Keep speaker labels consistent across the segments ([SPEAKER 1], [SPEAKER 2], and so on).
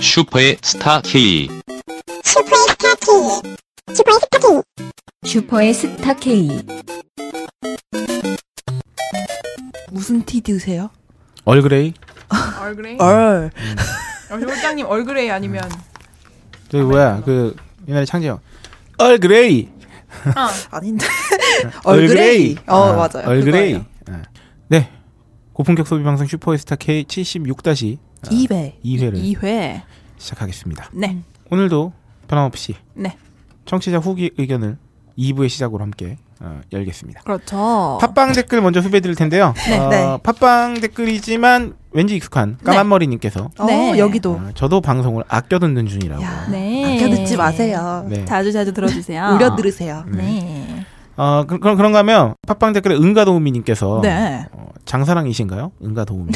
[SPEAKER 1] 슈퍼의 스타 K.
[SPEAKER 2] 슈퍼의 스타 K. 슈퍼의 스타 K.
[SPEAKER 3] 슈퍼의 스타 K.
[SPEAKER 4] 무슨 티 드세요?
[SPEAKER 5] 얼그레이?
[SPEAKER 6] 얼그레이?
[SPEAKER 4] 얼.
[SPEAKER 6] 어, 홀장님 얼그레이 아니면
[SPEAKER 4] 음.
[SPEAKER 5] 저기 뭐야 그 옛날에 창재형 얼그레이
[SPEAKER 4] 아닌데. 얼그레이. 어,
[SPEAKER 5] 아,
[SPEAKER 4] 맞아요.
[SPEAKER 5] 얼그레이 아. 네 고품격 소비 방송 슈퍼에스타 K 76-2회를
[SPEAKER 4] 2회. 2회.
[SPEAKER 5] 시작하겠습니다
[SPEAKER 4] 네.
[SPEAKER 5] 오늘도 변함없이
[SPEAKER 4] 네.
[SPEAKER 5] 청취자 후기 의견을 2부의 시작으로 함께 어, 열겠습니다
[SPEAKER 4] 그렇죠.
[SPEAKER 5] 팟빵 댓글 먼저 소개해드릴 텐데요
[SPEAKER 4] 네,
[SPEAKER 5] 어,
[SPEAKER 4] 네.
[SPEAKER 5] 팟빵 댓글이지만 왠지 익숙한 까만머리님께서
[SPEAKER 4] 네.
[SPEAKER 7] 어, 여기도.
[SPEAKER 5] 어, 저도 방송을 아껴 듣는 중이라고
[SPEAKER 4] 야,
[SPEAKER 3] 네.
[SPEAKER 7] 아껴 듣지 마세요.
[SPEAKER 5] 네.
[SPEAKER 4] 자주 자주 들어주세요.
[SPEAKER 7] 우려 들으세요.
[SPEAKER 3] 네.
[SPEAKER 5] 어, 그, 그럼 그런가 하면 팟빵 댓글에 은가도우미님께서
[SPEAKER 4] 네.
[SPEAKER 5] 어, 장사랑이신가요? 은가도우미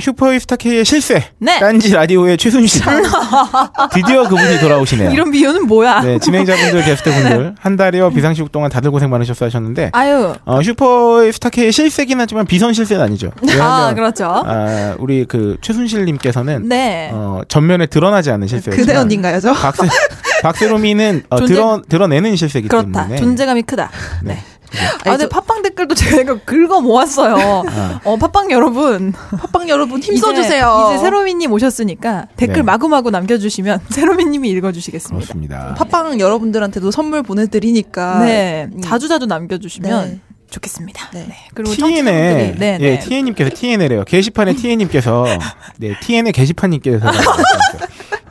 [SPEAKER 5] 슈퍼이스타K의 실세
[SPEAKER 4] 네.
[SPEAKER 5] 딴지 라디오의 최순실 드디어 그분이 돌아오시네요
[SPEAKER 4] 이런 비유는 뭐야?
[SPEAKER 5] 네, 진행자분들 게스트분들 한 달여 비상시국 동안 다들 고생 많으셨어 하셨는데
[SPEAKER 4] 네. 아유.
[SPEAKER 5] 어, 슈퍼이스타K의 실세긴 하지만 비선 실세는 아니죠
[SPEAKER 4] 아,
[SPEAKER 5] 왜냐하면
[SPEAKER 4] 그렇죠.
[SPEAKER 5] 아, 우리 그 최순실님께서는
[SPEAKER 4] 네.
[SPEAKER 5] 어, 전면에 드러나지 않은 실세였지만
[SPEAKER 7] 그대 언니인가요, 저?
[SPEAKER 5] 박세, 박세롬이는 어,
[SPEAKER 4] 존재-
[SPEAKER 5] 드러, 드러내는 실세이기
[SPEAKER 4] 그렇다.
[SPEAKER 5] 때문에
[SPEAKER 4] 존재감이 크다.
[SPEAKER 5] 네.
[SPEAKER 4] 네.
[SPEAKER 7] 아니,
[SPEAKER 4] 아, 근데
[SPEAKER 7] 저-
[SPEAKER 4] 팟빵 댓글도 제가 긁어 모았어요.
[SPEAKER 5] 아,
[SPEAKER 4] 어, 팟빵 여러분.
[SPEAKER 7] 팟빵 여러분 힘
[SPEAKER 4] 이제-
[SPEAKER 7] 써주세요.
[SPEAKER 4] 이제 새로미님 오셨으니까 댓글
[SPEAKER 5] 네.
[SPEAKER 4] 마구마구 남겨주시면 새로미님이 읽어주시겠습니다.
[SPEAKER 5] 그렇습니다.
[SPEAKER 7] 팟빵 여러분들한테도 선물 보내드리니까.
[SPEAKER 4] 네.
[SPEAKER 7] 음.
[SPEAKER 4] 자주자주 남겨주시면
[SPEAKER 7] 네.
[SPEAKER 4] 좋겠습니다.
[SPEAKER 7] 네.
[SPEAKER 4] 네. 그리고
[SPEAKER 5] TN에
[SPEAKER 4] 청취자분들이-
[SPEAKER 5] 예,
[SPEAKER 4] 네, 네.
[SPEAKER 5] TN님께서 TN이래요. 게시판에
[SPEAKER 4] 음.
[SPEAKER 5] TN님께서 네, TN의 게시판님께서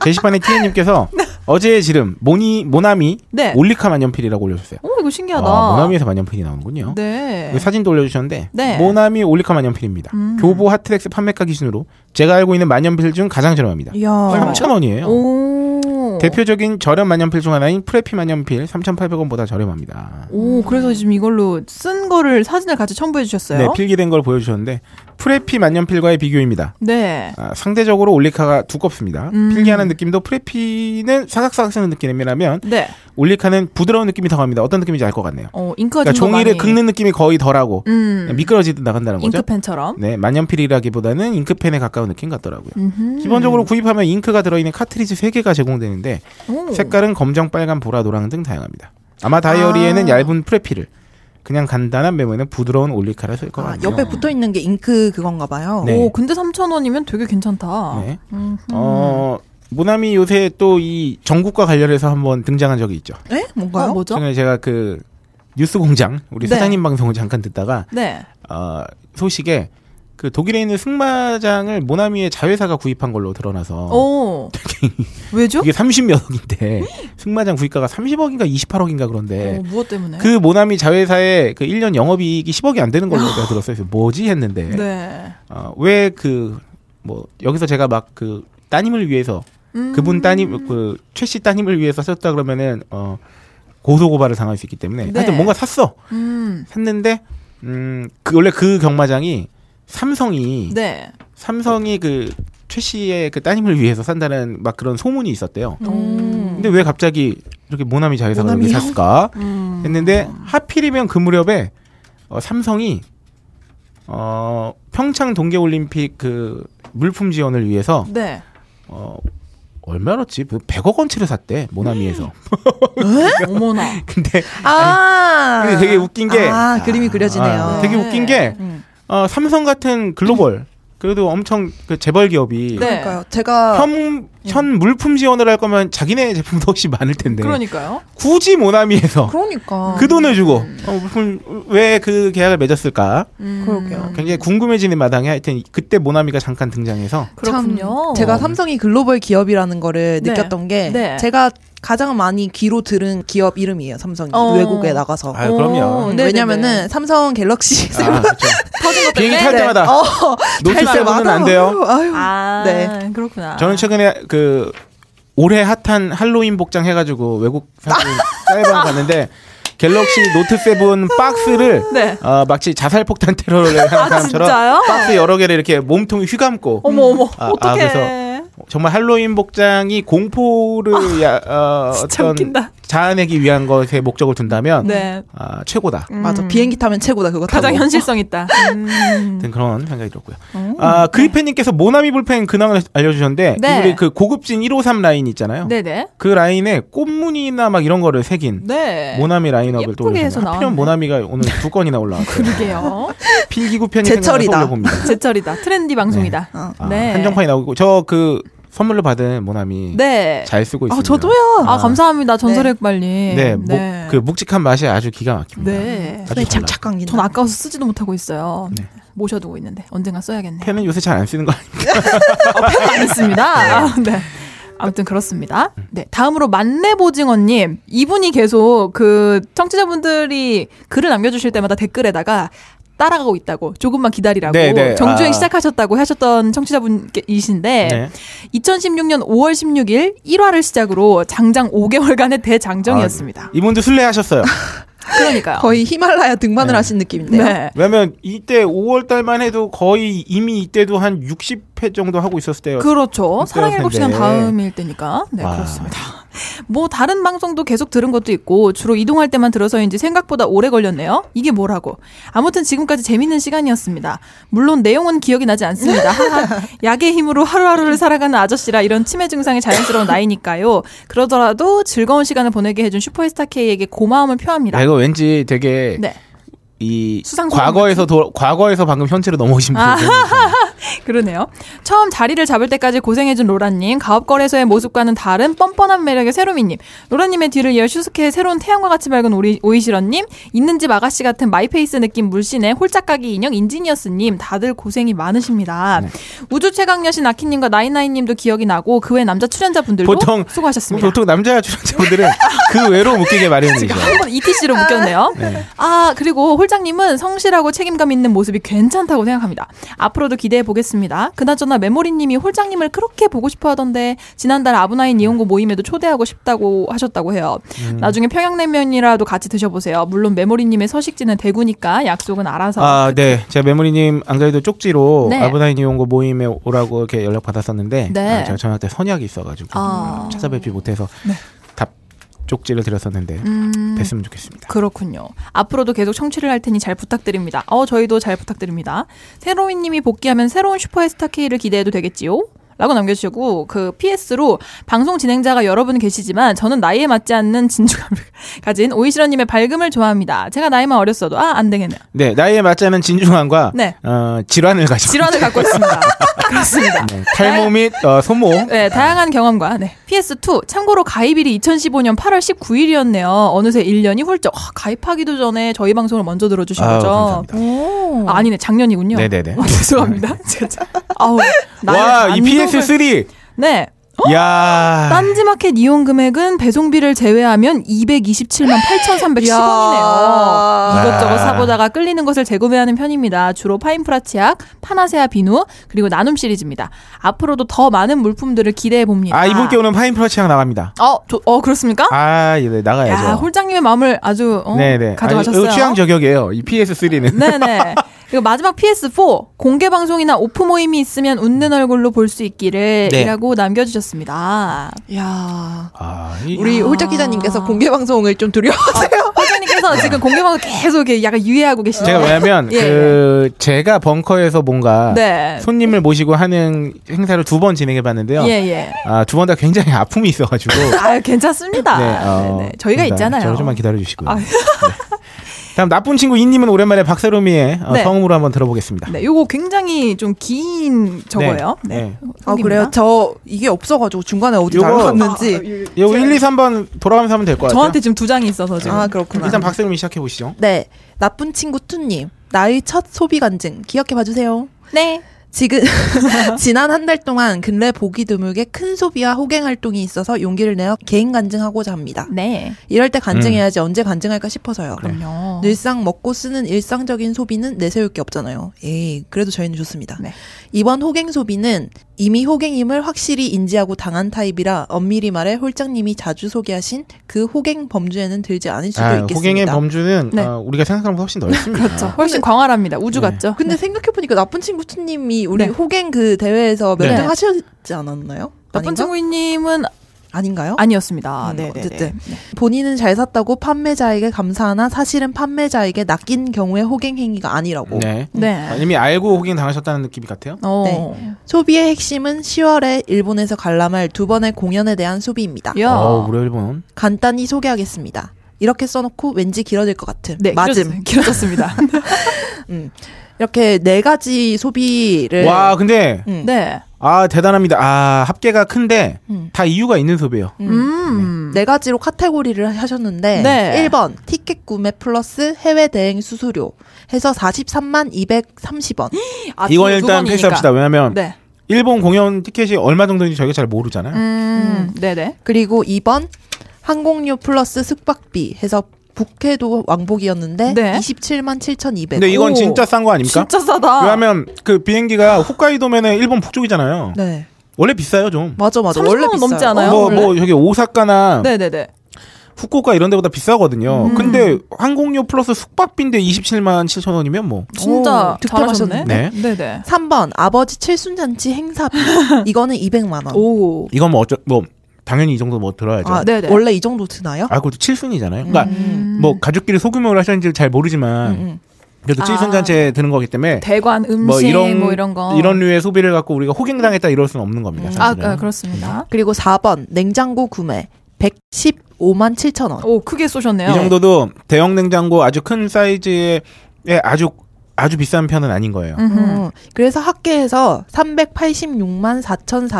[SPEAKER 5] 게시판에 TN님께서 어제의 지름 모니 모나미
[SPEAKER 4] 네.
[SPEAKER 5] 올리카 만년필이라고 올려주세요.
[SPEAKER 4] 오, 이거 신기하다.
[SPEAKER 5] 아, 모나미에서 만년필이 나오는군요.
[SPEAKER 4] 네.
[SPEAKER 5] 그 사진도 올려주셨는데
[SPEAKER 4] 네. 음.
[SPEAKER 5] 모나미 올리카 만년필입니다. 교보 하트렉스 판매가 기준으로 제가 알고 있는 만년필 중 가장 저렴합니다.
[SPEAKER 4] 이야.
[SPEAKER 5] 3,000원이에요.
[SPEAKER 4] 오.
[SPEAKER 5] 대표적인 저렴 만년필 중 하나인 프레피 만년필 3,800원보다 저렴합니다.
[SPEAKER 4] 오, 그래서 지금 이걸로 쓴 거를 사진을 같이 첨부해 주셨어요.
[SPEAKER 5] 네, 필기된 걸 보여주셨는데 프레피 만년필과의 비교입니다.
[SPEAKER 4] 네.
[SPEAKER 5] 아, 상대적으로 올리카가 두껍습니다.
[SPEAKER 4] 음.
[SPEAKER 5] 필기하는 느낌도 프레피는 사각사각 쓰는 느낌이라면
[SPEAKER 4] 네.
[SPEAKER 5] 올리카는 부드러운 느낌이 더 갑니다. 어떤 느낌인지 알 것 같네요.
[SPEAKER 4] 어, 잉크가
[SPEAKER 5] 그러니까
[SPEAKER 4] 좀
[SPEAKER 5] 종이를
[SPEAKER 4] 많이...
[SPEAKER 5] 긁는 느낌이 거의 덜하고
[SPEAKER 4] 음.
[SPEAKER 5] 그냥 미끄러지듯 나간다는 거죠.
[SPEAKER 4] 잉크펜처럼.
[SPEAKER 5] 네, 만년필이라기보다는 잉크펜에 가까운 느낌 같더라고요.
[SPEAKER 4] 음흠.
[SPEAKER 5] 기본적으로 구입하면 잉크가 들어있는 카트리지 3개가 제공되는데
[SPEAKER 4] 오.
[SPEAKER 5] 색깔은 검정, 빨간, 보라, 노랑 등 다양합니다. 아마 다이어리에는 얇은 프레피를 그냥 간단한 메모에는 부드러운 올리카를 쓸 것
[SPEAKER 7] 아,
[SPEAKER 5] 같아요.
[SPEAKER 7] 옆에 붙어 있는 게 잉크 그건가 봐요.
[SPEAKER 5] 네.
[SPEAKER 4] 오, 근데 3,000원이면 되게 괜찮다.
[SPEAKER 5] 네.
[SPEAKER 4] 음.
[SPEAKER 5] 어, 모나미 요새 또 이 전국과 관련해서 한번 등장한 적이 있죠.
[SPEAKER 7] 에? 네? 뭔가요?
[SPEAKER 4] 어, 뭐죠?
[SPEAKER 5] 최근에 제가 그 뉴스 공장 우리
[SPEAKER 4] 네.
[SPEAKER 5] 사장님 방송을 잠깐 듣다가
[SPEAKER 4] 네.
[SPEAKER 5] 어, 소식에 그 독일에 있는 승마장을 모나미의 자회사가 구입한 걸로 드러나서
[SPEAKER 4] 오. 왜죠?
[SPEAKER 5] 이게 30몇 억인데 승마장 구입가가 30억인가 28억인가 그런데
[SPEAKER 4] 어, 무엇 때문에?
[SPEAKER 5] 그 모나미 자회사의 그 1년 영업이익이 10억이 안 되는 걸로 제가 들었어요. 그래서 뭐지 했는데
[SPEAKER 4] 아. 네.
[SPEAKER 5] 어, 왜그뭐 여기서 제가 막 그 따님을 위해서
[SPEAKER 4] 음.
[SPEAKER 5] 그분 따님 그 최 씨 따님을 위해서 썼다 그러면은 어 고소 고발을 당할 수 있기 때문에
[SPEAKER 4] 네.
[SPEAKER 5] 하여튼 뭔가 샀어
[SPEAKER 4] 음.
[SPEAKER 5] 샀는데 음그 원래 그 경마장이 삼성이
[SPEAKER 4] 네.
[SPEAKER 5] 삼성이 그 최 씨의 그 따님을 위해서 산다는 막 그런 소문이 있었대요.
[SPEAKER 4] 음.
[SPEAKER 5] 근데 왜 갑자기 이렇게 모나미 자회사가 이렇게
[SPEAKER 7] 모나미요?
[SPEAKER 5] 샀을까
[SPEAKER 4] 음.
[SPEAKER 5] 했는데 하필이면 그 무렵에 어, 삼성이 어 평창 동계올림픽 그 물품 지원을 위해서
[SPEAKER 4] 네.
[SPEAKER 5] 어 얼마였지? 100억 원치를 샀대 모나미에서.
[SPEAKER 4] 어머나.
[SPEAKER 5] 근데
[SPEAKER 7] 아.
[SPEAKER 5] 근데 되게 웃긴 게-
[SPEAKER 7] 아, 그림이 그려지네요.
[SPEAKER 5] 아, 되게 웃긴 게
[SPEAKER 7] 음.
[SPEAKER 5] 어, 삼성 같은 글로벌 그래도 엄청 그 재벌 기업이
[SPEAKER 4] 네.
[SPEAKER 7] 그러니까요. 제가
[SPEAKER 5] 현, 현 물품 지원을 할 거면 자기네 제품도 훨씬 많을 텐데
[SPEAKER 4] 그러니까요.
[SPEAKER 5] 굳이 모나미에서
[SPEAKER 7] 그러니까.
[SPEAKER 5] 그 돈을 주고 어, 물품 왜 그 계약을 맺었을까?
[SPEAKER 4] 음.
[SPEAKER 7] 그러게요.
[SPEAKER 5] 굉장히 궁금해지는 마당에 하여튼 그때 모나미가 잠깐 등장해서
[SPEAKER 4] 그렇군요.
[SPEAKER 7] 참 제가
[SPEAKER 5] 어.
[SPEAKER 7] 삼성이 글로벌 기업이라는 거를
[SPEAKER 4] 네.
[SPEAKER 7] 느꼈던 게
[SPEAKER 4] 네.
[SPEAKER 7] 제가 가장 많이 귀로 들은 기업 이름이에요. 삼성이
[SPEAKER 4] 어.
[SPEAKER 7] 외국에 나가서. 음,
[SPEAKER 5] 아유, 그럼요.
[SPEAKER 4] 오, 네네네.
[SPEAKER 7] 왜냐면은 삼성 갤럭시
[SPEAKER 5] 아, 그렇죠.
[SPEAKER 4] 터진 것
[SPEAKER 5] 비행기
[SPEAKER 4] 때문에?
[SPEAKER 5] 탈 때마다
[SPEAKER 7] 어,
[SPEAKER 5] 노출
[SPEAKER 7] 잘
[SPEAKER 5] 세븐은 안
[SPEAKER 7] 받아.
[SPEAKER 5] 돼요.
[SPEAKER 7] 아유.
[SPEAKER 4] 아,
[SPEAKER 7] 네.
[SPEAKER 4] 그렇구나.
[SPEAKER 5] 저는 최근에 그 올해 핫한 할로윈 복장 해가지고 외국 사진 사이방 갔는데 갤럭시 노트 세븐 박스를
[SPEAKER 4] 네.
[SPEAKER 5] 어, 마치 자살 폭탄 테러를 하는
[SPEAKER 4] 아,
[SPEAKER 5] 사람처럼
[SPEAKER 4] 진짜요?
[SPEAKER 5] 박스 여러 개를 이렇게 몸통 휘감고
[SPEAKER 4] 어머 어머.
[SPEAKER 5] 아, 아,
[SPEAKER 4] 어떡해.
[SPEAKER 5] 그래서 정말 할로윈 복장이 공포를 야, 어,
[SPEAKER 4] 아, 진짜
[SPEAKER 5] 어떤
[SPEAKER 4] 웃긴다.
[SPEAKER 5] 자아내기 위한 것에 목적을 둔다면
[SPEAKER 4] 네.
[SPEAKER 5] 아, 최고다.
[SPEAKER 6] 음.
[SPEAKER 7] 맞아. 비행기 타면 최고다 그거
[SPEAKER 4] 가장
[SPEAKER 7] 타고.
[SPEAKER 4] 현실성 있다. 음.
[SPEAKER 5] 하여튼 그런 생각이 들었고요. 아, 그리팬님께서 모나미 불펜 근황을 알려주셨는데
[SPEAKER 4] 네.
[SPEAKER 5] 우리 그 고급진 153 라인 있잖아요.
[SPEAKER 4] 네네.
[SPEAKER 5] 그 라인에 꽃무늬나 막 이런 거를 새긴
[SPEAKER 4] 네.
[SPEAKER 5] 모나미 라인업을 또
[SPEAKER 4] 예쁘게
[SPEAKER 5] 올려주셨어요.
[SPEAKER 4] 해서
[SPEAKER 5] 하필이면
[SPEAKER 4] 나왔네.
[SPEAKER 5] 모나미가 오늘 두 건이나 올라왔어요.
[SPEAKER 4] 그러게요.
[SPEAKER 5] 필기구 편이
[SPEAKER 7] 제철이다.
[SPEAKER 5] 생각나서 올려봅니다.
[SPEAKER 4] 제철이다. 트렌디 방송이다.
[SPEAKER 7] 어.
[SPEAKER 5] 아, 한정판이 나오고 저 그 선물로 받은 모나미
[SPEAKER 4] 네.
[SPEAKER 5] 잘 쓰고 있습니다.
[SPEAKER 4] 아, 저도요. 아, 감사합니다. 전설의
[SPEAKER 5] 네,
[SPEAKER 4] 빨리.
[SPEAKER 5] 목- 그 묵직한 맛이 아주 기가 막힙니다.
[SPEAKER 4] 네.
[SPEAKER 5] 아주
[SPEAKER 7] 네,
[SPEAKER 5] 잘
[SPEAKER 7] 착착 감긴다.
[SPEAKER 4] 전 아까워서 쓰지도 못하고 있어요.
[SPEAKER 5] 네.
[SPEAKER 4] 모셔두고 있는데 언젠가 어, 써야겠네.
[SPEAKER 5] 펜은 요새 잘 안 쓰는 거 아니에요?
[SPEAKER 4] 안 했습니다. 아, 네. 아무튼 그렇습니다. 네. 다음으로 만렙오징어님. 이분이 계속 그 청취자분들이 글을 남겨주실 때마다 댓글에다가 따라가고 있다고 조금만 기다리라고
[SPEAKER 5] 네, 네.
[SPEAKER 4] 정주행
[SPEAKER 5] 아. 네.
[SPEAKER 4] 시작하셨다고 하셨던 청취자분이신데 2016년 5월 16일 1화를 시작으로 장장 5개월간의 대장정이었습니다.
[SPEAKER 5] 아, 이분도 순례하셨어요.
[SPEAKER 4] 그러니까요.
[SPEAKER 7] 거의 히말라야 등반을
[SPEAKER 5] 네.
[SPEAKER 7] 하신 느낌인데요.
[SPEAKER 4] 네.
[SPEAKER 5] 왜냐면 이때 5월 달만 해도 거의 이미 이때도 한 60회 정도 하고 있었을 때요.
[SPEAKER 4] 그렇죠. 사랑
[SPEAKER 5] 그때였을
[SPEAKER 4] 일곱 시간
[SPEAKER 5] 텐데.
[SPEAKER 4] 다음일 때니까. 네,
[SPEAKER 5] 와.
[SPEAKER 4] 그렇습니다. 뭐 다른 방송도 계속 들은 것도 있고 주로 이동할 때만 들어서인지 생각보다 오래 걸렸네요. 이게 뭐라고. 아무튼 지금까지 재밌는 시간이었습니다. 물론 내용은 기억이 나지 않습니다. 하하. 약의 힘으로 하루하루를 살아가는 아저씨라 이런 치매 증상이 자연스러운 나이니까요. 그러더라도 즐거운 시간을 보내게 해준 슈퍼스타 K에게 고마움을 표합니다.
[SPEAKER 5] 아, 이거 왠지 되게
[SPEAKER 4] 네.
[SPEAKER 5] 이
[SPEAKER 4] 수상소감
[SPEAKER 5] 과거에서 도, 과거에서 방금 현재로 넘어오신 분.
[SPEAKER 4] 아. 그러네요. 처음 자리를 잡을 때까지 고생해준 로라님, 가업거래소의 모습과는 다른 뻔뻔한 매력의 세로미님, 로라님의 뒤를 이어 슈스케의 새로운 태양과 같이 밝은 오이, 오이시런님, 있는 집 아가씨 같은 마이페이스 느낌 물씬의 홀짝가기 인형 인지니어스님, 다들 고생이 많으십니다.
[SPEAKER 5] 네.
[SPEAKER 4] 우주 최강 여신 아키님과 나인나인님도 기억이 나고 그 외 남자 출연자분들도
[SPEAKER 5] 보통-
[SPEAKER 4] 수고하셨습니다.
[SPEAKER 5] 보통 뭐 남자 출연자분들은 그 외로 묶이게 마련이죠.
[SPEAKER 4] 한번 ETC로 묶였네요.
[SPEAKER 5] 네.
[SPEAKER 4] 아, 그리고 홀장님은 성실하고 책임감 있는 모습이 괜찮다고 생각합니다. 앞으로도 기대해 보겠습니다. 그나저나 메모리님이 홀장님을 그렇게 보고 싶어 하던데, 지난달 아브나인 이용고 모임에도 초대하고 싶다고 하셨다고 해요. 나중에 평양냉면이라도 같이 드셔보세요. 물론 메모리님의 서식지는 대구니까 약속은 알아서. 그렇죠.
[SPEAKER 5] 아, 네. 제가 메모리님 안 그래도 쪽지로
[SPEAKER 4] 네.
[SPEAKER 5] 아브나인 이용고 모임에 오라고 이렇게 연락 받았었는데
[SPEAKER 4] 네.
[SPEAKER 5] 아, 제가 저녁 때 선약이 있어가지고
[SPEAKER 4] 아.
[SPEAKER 5] 찾아뵙지 못해서 답 쪽지를 드렸었는데
[SPEAKER 4] 음.
[SPEAKER 5] 뵀으면 좋겠습니다.
[SPEAKER 4] 그렇군요. 앞으로도 계속 청취를 할 테니 잘 부탁드립니다. 어, 저희도 잘 부탁드립니다. 새로이님이 복귀하면 새로운 슈퍼에스타 K를 기대해도 되겠지요? 라고 남겨주시고 그 PS로 방송 진행자가 여러분 계시지만 저는 나이에 맞지 않는 진주감을 가진 오이시러님의 밝음을 좋아합니다. 제가 나이만 어렸어도 아 안 되겠네요.
[SPEAKER 5] 네, 나이에 맞지 않은 진중함과
[SPEAKER 4] 네.
[SPEAKER 5] 어, 질환을 가지고
[SPEAKER 4] 질환을 갖고 있습니다. 그렇습니다.
[SPEAKER 5] 네, 탈모 및 어, 손목
[SPEAKER 4] 네, 다양한 경험과 네. PS2 참고로 가입일이 2015년 8월 19일이었네요. 어느새 1년이 훌쩍 아, 가입하기도 전에 저희 방송을 먼저 들어주신
[SPEAKER 5] 아유,
[SPEAKER 4] 거죠.
[SPEAKER 5] 감사합니다.
[SPEAKER 7] 오.
[SPEAKER 4] 아, 아니네 작년이군요.
[SPEAKER 5] 어. 네네네.
[SPEAKER 4] 아, 죄송합니다. 제가 참- 아우 나의
[SPEAKER 5] 와, 이
[SPEAKER 4] 단독을-
[SPEAKER 5] PS3.
[SPEAKER 4] 네.
[SPEAKER 5] 야.
[SPEAKER 4] 딴지마켓 이용 금액은 배송비를 제외하면 227만 8,310원이네요.
[SPEAKER 7] 이야.
[SPEAKER 4] 이것저것 사보다가 끌리는 것을 재구매하는 편입니다. 주로 파인프라 치약, 파나세아 비누, 그리고 나눔 시리즈입니다. 앞으로도 더 많은 물품들을 기대해 봅니다.
[SPEAKER 5] 아, 이분께 오는 파인 프라치랑 나갑니다.
[SPEAKER 4] 어, 저- 어 그렇습니까?
[SPEAKER 5] 아, 예, 네, 나가야죠.
[SPEAKER 4] 야, 홀장님의 마음을 아주 어,
[SPEAKER 5] 네네.
[SPEAKER 4] 가져가셨어요.
[SPEAKER 5] 아니, 이거 취향 저격이에요. 이 PS3는.
[SPEAKER 4] 네네. 그리고 마지막 PS4 공개 방송이나 오프 모임이 있으면 웃는 얼굴로 볼 수
[SPEAKER 5] 네.
[SPEAKER 4] 있기를이라고 남겨주셨습니다.
[SPEAKER 7] 야.
[SPEAKER 5] 아, 이,
[SPEAKER 7] 우리 홀짝 기자님께서 공개 방송을 좀
[SPEAKER 4] 아,
[SPEAKER 7] 두려워하세요. 아,
[SPEAKER 4] 회장님께서 지금 공개 방송 계속 이렇게 약간 유예하고 계시죠.
[SPEAKER 5] 네. 제가 왜냐면
[SPEAKER 4] 예,
[SPEAKER 5] 그 제가 벙커에서 뭔가
[SPEAKER 4] 네.
[SPEAKER 5] 손님을 모시고 하는 행사를 두 번 진행해 봤는데요.
[SPEAKER 4] 예예.
[SPEAKER 5] 아, 두 번 다 굉장히 아픔이 있어 가지고. 어, 그러니까
[SPEAKER 4] 아유 괜찮습니다. 네네. 저희가 있잖아요.
[SPEAKER 5] 저를 좀만 기다려 주시고요.
[SPEAKER 4] 아.
[SPEAKER 5] 네. 다음 나쁜 친구 이님은 오랜만에 박세롬이의 어,
[SPEAKER 4] 네.
[SPEAKER 5] 성음으로 한번 들어보겠습니다.
[SPEAKER 4] 네, 요거 굉장히 좀 긴 저거예요.
[SPEAKER 5] 네.
[SPEAKER 4] 네.
[SPEAKER 5] 네.
[SPEAKER 7] 아 그래요? 저 이게 없어가지고 중간에 어디
[SPEAKER 5] 요거-
[SPEAKER 4] 아,
[SPEAKER 7] 날라갔는지.
[SPEAKER 5] 예, 이거 1, 2, 3번 돌아가면서 하면 될 것 같아요.
[SPEAKER 4] 예, 저한테 지금 두 장이 있어서 지금.
[SPEAKER 7] 아 그렇구나.
[SPEAKER 5] 일단 박세롬이 시작해 보시죠.
[SPEAKER 7] 네 나쁜 친구 투님 나의 첫 소비 간증 기억해 봐주세요.
[SPEAKER 4] 네.
[SPEAKER 7] 지금 지난 한 달 동안 근래 보기 드물게 큰 소비와 호갱 활동이 있어서 용기를 내어 개인 간증하고자 합니다.
[SPEAKER 4] 네.
[SPEAKER 7] 이럴 때 간증해야지
[SPEAKER 5] 음.
[SPEAKER 7] 언제 간증할까 싶어서요.
[SPEAKER 4] 그럼요.
[SPEAKER 7] 늘상 먹고 쓰는 일상적인 소비는 내세울 게 없잖아요. 에이, 그래도 저희는 좋습니다.
[SPEAKER 4] 네.
[SPEAKER 7] 이번 호갱 소비는 이미 호갱임을 확실히 인지하고 당한 타입이라 엄밀히 말해 홀장님이 자주 소개하신 그 호갱 범주에는 들지 않을 수도
[SPEAKER 5] 아,
[SPEAKER 7] 있겠습니다.
[SPEAKER 5] 호갱의 범주는
[SPEAKER 4] 네.
[SPEAKER 5] 어, 우리가 생각하는 것보다 훨씬 넓습니다.
[SPEAKER 4] 그렇죠. 훨씬 광활합니다. 우주
[SPEAKER 5] 네.
[SPEAKER 4] 같죠.
[SPEAKER 7] 아, 근데 생각해보니까 나쁜 친구 투님이 우리
[SPEAKER 4] 네.
[SPEAKER 7] 호갱 그 대회에서 몇
[SPEAKER 5] 네.
[SPEAKER 7] 등 하셨지 않았나요?
[SPEAKER 4] 나쁜
[SPEAKER 7] 아닌가?
[SPEAKER 4] 친구님은
[SPEAKER 7] 아닌가요?
[SPEAKER 4] 아니었습니다.
[SPEAKER 7] 음,
[SPEAKER 4] 네, 네,
[SPEAKER 7] 어쨌든.
[SPEAKER 4] 네.
[SPEAKER 7] 본인은 잘 샀다고 판매자에게 감사하나 사실은 판매자에게 낚인 경우에 호갱 행위가 아니라고.
[SPEAKER 5] 네.
[SPEAKER 4] 네.
[SPEAKER 5] 아, 이미 알고 호갱 당하셨다는 느낌이 같아요.
[SPEAKER 4] 어.
[SPEAKER 7] 네. 소비의 핵심은 10월에 일본에서 관람할 두 번의 공연에 대한 소비입니다.
[SPEAKER 4] 야.
[SPEAKER 5] 어, 무려 일본.
[SPEAKER 7] 간단히 소개하겠습니다. 이렇게 써놓고 왠지 길어질 것 같은
[SPEAKER 4] 네,
[SPEAKER 7] 맞음.
[SPEAKER 4] 길어졌- 길어졌습니다.
[SPEAKER 7] 이렇게 네 가지 소비를
[SPEAKER 5] 와, 근데
[SPEAKER 7] 음.
[SPEAKER 4] 네.
[SPEAKER 5] 아 대단합니다. 아 합계가 큰데
[SPEAKER 7] 음.
[SPEAKER 5] 다 이유가 있는 소비예요.
[SPEAKER 4] 음.
[SPEAKER 7] 네 가지로 카테고리를 하셨는데
[SPEAKER 4] 네.
[SPEAKER 7] 1번 티켓 구매 플러스 해외 대행 수수료 해서 43만 230원.
[SPEAKER 4] 아,
[SPEAKER 5] 이건
[SPEAKER 4] 두- 두
[SPEAKER 5] 일단
[SPEAKER 4] 번이니까.
[SPEAKER 5] 패스합시다. 왜냐면
[SPEAKER 4] 네.
[SPEAKER 5] 일본 공연 티켓이 얼마 정도인지 저희가 잘 모르잖아요.
[SPEAKER 4] 음. 네, 네.
[SPEAKER 7] 그리고 2번 항공료 플러스 숙박비 해서 북해도 왕복이었는데
[SPEAKER 4] 네.
[SPEAKER 7] 27만 7,200원.
[SPEAKER 5] 근데 이건
[SPEAKER 4] 오.
[SPEAKER 5] 진짜 싼 거 아닙니까?
[SPEAKER 4] 진짜 싸다.
[SPEAKER 5] 왜냐하면 그 비행기가 홋카이도면은 일본 북쪽이잖아요.
[SPEAKER 7] 네.
[SPEAKER 5] 원래 비싸요 좀.
[SPEAKER 7] 맞아 맞아.
[SPEAKER 4] 30만
[SPEAKER 7] 원래
[SPEAKER 4] 원
[SPEAKER 7] 비싸요. 어.
[SPEAKER 4] 넘지 않아요?
[SPEAKER 5] 뭐 뭐
[SPEAKER 4] 원래?
[SPEAKER 5] 저기 오사카나
[SPEAKER 4] 네, 음. 네, 네.
[SPEAKER 5] 후쿠오카 이런 데보다 비싸거든요. 근데 항공료 플러스 숙박비인데 27만 7천 원이면 뭐.
[SPEAKER 4] 진짜
[SPEAKER 7] 오, 득템하셨네.
[SPEAKER 4] 잘하셨네.
[SPEAKER 5] 네.
[SPEAKER 4] 네, 네.
[SPEAKER 7] 3번 아버지 칠순잔치 행사비. 이거는 200만 원.
[SPEAKER 4] 오.
[SPEAKER 5] 이건 뭐 어쩌 뭐 당연히 이 정도 뭐 들어야죠.
[SPEAKER 7] 아,
[SPEAKER 5] 아,
[SPEAKER 4] 네네.
[SPEAKER 7] 원래 이 정도 드나요?
[SPEAKER 5] 그것도 칠순이잖아요. 그러니까
[SPEAKER 7] 음.
[SPEAKER 5] 뭐 가족끼리 소규모로 하셨는지 잘 모르지만
[SPEAKER 7] 음,
[SPEAKER 5] 그래도
[SPEAKER 4] 아.
[SPEAKER 5] 칠순잔치에 드는 거기 때문에
[SPEAKER 4] 대관 음식 뭐 이런, 거.
[SPEAKER 5] 이런 네. 류의 소비를 갖고 우리가 호갱당했다 이럴 수는 없는 겁니다.
[SPEAKER 4] 아,
[SPEAKER 5] 사실은.
[SPEAKER 4] 아, 그렇습니다.
[SPEAKER 7] 그리고 4번 냉장고 구매 115만 7천 원.
[SPEAKER 4] 오, 크게 쏘셨네요.
[SPEAKER 5] 음. 이 정도도 대형 냉장고 아주 큰 사이즈의 예, 아주 아주 비싼 편은 아닌 거예요.
[SPEAKER 4] 음흠.
[SPEAKER 7] 음, 그래서 합계해서 386만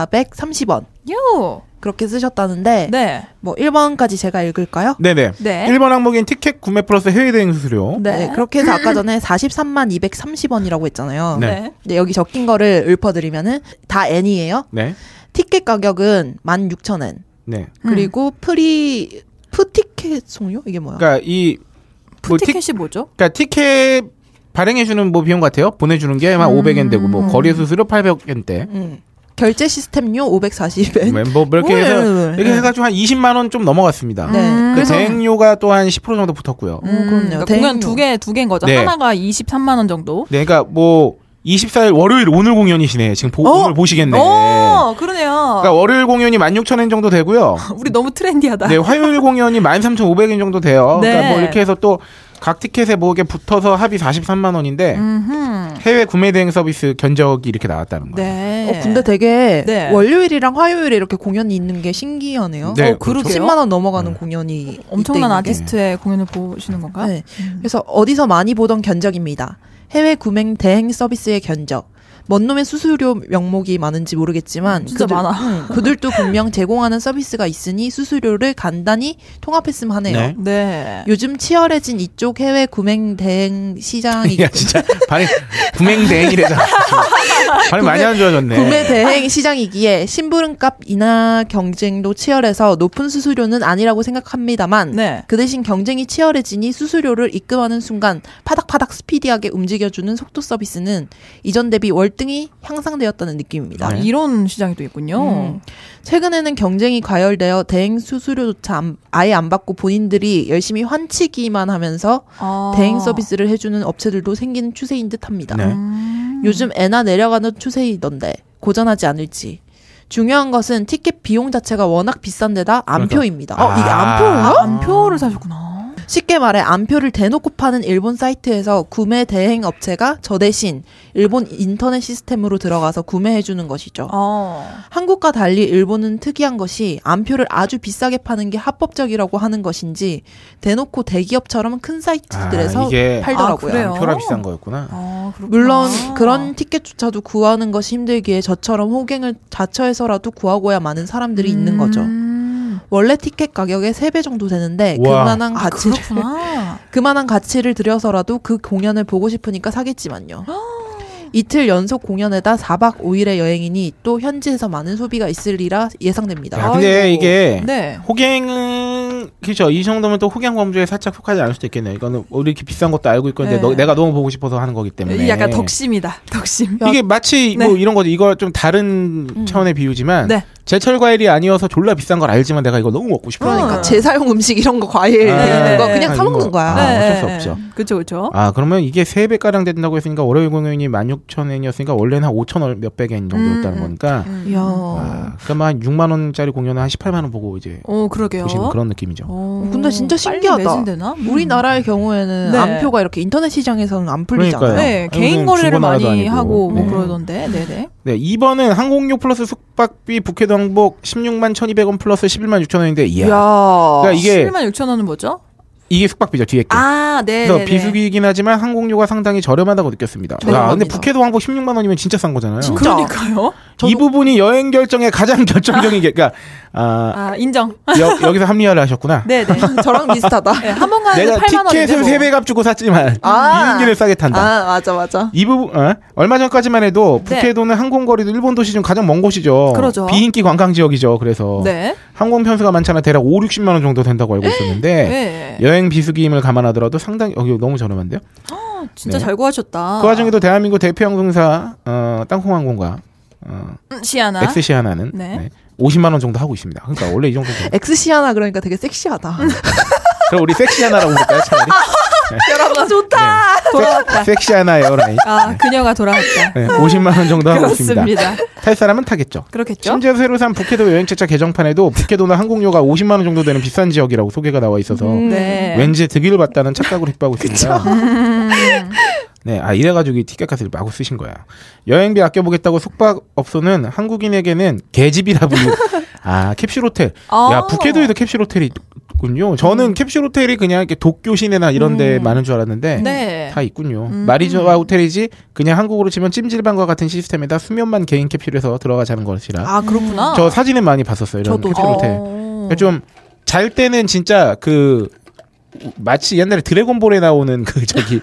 [SPEAKER 7] 4,430원
[SPEAKER 4] 요.
[SPEAKER 7] 그렇게 쓰셨다는데
[SPEAKER 4] 네.
[SPEAKER 7] 뭐 1번까지 제가 읽을까요?
[SPEAKER 5] 네네.
[SPEAKER 4] 네.
[SPEAKER 5] 일번 항목인 티켓 구매 플러스 해외 대행 수수료.
[SPEAKER 4] 네.
[SPEAKER 7] 그렇게 해서 아까 전에 43만 230원이라고 했잖아요.
[SPEAKER 5] 네.
[SPEAKER 4] 네.
[SPEAKER 7] 근데 여기 적힌 거를 읊어드리면은 다 N이에요.
[SPEAKER 5] 네.
[SPEAKER 7] 티켓 가격은 16,000엔.
[SPEAKER 5] 네.
[SPEAKER 4] 음.
[SPEAKER 7] 그리고 프리 푸티켓 송요? 이게
[SPEAKER 4] 어.
[SPEAKER 7] 뭐야?
[SPEAKER 5] 그러니까 이 뭐 티,
[SPEAKER 4] 티켓이 뭐죠?
[SPEAKER 5] 그러니까 티켓 발행해 주는 뭐 비용 같아요. 보내 주는 게 한 500엔 되고
[SPEAKER 4] 음.
[SPEAKER 5] 뭐 거리 수수료 800엔대.
[SPEAKER 7] 음. 결제 시스템료 540엔.
[SPEAKER 5] 뭐 이렇게 해서
[SPEAKER 7] 뭘.
[SPEAKER 5] 이렇게
[SPEAKER 4] 네.
[SPEAKER 5] 해 가지고 한 20만 원 좀 넘어갔습니다.
[SPEAKER 7] 네.
[SPEAKER 4] 음.
[SPEAKER 5] 그
[SPEAKER 7] 그래서
[SPEAKER 5] 대행료가 또 한 10% 정도 붙었고요.
[SPEAKER 7] 오, 음, 그렇네요.
[SPEAKER 4] 그러니까 공연
[SPEAKER 7] 대행료.
[SPEAKER 4] 두 개, 두 개인 거죠.
[SPEAKER 5] 네.
[SPEAKER 4] 하나가 23만 원 정도.
[SPEAKER 5] 네, 그러니까 뭐 24일 월요일 오늘 공연이시네. 지금 보,
[SPEAKER 7] 어?
[SPEAKER 5] 오늘 보시겠네.
[SPEAKER 4] 오, 그러네요.
[SPEAKER 5] 그러니까 월요일 공연이 16,000엔 정도 되고요.
[SPEAKER 4] 우리 너무 트렌디하다.
[SPEAKER 5] 네, 화요일 공연이 13,500엔 정도 돼요. 그러니까
[SPEAKER 4] 네.
[SPEAKER 5] 뭐 이렇게 해서 또 각 티켓에 뭐 이게 붙어서 합이 43만 원인데
[SPEAKER 4] 음흠.
[SPEAKER 5] 해외 구매 대행 서비스 견적이 이렇게 나왔다는 거예요.
[SPEAKER 4] 네.
[SPEAKER 7] 어, 근데 되게
[SPEAKER 4] 네.
[SPEAKER 7] 월요일이랑 화요일에 이렇게 공연이 있는 게 신기하네요. 그렇죠. 네.
[SPEAKER 5] 네,
[SPEAKER 4] 어, 그러게요.
[SPEAKER 7] 10만 원 넘어가는 공연이 이때 있는
[SPEAKER 4] 엄청난
[SPEAKER 7] 게.
[SPEAKER 4] 아티스트의 공연을 보시는 건가요? 음.
[SPEAKER 7] 네. 그래서 어디서 많이 보던 견적입니다. 해외 구매 대행 서비스의 견적. 먼 놈의 수수료 명목이 많은지 모르겠지만
[SPEAKER 4] 진짜 많아.
[SPEAKER 7] 음, 그들도 분명 제공하는 서비스가 있으니 수수료를 간단히 통합했으면 하네요.
[SPEAKER 5] 네.
[SPEAKER 4] 네.
[SPEAKER 7] 요즘 치열해진 이쪽 해외 구매 대행 시장이
[SPEAKER 5] 야, 진짜 발음 구맹 대행이래잖아. 발음 많이 안 좋아졌네.
[SPEAKER 7] 구매 대행 시장이기에 심부름값 인하 경쟁도 치열해서 높은 수수료는 아니라고 생각합니다만
[SPEAKER 4] 네.
[SPEAKER 7] 그 대신 경쟁이 치열해지니 수수료를 입금하는 순간 파닥파닥 스피디하게 움직여주는 속도 서비스는 이전 대비 월등히 향상되었다는 느낌입니다.
[SPEAKER 5] 네.
[SPEAKER 4] 이런 시장이 또 있군요.
[SPEAKER 7] 음. 최근에는 경쟁이 과열되어 대행 수수료조차 안- 아예 안 받고 본인들이 열심히 환치기만 하면서
[SPEAKER 4] 아.
[SPEAKER 7] 대행 서비스를 해주는 업체들도 생긴 추세인 듯합니다.
[SPEAKER 5] 네.
[SPEAKER 4] 음.
[SPEAKER 7] 요즘 애나 내려가는 추세이던데 고전하지 않을지. 중요한 것은 티켓 비용 자체가 워낙 비싼 데다 안표입니다.
[SPEAKER 5] 그러니까.
[SPEAKER 7] 어, 이게
[SPEAKER 5] 아.
[SPEAKER 7] 안표예요?
[SPEAKER 4] 안표를 사셨구나.
[SPEAKER 7] 쉽게 말해 안표를 대놓고 파는 일본 사이트에서 구매 대행 업체가 저 대신 일본 인터넷 시스템으로 들어가서 구매해 주는 것이죠.
[SPEAKER 4] 어.
[SPEAKER 7] 한국과 달리 일본은 특이한 것이 안표를 아주 비싸게 파는 게 합법적이라고 하는 것인지 대놓고 대기업처럼 큰 사이트들에서
[SPEAKER 5] 아, 이게
[SPEAKER 4] 아, 그래요?
[SPEAKER 7] 팔더라고요.
[SPEAKER 5] 표라 비싼 거였구나.
[SPEAKER 4] 아, 그렇구나.
[SPEAKER 7] 물론 그런 티켓조차도 구하는 것이 힘들기에 저처럼 호갱을 자처해서라도 구하고야 많은 사람들이 있는 거죠.
[SPEAKER 4] 음.
[SPEAKER 7] 원래 티켓 가격의 3배 정도 되는데
[SPEAKER 5] 와.
[SPEAKER 7] 그만한
[SPEAKER 4] 아,
[SPEAKER 7] 가치를
[SPEAKER 4] 그렇구나.
[SPEAKER 7] 그만한 가치를 들여서라도 그 공연을 보고 싶으니까 사겠지만요.
[SPEAKER 4] 아.
[SPEAKER 7] 이틀 연속 공연에다 4박 5일의 여행이니 또 현지에서 많은 소비가 있으리라 예상됩니다.
[SPEAKER 5] 야, 근데
[SPEAKER 4] 아이고.
[SPEAKER 5] 이게
[SPEAKER 4] 네.
[SPEAKER 5] 호갱은 그렇죠. 이 정도면 또 호갱 범죄에 살짝 속하지 않을 수도 있겠네요. 이거는 우리 이렇게 비싼 것도 알고 있고 근데
[SPEAKER 4] 네.
[SPEAKER 5] 너- 내가 너무 보고 싶어서 하는 거기 때문에
[SPEAKER 4] 약간 덕심이다. 덕심.
[SPEAKER 5] 이게 마치
[SPEAKER 4] 네. 음.
[SPEAKER 5] 뭐 이런 거죠. 이거 좀 다른 차원의 비유지만
[SPEAKER 4] 네.
[SPEAKER 5] 제철 과일이 아니어서 졸라 비싼 걸 알지만 내가 이거 너무 먹고 싶어.
[SPEAKER 7] 그러니까
[SPEAKER 4] 음.
[SPEAKER 7] 재사용 음식 이런 거 과일
[SPEAKER 5] 아,
[SPEAKER 7] 이런 거
[SPEAKER 4] 네.
[SPEAKER 7] 그냥 사 먹는 거야.
[SPEAKER 5] 아, 어쩔 수 없죠.
[SPEAKER 4] 그렇죠, 그렇죠.
[SPEAKER 5] 아 그러면 이게 3배 가량 된다고 했으니까 월요일 공연이 16,000엔이었으니까 원래는 한 5,000원 몇백 엔 정도였다는
[SPEAKER 4] 음, 어. 음.
[SPEAKER 5] 거니까
[SPEAKER 7] 이야.
[SPEAKER 5] 아, 그러면 한 6만 원짜리 공연을 한 18만 원 보고 이제
[SPEAKER 4] 오, 어, 그러게요.
[SPEAKER 5] 보시는 그런 느낌이죠.
[SPEAKER 4] 오,
[SPEAKER 7] 근데 진짜
[SPEAKER 4] 빨리
[SPEAKER 7] 신기하다.
[SPEAKER 4] 매진되나? 음.
[SPEAKER 7] 우리나라의 경우에는
[SPEAKER 4] 네.
[SPEAKER 7] 안표가 이렇게 인터넷 시장에서는 안 풀리잖아요.
[SPEAKER 5] 그러니까요.
[SPEAKER 4] 네,
[SPEAKER 5] 아니,
[SPEAKER 4] 개인
[SPEAKER 5] 무슨
[SPEAKER 4] 거래를
[SPEAKER 5] 중고나라도
[SPEAKER 4] 많이
[SPEAKER 5] 아니고.
[SPEAKER 4] 하고 뭐
[SPEAKER 5] 네.
[SPEAKER 4] 그러던데. 네, 네.
[SPEAKER 5] 네, 2번은 항공료 플러스 숙박비 북해도 항복 16만 1,200원 플러스 11만 6,000원인데
[SPEAKER 4] 네.
[SPEAKER 5] 이야. 그러니까 이게
[SPEAKER 4] 7만 6천 어, 원은 뭐죠?
[SPEAKER 5] 이게 숙박비죠 뒤에 게.
[SPEAKER 4] 아, 네.
[SPEAKER 5] 그래서
[SPEAKER 4] 네, 네.
[SPEAKER 5] 비수기이긴 하지만 항공료가 상당히 저렴하다고 느꼈습니다. 야, 근데
[SPEAKER 7] 저렴합니다.
[SPEAKER 5] 북해도 항복 16만 원이면 진짜 싼 거잖아요.
[SPEAKER 7] 진짜.
[SPEAKER 4] 그러니까요.
[SPEAKER 5] 이 부분이 여행 결정의 가장 결정적인 게 그러니까 아,
[SPEAKER 4] 아, 인정.
[SPEAKER 5] 여, 기서 합리화를 하셨구나.
[SPEAKER 4] 네, 네.
[SPEAKER 7] 저랑 비슷하다.
[SPEAKER 4] 네, 한번 가는데
[SPEAKER 5] 내가
[SPEAKER 4] 8만 원인데
[SPEAKER 5] 티켓을
[SPEAKER 4] 뭐.
[SPEAKER 5] 세 3배 값 주고 샀지만
[SPEAKER 7] 아.
[SPEAKER 5] 비행기를 싸게 탄다.
[SPEAKER 7] 아 맞아 맞아.
[SPEAKER 5] 이 부분 어? 얼마 전까지만 해도
[SPEAKER 4] 네.
[SPEAKER 5] 북해도는 항공거리도 일본 도시 중 가장 먼 곳이죠.
[SPEAKER 4] 그러죠.
[SPEAKER 5] 비인기 관광 지역이죠. 그래서
[SPEAKER 4] 네.
[SPEAKER 5] 항공 편수가 많잖아 대략 5, 60만 원 정도 된다고 알고 있었는데
[SPEAKER 4] 네.
[SPEAKER 5] 여행 비수기임을 감안하더라도 상당히 어, 이거 너무 저렴한데요.
[SPEAKER 4] 진짜
[SPEAKER 5] 네.
[SPEAKER 4] 잘 구하셨다.
[SPEAKER 5] 그 와중에도 대한민국 대표 항공사 어, 땅콩항공과 어,
[SPEAKER 4] 음, 시아나.
[SPEAKER 5] 엑스시 하나는
[SPEAKER 4] 네.
[SPEAKER 5] 50만 원 정도 하고 있습니다. 그러니까 원래 이 정도.
[SPEAKER 7] 엑스시 하나 그러니까 되게 섹시하다.
[SPEAKER 4] 음.
[SPEAKER 5] 그럼 우리 섹시 하나라고 부를까요 차라리?
[SPEAKER 7] 여러분 좋다.
[SPEAKER 5] 네. 돌아왔다. 섹시 하나 에어라인.
[SPEAKER 4] 네. 아, 그녀가 돌아왔다.
[SPEAKER 5] 네, 50만 원 정도 하고 네. 있습니다.
[SPEAKER 4] 그렇습니다.
[SPEAKER 5] 탈 사람은 타겠죠.
[SPEAKER 4] 그렇겠죠?
[SPEAKER 5] 심지어 새로 산 북해도 여행책자 개정판에도 북해도나 항공료가 50만 원 정도 되는 비싼 지역이라고 소개가 나와 있어서
[SPEAKER 4] 네.
[SPEAKER 5] 왠지 득위를 봤다는 착각으로 휩싸고 있습니다. 네, 아 이래가지고 이 티켓값을 마구 쓰신 거야. 여행비 아껴보겠다고 숙박업소는 한국인에게는 개집이라 불리고 아 캡슐호텔.
[SPEAKER 4] 아.
[SPEAKER 5] 야 북해도에도 cap슐호텔이 있군요. 저는 캡슐호텔이 그냥 이렇게 도쿄 시내나 이런데 많은 줄 알았는데
[SPEAKER 4] 네.
[SPEAKER 5] 다 있군요. 마리조아 호텔이지 그냥 한국으로 치면 찜질방과 같은 시스템에다 수면만 개인 캡슐에서 들어가 자는 것이라.
[SPEAKER 4] 아, 그렇구나.
[SPEAKER 5] 저 사진은 많이 봤었어요. 이런
[SPEAKER 7] 저도.
[SPEAKER 5] 캡슐호텔.
[SPEAKER 4] 어.
[SPEAKER 5] 그러니까 좀 잘 때는 진짜 그 마치 옛날에 드래곤볼에 나오는 그 저기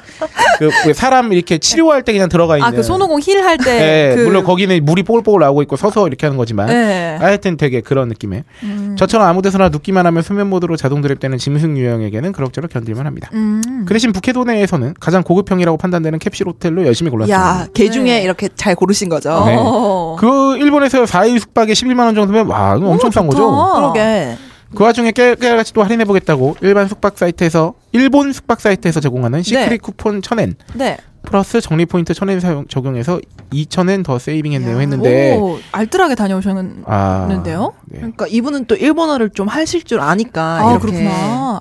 [SPEAKER 5] 그왜 사람 이렇게 치료할 때 그냥 들어가 있는
[SPEAKER 4] 아, 그 손오공 힐 할 때.
[SPEAKER 5] 예,
[SPEAKER 4] 그...
[SPEAKER 5] 물론 거기는 물이 뽀글뽀글 나오고 있고 서서 이렇게 하는 거지만
[SPEAKER 4] 네.
[SPEAKER 5] 하여튼 되게 그런 느낌의
[SPEAKER 4] 음.
[SPEAKER 5] 저처럼 아무 데서나 눕기만 하면 수면 모드로 자동 드립되는 짐승 유형에게는 그럭저럭 견딜만 합니다.
[SPEAKER 4] 음.
[SPEAKER 5] 그 대신 북해도 내에서는 가장 고급형이라고 판단되는 캡슐 호텔로 열심히 골랐습니다.
[SPEAKER 7] 야개 중에
[SPEAKER 4] 네.
[SPEAKER 7] 이렇게 잘 고르신 거죠.
[SPEAKER 5] 네.
[SPEAKER 4] 어.
[SPEAKER 5] 그 일본에서 4일 숙박에 11만 원 정도면 와 이거 엄청 싼
[SPEAKER 4] 어, 좋다.
[SPEAKER 5] 거죠.
[SPEAKER 7] 그러게.
[SPEAKER 4] 어.
[SPEAKER 5] 그 와중에 깨알같이 또 할인해보겠다고 일반 숙박 사이트에서 일본 숙박 사이트에서 제공하는 시크릿
[SPEAKER 4] 네.
[SPEAKER 5] 쿠폰 1000엔
[SPEAKER 4] 네.
[SPEAKER 5] 플러스 적립 포인트 1000엔 사용, 적용해서 2000엔 더 세이빙했네요 했는데
[SPEAKER 4] 오, 알뜰하게 다녀오셨는데요? 음,
[SPEAKER 5] 아, 네.
[SPEAKER 7] 그러니까 이분은 또 일본어를 좀 하실 줄 아니까
[SPEAKER 4] 아,
[SPEAKER 7] 이렇게.
[SPEAKER 4] 그렇구나.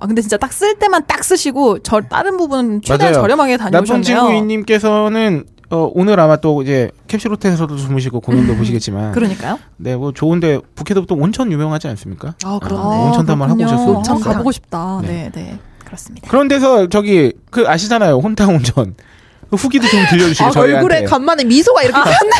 [SPEAKER 4] 아, 근데 진짜 딱 쓸 때만 딱 쓰시고 저 다른 부분은 최대한
[SPEAKER 5] 맞아요.
[SPEAKER 4] 저렴하게
[SPEAKER 5] 나쁜
[SPEAKER 4] 다녀오셨네요.
[SPEAKER 5] 지구인님께서는 어, 오늘 아마 또 이제 캡슐 호텔에서도 주무시고 공연도 보시겠지만
[SPEAKER 4] 음. 그러니까요.
[SPEAKER 5] 네 뭐 좋은데 북해도 또 온천 유명하지 않습니까?
[SPEAKER 7] 아 그렇네.
[SPEAKER 5] 아. 온천 탐험 하고
[SPEAKER 4] 그렇군요.
[SPEAKER 5] 오셨어요?
[SPEAKER 4] 한번
[SPEAKER 7] 온천탕.
[SPEAKER 4] 가보고 싶다.
[SPEAKER 5] 네.
[SPEAKER 4] 네, 네. 그렇습니다.
[SPEAKER 5] 그런 데서 저기 그 아시잖아요 혼탕 온천 그 후기도 좀 들려주시고
[SPEAKER 7] 아,
[SPEAKER 5] 저희한테
[SPEAKER 7] 얼굴에 간만에 미소가
[SPEAKER 4] 아.
[SPEAKER 7] 이렇게 폈네.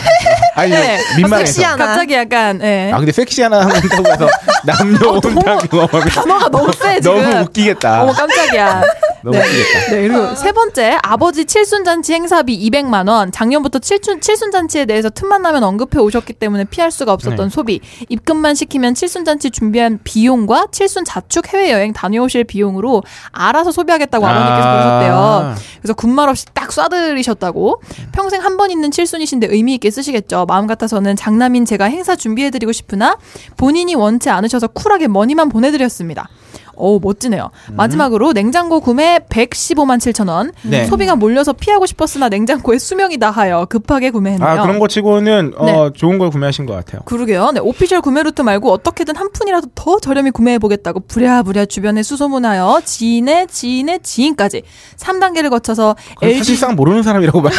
[SPEAKER 5] 아니
[SPEAKER 4] 네.
[SPEAKER 5] 민망해서
[SPEAKER 7] 섹시하나.
[SPEAKER 4] 갑자기 약간 예.
[SPEAKER 5] 아 근데 섹시하나 한다고 해서 남녀 혼탕 뭐 경험하면
[SPEAKER 4] 단어가 너무 세 네, 지금.
[SPEAKER 5] 너무 웃기겠다.
[SPEAKER 4] 어머 깜짝이야.
[SPEAKER 5] 너무 웃기겠다.
[SPEAKER 4] 네, 그리고 세 번째 아버지 칠순잔치 행사비 200만 원. 작년부터 칠순 칠순잔치에 대해서 틈만 나면 언급해 오셨기 때문에 피할 수가 없었던
[SPEAKER 5] 네.
[SPEAKER 4] 소비. 입금만 시키면 칠순잔치 준비한 비용과 칠순 자축 해외 여행 다녀오실 비용으로 알아서 소비하겠다고 아버님께서
[SPEAKER 5] 아.
[SPEAKER 4] 그러셨대요. 그래서 군말 없이 딱 쏴드리셨다고.
[SPEAKER 5] 네.
[SPEAKER 4] 평생 한 번 있는 칠순이신데 의미 있게 쓰시겠죠. 마음 같아서는 장남인 제가 행사 준비해드리고 싶으나 본인이 원치 않으셔서 쿨하게 머니만 보내드렸습니다. 어우 멋지네요.
[SPEAKER 5] 음.
[SPEAKER 4] 마지막으로 냉장고 구매 115만 7천 원.
[SPEAKER 5] 네.
[SPEAKER 4] 소비가 몰려서 피하고 싶었으나 냉장고에 수명이 나하여 급하게 구매했네요. 네.
[SPEAKER 5] 아 그런 거 치고는 어, 좋은 걸 구매하신 것 같아요.
[SPEAKER 4] 게요 네, 오피셜 구매 루트 말고 어떻게든 한 푼이라도 더 저렴히 구매해 보겠다고 부랴부랴 주변에 수소문하여 지인의 지인의 지인까지 3단계를 거쳐서
[SPEAKER 5] 그건
[SPEAKER 4] LG 아,
[SPEAKER 5] 사실상 모르는 사람이라고 말.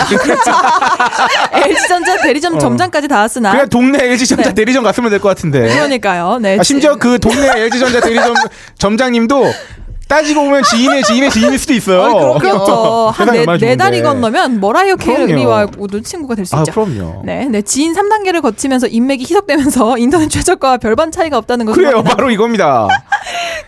[SPEAKER 4] LG 전자 대리점
[SPEAKER 5] 어.
[SPEAKER 4] 점장까지 닿았으나
[SPEAKER 5] 그냥 동네 LG전자
[SPEAKER 4] 네.
[SPEAKER 5] 대리점 갔으면 될 것 같은데.
[SPEAKER 4] 그러니까요. 네.
[SPEAKER 5] 아, 심지어 그 동네 LG전자 대리점 점장님도 따지고 보면 지인의 지인의 지인일 수도 있어요.
[SPEAKER 4] 어, 그렇죠.
[SPEAKER 5] 세상에 얼마나 좋은데.
[SPEAKER 4] 한네 달이 건너면 뭐라이어
[SPEAKER 5] 그럼요.
[SPEAKER 4] 캐리와도 친구가 될 수
[SPEAKER 5] 아
[SPEAKER 4] 있죠.
[SPEAKER 5] 그럼요.
[SPEAKER 4] 네, 네 지인 3단계를 거치면서 인맥이 희석되면서 인터넷 최저가와 별반 차이가 없다는 것을
[SPEAKER 5] 그래요,
[SPEAKER 4] 확인하고
[SPEAKER 5] 바로 이겁니다.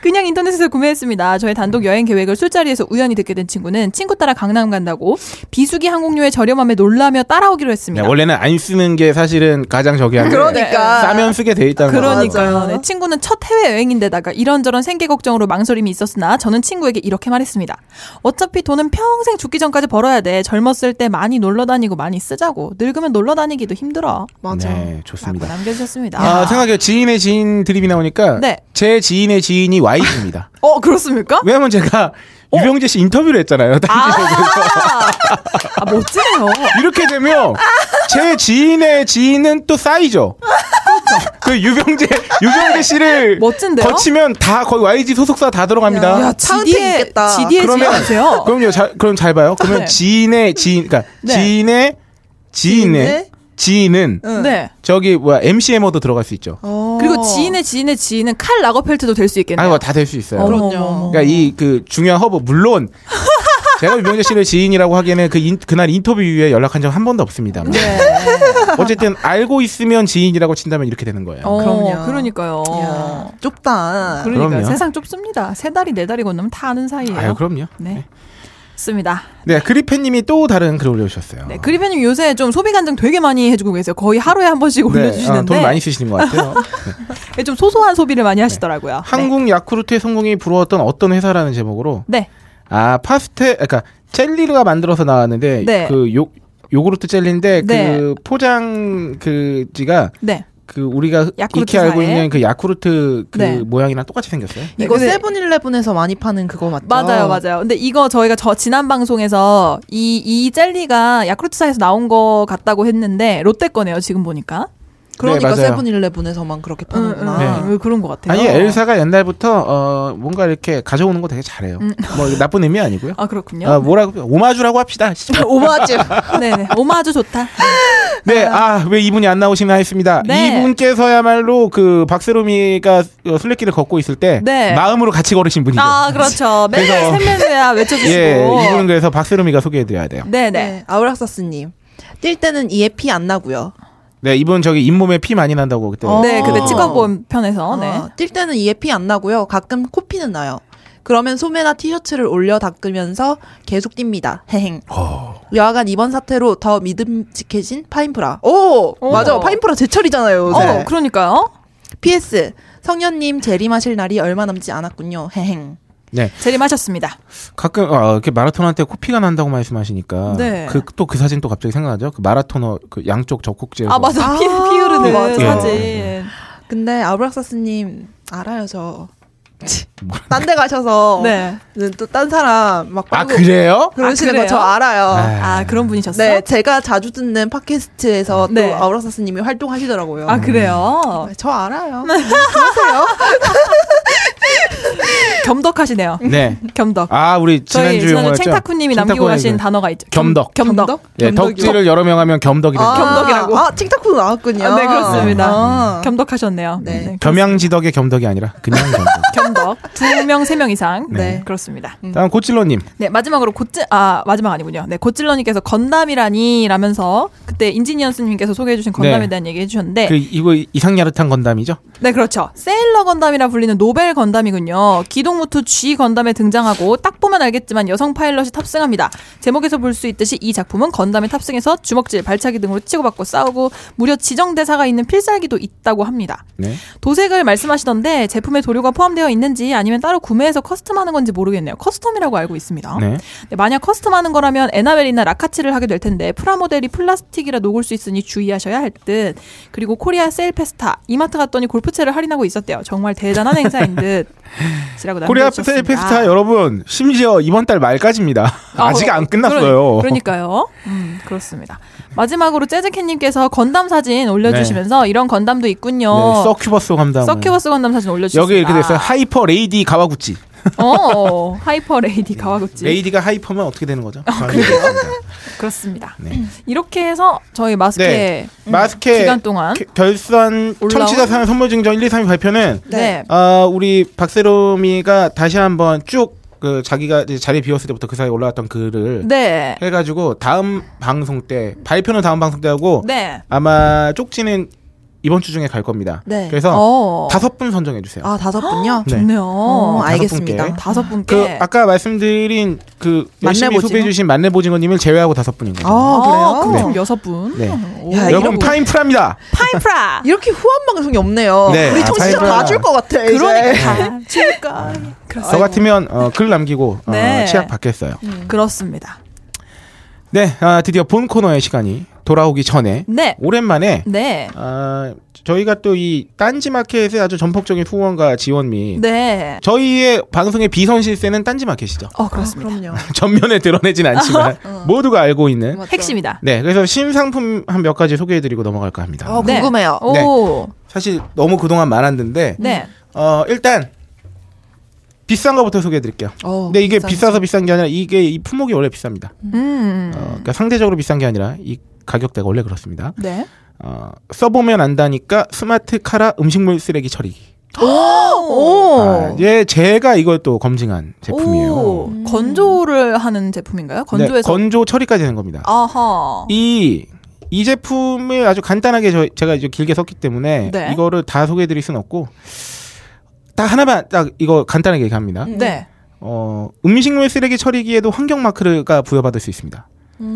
[SPEAKER 4] 그냥 인터넷에서 구매했습니다. 저의 단독 여행 계획을 술자리에서 우연히 듣게 된 친구는 친구 따라 강남 간다고 비수기 항공료의 저렴함에 놀라며 따라오기로
[SPEAKER 5] 네,
[SPEAKER 4] 했습니다.
[SPEAKER 5] 원래는 안 쓰는 게 사실은 가장 저기 한데
[SPEAKER 7] 그러니까.
[SPEAKER 5] 싸면 쓰게 돼 있다는 거.
[SPEAKER 4] 아, 그러니까요.
[SPEAKER 7] 맞아요.
[SPEAKER 4] 네, 친구는 첫 해외 여행인데다가 이런저런 생계 걱정으로 망설임이 있었으나 만나 저는 친구에게 이렇게 말했습니다. 어차피 돈은 평생 죽기 전까지 벌어야 돼. 젊었을 때 많이 놀러 다니고 많이 쓰자고. 늙으면 놀러 다니기도 힘들어.
[SPEAKER 7] 맞아.
[SPEAKER 5] 네,
[SPEAKER 4] 라고
[SPEAKER 5] 좋습니다.
[SPEAKER 4] 남겨주셨습니다.
[SPEAKER 5] 아, 생각해요. 지인의 지인 드립이 나오니까
[SPEAKER 4] 네.
[SPEAKER 5] 제 지인의 지인이 Y입니다.
[SPEAKER 4] 어 그렇습니까?
[SPEAKER 5] 왜냐면 제가
[SPEAKER 4] 어.
[SPEAKER 5] 유병재 씨 인터뷰를 했잖아요.
[SPEAKER 4] 아, 아 멋지네요.
[SPEAKER 5] 이렇게 되면 제 지인의 지인은 또 쌓이죠. 그 유병재 유병재 씨를
[SPEAKER 4] 멋진데요?
[SPEAKER 5] 거치면 다 거의 YG 소속사 다 들어갑니다. 아,
[SPEAKER 4] 야,
[SPEAKER 7] 파운틴
[SPEAKER 4] GD의
[SPEAKER 7] 있겠다.
[SPEAKER 4] GD의
[SPEAKER 5] 그러면-
[SPEAKER 4] 지하세요.
[SPEAKER 5] 그럼요. 자, 그럼 잘 봐요. 그러면
[SPEAKER 4] 네.
[SPEAKER 5] 지인의 지인 그러니까
[SPEAKER 4] 네.
[SPEAKER 5] 지인의 지인의
[SPEAKER 7] 지인의?
[SPEAKER 5] 지인은
[SPEAKER 7] 응.
[SPEAKER 4] 네.
[SPEAKER 5] 저기 뭐야 MCM어도 들어갈 수 있죠.
[SPEAKER 7] 어.
[SPEAKER 4] 그리고 지인의 지인의 지인은 칼 라거펠트도 될 수 있겠네요.
[SPEAKER 5] 아이고 다될 수 있어요.
[SPEAKER 7] 어머,
[SPEAKER 4] 그럼요.
[SPEAKER 7] 어머, 어머.
[SPEAKER 5] 그러니까 이 그 중요한 허브 물론 제가 유병재 씨를 지인이라고 하기에는 그 인- 그날 인터뷰 이후에 연락한 적 한 번도 없습니다만
[SPEAKER 4] 네.
[SPEAKER 5] 어쨌든 알고 있으면 지인이라고 친다면 이렇게 되는 거예요.
[SPEAKER 4] 어,
[SPEAKER 7] 그럼요.
[SPEAKER 4] 그러니까요.
[SPEAKER 7] 야, 어, 좁다.
[SPEAKER 4] 그러니까
[SPEAKER 5] 그럼요.
[SPEAKER 4] 세상 좁습니다. 세 다리 네 다리 건너면 다 아는 사이예요.
[SPEAKER 5] 아유 그럼요.
[SPEAKER 4] 네. 좋습니다.
[SPEAKER 5] 네 그리페님이 또 다른 글을 올려주셨어요.
[SPEAKER 4] 네, 그리베님 요새 좀 소비 간증 되게 많이 해주고 계세요. 거의 하루에 한 번씩
[SPEAKER 5] 네,
[SPEAKER 4] 올려주시는데 네.
[SPEAKER 5] 아, 돈 많이 쓰시는 것 같아요.
[SPEAKER 4] 좀 소소한 소비를 많이 하시더라고요. 네.
[SPEAKER 5] 한국 야쿠르트의 성공이 부러웠던 어떤 회사라는 제목으로
[SPEAKER 4] 네.
[SPEAKER 5] 아 파스텔 그러니까 젤리가 만들어서 나왔는데
[SPEAKER 4] 네.
[SPEAKER 5] 그요 요구르트 젤리인데
[SPEAKER 4] 네.
[SPEAKER 5] 그 포장 그지가
[SPEAKER 4] 네.
[SPEAKER 5] 그 우리가 익히
[SPEAKER 4] 야쿠르트사의?
[SPEAKER 5] 알고 있는 그 야쿠르트 그
[SPEAKER 4] 네.
[SPEAKER 5] 모양이랑 똑같이 생겼어요.
[SPEAKER 7] 이거
[SPEAKER 4] 근데-
[SPEAKER 7] 세븐일레븐에서 많이 파는 그거 맞죠?
[SPEAKER 4] 맞아요, 맞아요. 근데 이거 저희가 저 지난 방송에서 이, 이 젤리가 야쿠르트사에서 나온 거 같다고 했는데, 롯데 거네요, 지금 보니까.
[SPEAKER 7] 그러니까
[SPEAKER 5] 네, 맞아요.
[SPEAKER 7] 세븐일레븐에서만 그렇게 파는구나.
[SPEAKER 4] 음, 음, 그런 것 같아요.
[SPEAKER 5] 네. 아니 엘사가 옛날부터 어 뭔가 이렇게 가져오는 거 되게 잘해요. 뭐 이게 나쁜 의미 아니고요.
[SPEAKER 4] 음. 아, 그렇군요.
[SPEAKER 5] 아, 뭐라고 오마주라고 합시다.
[SPEAKER 7] 오버하지.
[SPEAKER 4] 네네. 오마주 좋다.
[SPEAKER 5] 네, 아, 왜 이분이 안 나오시나 했습니다.
[SPEAKER 4] 네.
[SPEAKER 5] 이분께서야말로 그 박세롬이가 어, 술래길을 걷고 있을 때
[SPEAKER 4] 네.
[SPEAKER 5] 마음으로 같이 걸으신 분이죠.
[SPEAKER 4] 아, 그렇죠. 맨날
[SPEAKER 5] 그래서-
[SPEAKER 4] 샘맨이야 외쳐주시고.
[SPEAKER 5] 예, 이분은 그래서 박세롬이가 소개해드려야 돼요.
[SPEAKER 4] 네네.
[SPEAKER 7] 네. 아우락사스님. 뛸 때는 이에 피 안 나고요.
[SPEAKER 5] 네, 이분 저기 잇몸에 피 많이 난다고 그때.
[SPEAKER 7] 어.
[SPEAKER 4] 네, 그때
[SPEAKER 7] 아.
[SPEAKER 4] 찍어본 편에서, 네.
[SPEAKER 5] 아,
[SPEAKER 7] 어, 뛸 때는 이에 피 안 나고요. 가끔 코피는 나요. 그러면 소매나 티셔츠를 올려 닦으면서 계속 뜁니다. 헤행.
[SPEAKER 5] 어.
[SPEAKER 7] 여하간 이번 사태로 더 믿음직해진 파인프라. 오,
[SPEAKER 4] 오.
[SPEAKER 7] 맞아. 파인프라 제철이잖아요. 요새.
[SPEAKER 4] 어, 그러니까요.
[SPEAKER 7] PS. 성현님 제리 마실 날이 얼마 남지 않았군요. 헤행.
[SPEAKER 5] 네,
[SPEAKER 4] 제리 마셨습니다.
[SPEAKER 5] 가끔 아, 이렇게 마라톤한테 코피가 난다고 말씀하시니까
[SPEAKER 4] 네.
[SPEAKER 5] 그 또 그 사진 또 갑자기 생각나죠. 그 마라토너 그 양쪽 적국지에서
[SPEAKER 4] 아, 맞아. 피,
[SPEAKER 7] 아,
[SPEAKER 4] 피 흐르는
[SPEAKER 7] 맞아.
[SPEAKER 4] 사진.
[SPEAKER 7] 근데 아브락사스님 알아요 저. 딴 데 가셔서
[SPEAKER 4] 네.
[SPEAKER 7] 또 딴 사람 막
[SPEAKER 5] 아
[SPEAKER 7] 빵구-
[SPEAKER 5] 그래요? 네.
[SPEAKER 7] 그러시는
[SPEAKER 4] 아,
[SPEAKER 7] 거 저
[SPEAKER 4] 그래요?
[SPEAKER 7] 알아요.
[SPEAKER 4] 아, 그런 분이셨어요?
[SPEAKER 7] 네, 제가 자주 듣는 팟캐스트에서
[SPEAKER 4] 네.
[SPEAKER 7] 또 아우라사스님이 활동하시더라고요.
[SPEAKER 4] 아, 그래요?
[SPEAKER 7] 네, 저 알아요. 그러세요?
[SPEAKER 4] 겸덕하시네요.
[SPEAKER 5] 네.
[SPEAKER 4] 겸덕.
[SPEAKER 5] 아 우리
[SPEAKER 4] 그 저희
[SPEAKER 5] 지난주
[SPEAKER 4] 지난주
[SPEAKER 5] 용어였죠.
[SPEAKER 4] 챙타쿠님이 남기고
[SPEAKER 5] 챙타쿠의
[SPEAKER 4] 가신
[SPEAKER 5] 그-
[SPEAKER 4] 단어가 있죠.
[SPEAKER 5] 겸덕.
[SPEAKER 4] 겸- 겸덕.
[SPEAKER 5] 예, 덕질을 여러 명 하면 겸덕이라고.
[SPEAKER 7] 아,
[SPEAKER 4] 겸덕이라고.
[SPEAKER 7] 아, 틱타쿠 나왔군요.
[SPEAKER 4] 아, 네, 그렇습니다.
[SPEAKER 7] 아.
[SPEAKER 4] 겸덕하셨네요.
[SPEAKER 7] 네.
[SPEAKER 5] 겸양지덕의 겸덕이 아니라 그냥 겸덕.
[SPEAKER 4] 겸덕. 두 명, 세 명 이상.
[SPEAKER 7] 네.
[SPEAKER 4] 그렇습니다.
[SPEAKER 5] 다음 고찔러님.
[SPEAKER 4] 네, 마지막으로 곧질, 아, 마지막 아니군요. 네, 곧질러님께서 건담이라니 라면서 그때 인지니언스님께서 소개해주신 건담에
[SPEAKER 5] 네.
[SPEAKER 4] 대한 얘기 해주셨는데.
[SPEAKER 5] 그 이거 이상야릇한 건담이죠?
[SPEAKER 4] 네, 그렇죠. 세일러 건담이라 불리는 노벨 건담이군요. 기동무투 G 건담에 등장하고 딱 보면 알겠지만 여성 파일럿이 탑승합니다. 제목에서 볼 수 있듯이 이 작품은 건담에 탑승해서 주먹질, 발차기 등으로 치고받고 싸우고 무려 지정대사가 있는 필살기도 있다고 합니다.
[SPEAKER 5] 네.
[SPEAKER 4] 도색을 말씀하시던데 제품에 도료가 포함되어 있는지 아니면 따로 구매해서 커스텀하는 건지 모르겠네요. 커스텀이라고 알고 있습니다.
[SPEAKER 5] 네.
[SPEAKER 4] 네, 만약 커스텀하는 거라면 에나벨이나 라카치를 하게 될 텐데 프라모델이 플라스틱이라 녹을 수 있으니 주의하셔야 할 듯. 그리고 코리아 세일 페스타 이마트 갔더니 골프채를 할인하고 있었대요. 정말 대단한 행사인 듯. 이라고
[SPEAKER 5] 코리아
[SPEAKER 4] 남겨주셨습니다.
[SPEAKER 5] 페스타 페스타 여러분 심지어 이번 달 말까지입니다.
[SPEAKER 4] 아,
[SPEAKER 5] 아, 직
[SPEAKER 4] 어,
[SPEAKER 5] 안 끝났어요.
[SPEAKER 4] 그러, 니까요 음, 그렇습니다. 마지막으로 재즈캣님께서 건담 사진 올려주시면서 이런 건담도 있군요.
[SPEAKER 5] 네, 서큐버스 감담.
[SPEAKER 4] 서큐버스 건담 사진 올려주셨습니다. 아.
[SPEAKER 5] 여기 이렇게 됐어요. 하이퍼 레이디 가와구치.
[SPEAKER 4] 어, 하이퍼 레이디 가와구치.
[SPEAKER 5] 네. 레이디가 하이퍼면 어떻게 되는
[SPEAKER 4] 아,
[SPEAKER 5] 거죠? 그렇습니다.
[SPEAKER 4] 그렇습니다.
[SPEAKER 5] 네.
[SPEAKER 4] 이렇게 해서 저희 마스크에
[SPEAKER 5] 네. 마스케
[SPEAKER 4] 음. 기간 동안
[SPEAKER 5] 겨- 결산
[SPEAKER 4] 올라온-
[SPEAKER 5] 청취자 사연 선물 증정 1, 2, 3위 발표는
[SPEAKER 4] 네.
[SPEAKER 5] 아, 우리 박세롬이가 다시 한번 쭉 그 자기가 이제 자리에 비웠을 때부터 그 사이에 올라왔던 글을
[SPEAKER 4] 네.
[SPEAKER 5] 해가지고 다음 방송 때 발표는 다음 방송 때 하고
[SPEAKER 4] 네.
[SPEAKER 5] 아마 쪽지는 이번 주 중에 갈 겁니다.
[SPEAKER 7] 네.
[SPEAKER 5] 그래서
[SPEAKER 4] 어.
[SPEAKER 5] 다섯 분 선정해 주세요.
[SPEAKER 7] 아, 다섯 분요?
[SPEAKER 5] 네.
[SPEAKER 4] 좋네요.
[SPEAKER 7] 어,
[SPEAKER 5] 다섯
[SPEAKER 7] 알겠습니다.
[SPEAKER 5] 분께.
[SPEAKER 4] 다섯 분께.
[SPEAKER 5] 그 아까 말씀드린 그 열심히
[SPEAKER 7] 만내보징어?
[SPEAKER 5] 소개해 주신 만내보징어님을 제외하고 다섯 분인 거죠.
[SPEAKER 7] 아,
[SPEAKER 4] 아,
[SPEAKER 7] 그래요?
[SPEAKER 4] 그럼 총
[SPEAKER 5] 네.
[SPEAKER 4] 여섯 분.
[SPEAKER 5] 네.
[SPEAKER 4] 오.
[SPEAKER 7] 야,
[SPEAKER 5] 여러분 파인프라입니다.
[SPEAKER 4] 파인프라.
[SPEAKER 7] 이렇게 후한 방송이 없네요.
[SPEAKER 5] 네,
[SPEAKER 7] 우리
[SPEAKER 5] 아,
[SPEAKER 7] 청취자
[SPEAKER 5] 다행이다. 네.
[SPEAKER 7] 다줄 것 같아. 이제.
[SPEAKER 4] 네. 그러니까. 그러니까.
[SPEAKER 5] 저 같으면 어, 글 남기고 어,
[SPEAKER 4] 네.
[SPEAKER 5] 치약 받겠어요.
[SPEAKER 4] 그렇습니다.
[SPEAKER 5] 네, 아, 드디어 본 코너의 시간이 돌아오기 전에
[SPEAKER 4] 네.
[SPEAKER 5] 오랜만에
[SPEAKER 4] 네.
[SPEAKER 5] 아, 저희가 또 이 딴지마켓의 아주 전폭적인 후원과 지원 및
[SPEAKER 4] 네.
[SPEAKER 5] 저희의 방송의 비선 실세는 딴지마켓이죠.
[SPEAKER 4] 어, 그렇습니다.
[SPEAKER 7] 그럼요.
[SPEAKER 5] 전면에 드러내진 않지만 모두가 알고 있는
[SPEAKER 7] 맞죠.
[SPEAKER 4] 핵심이다.
[SPEAKER 5] 네, 그래서 신상품 한 몇 가지 소개해드리고 넘어갈까 합니다.
[SPEAKER 7] 어,
[SPEAKER 4] 네.
[SPEAKER 7] 궁금해요.
[SPEAKER 5] 네.
[SPEAKER 4] 오.
[SPEAKER 5] 사실 너무 그동안 많았는데
[SPEAKER 4] 네.
[SPEAKER 5] 어, 일단 비싼 거부터 소개해드릴게요.
[SPEAKER 7] 어,
[SPEAKER 5] 근데 이게
[SPEAKER 7] 비싸.
[SPEAKER 5] 비싸서 비싼 게 아니라 이게 이 품목이 원래 비쌉니다.
[SPEAKER 4] 음.
[SPEAKER 5] 어, 그러니까 상대적으로 비싼 게 아니라 이 가격대가 원래 그렇습니다.
[SPEAKER 4] 네.
[SPEAKER 5] 어, 써보면 안다니까 스마트 카라 음식물 쓰레기 처리기.
[SPEAKER 7] 오.
[SPEAKER 5] 아, 예, 제가 이걸 또 검증한 제품이에요.
[SPEAKER 4] 어. 오. 건조를 하는 제품인가요?
[SPEAKER 5] 네,
[SPEAKER 4] 건조에서.
[SPEAKER 5] 건조 처리까지 되는 겁니다.
[SPEAKER 4] 아하.
[SPEAKER 5] 이, 이 제품을 아주 간단하게 저, 제가 이제 길게 썼기 때문에
[SPEAKER 4] 네.
[SPEAKER 5] 이거를 다 소개해드릴 순 없고 딱 하나만 딱 이거 간단하게 얘기합니다.
[SPEAKER 4] 네.
[SPEAKER 5] 어, 음식물 쓰레기 처리기에도 환경 마크가 부여받을 수 있습니다.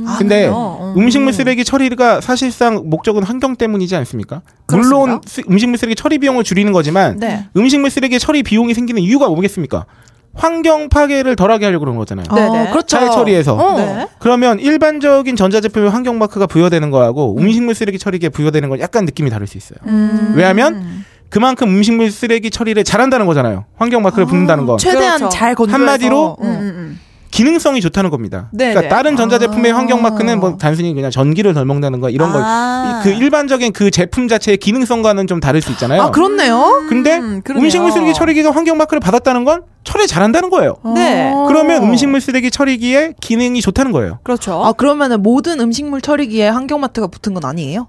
[SPEAKER 4] 아,
[SPEAKER 5] 근데
[SPEAKER 4] 그래요? 음.
[SPEAKER 5] 음식물 쓰레기 처리가 사실상 목적은 환경 때문이지 않습니까? 물론 쓰- 음식물 쓰레기 처리 비용을 줄이는 거지만
[SPEAKER 4] 네.
[SPEAKER 5] 음식물 쓰레기 처리 비용이 생기는 이유가 뭐겠습니까? 환경 파괴를 덜하게 하려고 그런 거잖아요.
[SPEAKER 7] 어,
[SPEAKER 4] 네네.
[SPEAKER 7] 그렇죠.
[SPEAKER 5] 차례 처리해서.
[SPEAKER 7] 어.
[SPEAKER 4] 네.
[SPEAKER 5] 그러면 일반적인 전자제품에 환경 마크가 부여되는 거하고 음식물 쓰레기 처리기에 부여되는 건 약간 느낌이 다를 수 있어요.
[SPEAKER 4] 음.
[SPEAKER 5] 왜냐하면 그만큼 음식물 쓰레기 처리를 잘한다는 거잖아요. 환경 마크를 붙는다는 건.
[SPEAKER 7] 최대한
[SPEAKER 4] 그렇죠.
[SPEAKER 7] 잘 건조해서
[SPEAKER 5] 한마디로
[SPEAKER 4] 음, 음, 음.
[SPEAKER 5] 기능성이 좋다는 겁니다.
[SPEAKER 4] 네,
[SPEAKER 5] 그러니까
[SPEAKER 4] 네.
[SPEAKER 5] 다른 전자제품의
[SPEAKER 7] 아.
[SPEAKER 5] 환경 마크는 뭐 단순히 그냥 전기를 덜 먹는다는 거 이런
[SPEAKER 4] 아.
[SPEAKER 5] 걸 그 일반적인 그 제품 자체의 기능성과는 좀 다를 수 있잖아요.
[SPEAKER 7] 아 그렇네요.
[SPEAKER 5] 근데
[SPEAKER 4] 음, 그러네요.
[SPEAKER 5] 음식물 쓰레기 처리기가 환경 마크를 받았다는 건 처리 잘한다는 거예요.
[SPEAKER 4] 네.
[SPEAKER 7] 어.
[SPEAKER 5] 그러면 음식물 쓰레기 처리기의 기능이 좋다는 거예요.
[SPEAKER 4] 그렇죠.
[SPEAKER 7] 아 그러면은 모든 음식물 처리기에 환경마트가 붙은 건 아니에요?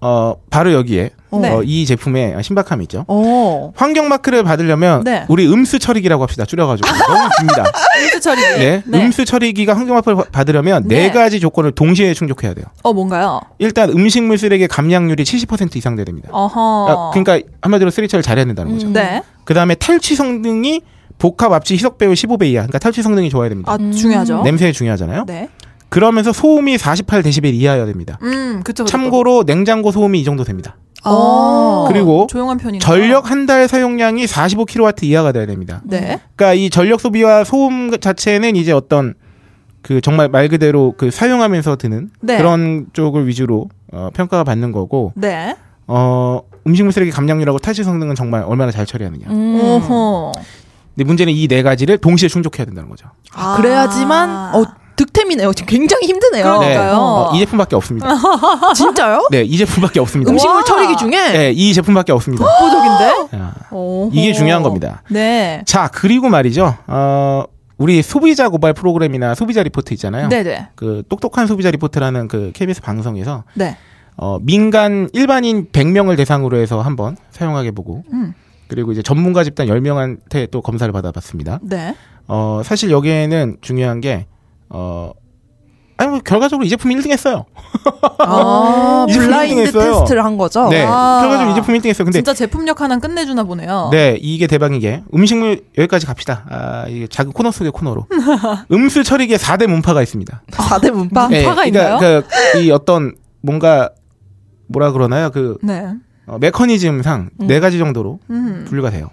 [SPEAKER 5] 어, 바로 여기에
[SPEAKER 4] 네.
[SPEAKER 5] 어, 이 제품의 신박함이 있죠.
[SPEAKER 7] 어.
[SPEAKER 5] 환경 마크를 받으려면
[SPEAKER 4] 네.
[SPEAKER 5] 우리 음수 처리기라고 합시다. 줄여가지고 너무 깁니다.
[SPEAKER 4] 음수 처리.
[SPEAKER 5] 네. 음수 처리기가 환경 마크를 바- 받으려면
[SPEAKER 4] 네.
[SPEAKER 5] 네 가지 조건을 동시에 충족해야 돼요.
[SPEAKER 4] 어 뭔가요?
[SPEAKER 5] 일단 음식물 쓰레기 감량률이 70% 이상 돼야 됩니다.
[SPEAKER 4] 어허.
[SPEAKER 5] 아, 그러니까 한마디로 쓰레기 처리를 잘해야 된다는 거죠.
[SPEAKER 4] 네.
[SPEAKER 5] 그 다음에 탈취 성능이 복합 압취 희석 배율 15배 이하. 그러니까 탈취 성능이 좋아야 됩니다.
[SPEAKER 4] 아 중요하죠.
[SPEAKER 5] 냄새 중요하잖아요.
[SPEAKER 4] 네.
[SPEAKER 5] 그러면서 소음이 48데시벨 이하여야 됩니다.
[SPEAKER 4] 음 그쵸. 그쵸.
[SPEAKER 5] 참고로 냉장고 소음이 이 정도 됩니다.
[SPEAKER 4] 어.
[SPEAKER 5] 그리고
[SPEAKER 4] 조용한 편이네요.
[SPEAKER 5] 전력 한 달 사용량이 45kW 이하가 돼야 됩니다.
[SPEAKER 4] 네.
[SPEAKER 5] 그러니까 이 전력 소비와 소음 자체는 이제 어떤 그 정말 말 그대로 그 사용하면서 드는
[SPEAKER 4] 네.
[SPEAKER 5] 그런 쪽을 위주로 어, 평가가 받는 거고
[SPEAKER 4] 네.
[SPEAKER 5] 어, 음식물 쓰레기 감량률하고 탈취 성능은 정말 얼마나 잘 처리하느냐.
[SPEAKER 4] 음. 오호.
[SPEAKER 5] 근데 문제는 이 네 가지를 동시에 충족해야 된다는 거죠.
[SPEAKER 7] 아, 그래야지만 어 득템이네요. 지금 굉장히 힘드네요.
[SPEAKER 4] 그러니까요.
[SPEAKER 5] 어, 이 제품밖에 없습니다.
[SPEAKER 7] 어, 진짜요?
[SPEAKER 5] 네, 이 제품밖에 없습니다.
[SPEAKER 7] 음식물
[SPEAKER 4] 와.
[SPEAKER 7] 처리기 중에
[SPEAKER 5] 네, 이 제품밖에 없습니다.
[SPEAKER 4] 어? 압도적인데?
[SPEAKER 5] 아,
[SPEAKER 4] 오호.
[SPEAKER 5] 이게 중요한 겁니다.
[SPEAKER 4] 네.
[SPEAKER 5] 자, 그리고 말이죠. 어, 우리 소비자 고발 프로그램이나 소비자 리포트 있잖아요.
[SPEAKER 4] 네네.
[SPEAKER 5] 그 똑똑한 소비자 리포트라는 그 KBS 방송에서
[SPEAKER 4] 네.
[SPEAKER 5] 어, 민간 일반인 100명을 대상으로 해서 한번 사용하게 보고
[SPEAKER 4] 음.
[SPEAKER 5] 그리고 이제 전문가 집단 10명한테 또 검사를 받아봤습니다.
[SPEAKER 4] 네.
[SPEAKER 5] 어, 사실 여기에는 중요한 게 어, 아니 뭐 결과적으로 이 제품이 1등 했어요.
[SPEAKER 7] 아,
[SPEAKER 5] 이거
[SPEAKER 7] 블라인드
[SPEAKER 5] 등등했어요.
[SPEAKER 7] 테스트를 한 거죠.
[SPEAKER 5] 네.
[SPEAKER 4] 아.
[SPEAKER 5] 결과적으로 이 제품 1등 했어요. 근데
[SPEAKER 4] 진짜 제품력 하나 끝내주나 보네요.
[SPEAKER 5] 네, 이게 대박인 게 음식물 여기까지 갑시다. 아, 이게 작은 코너 속의 코너로. 음수 처리기에 4대 문파가 있습니다.
[SPEAKER 7] 4대 문파.
[SPEAKER 5] 네,
[SPEAKER 4] 음, 아, 문파가 있나요?
[SPEAKER 5] 그러니까 그, 이 어떤 뭔가 뭐라 그러나요? 그
[SPEAKER 4] 네.
[SPEAKER 5] 어, 메커니즘상 네 가지 정도로
[SPEAKER 4] 음.
[SPEAKER 5] 분류가 돼요.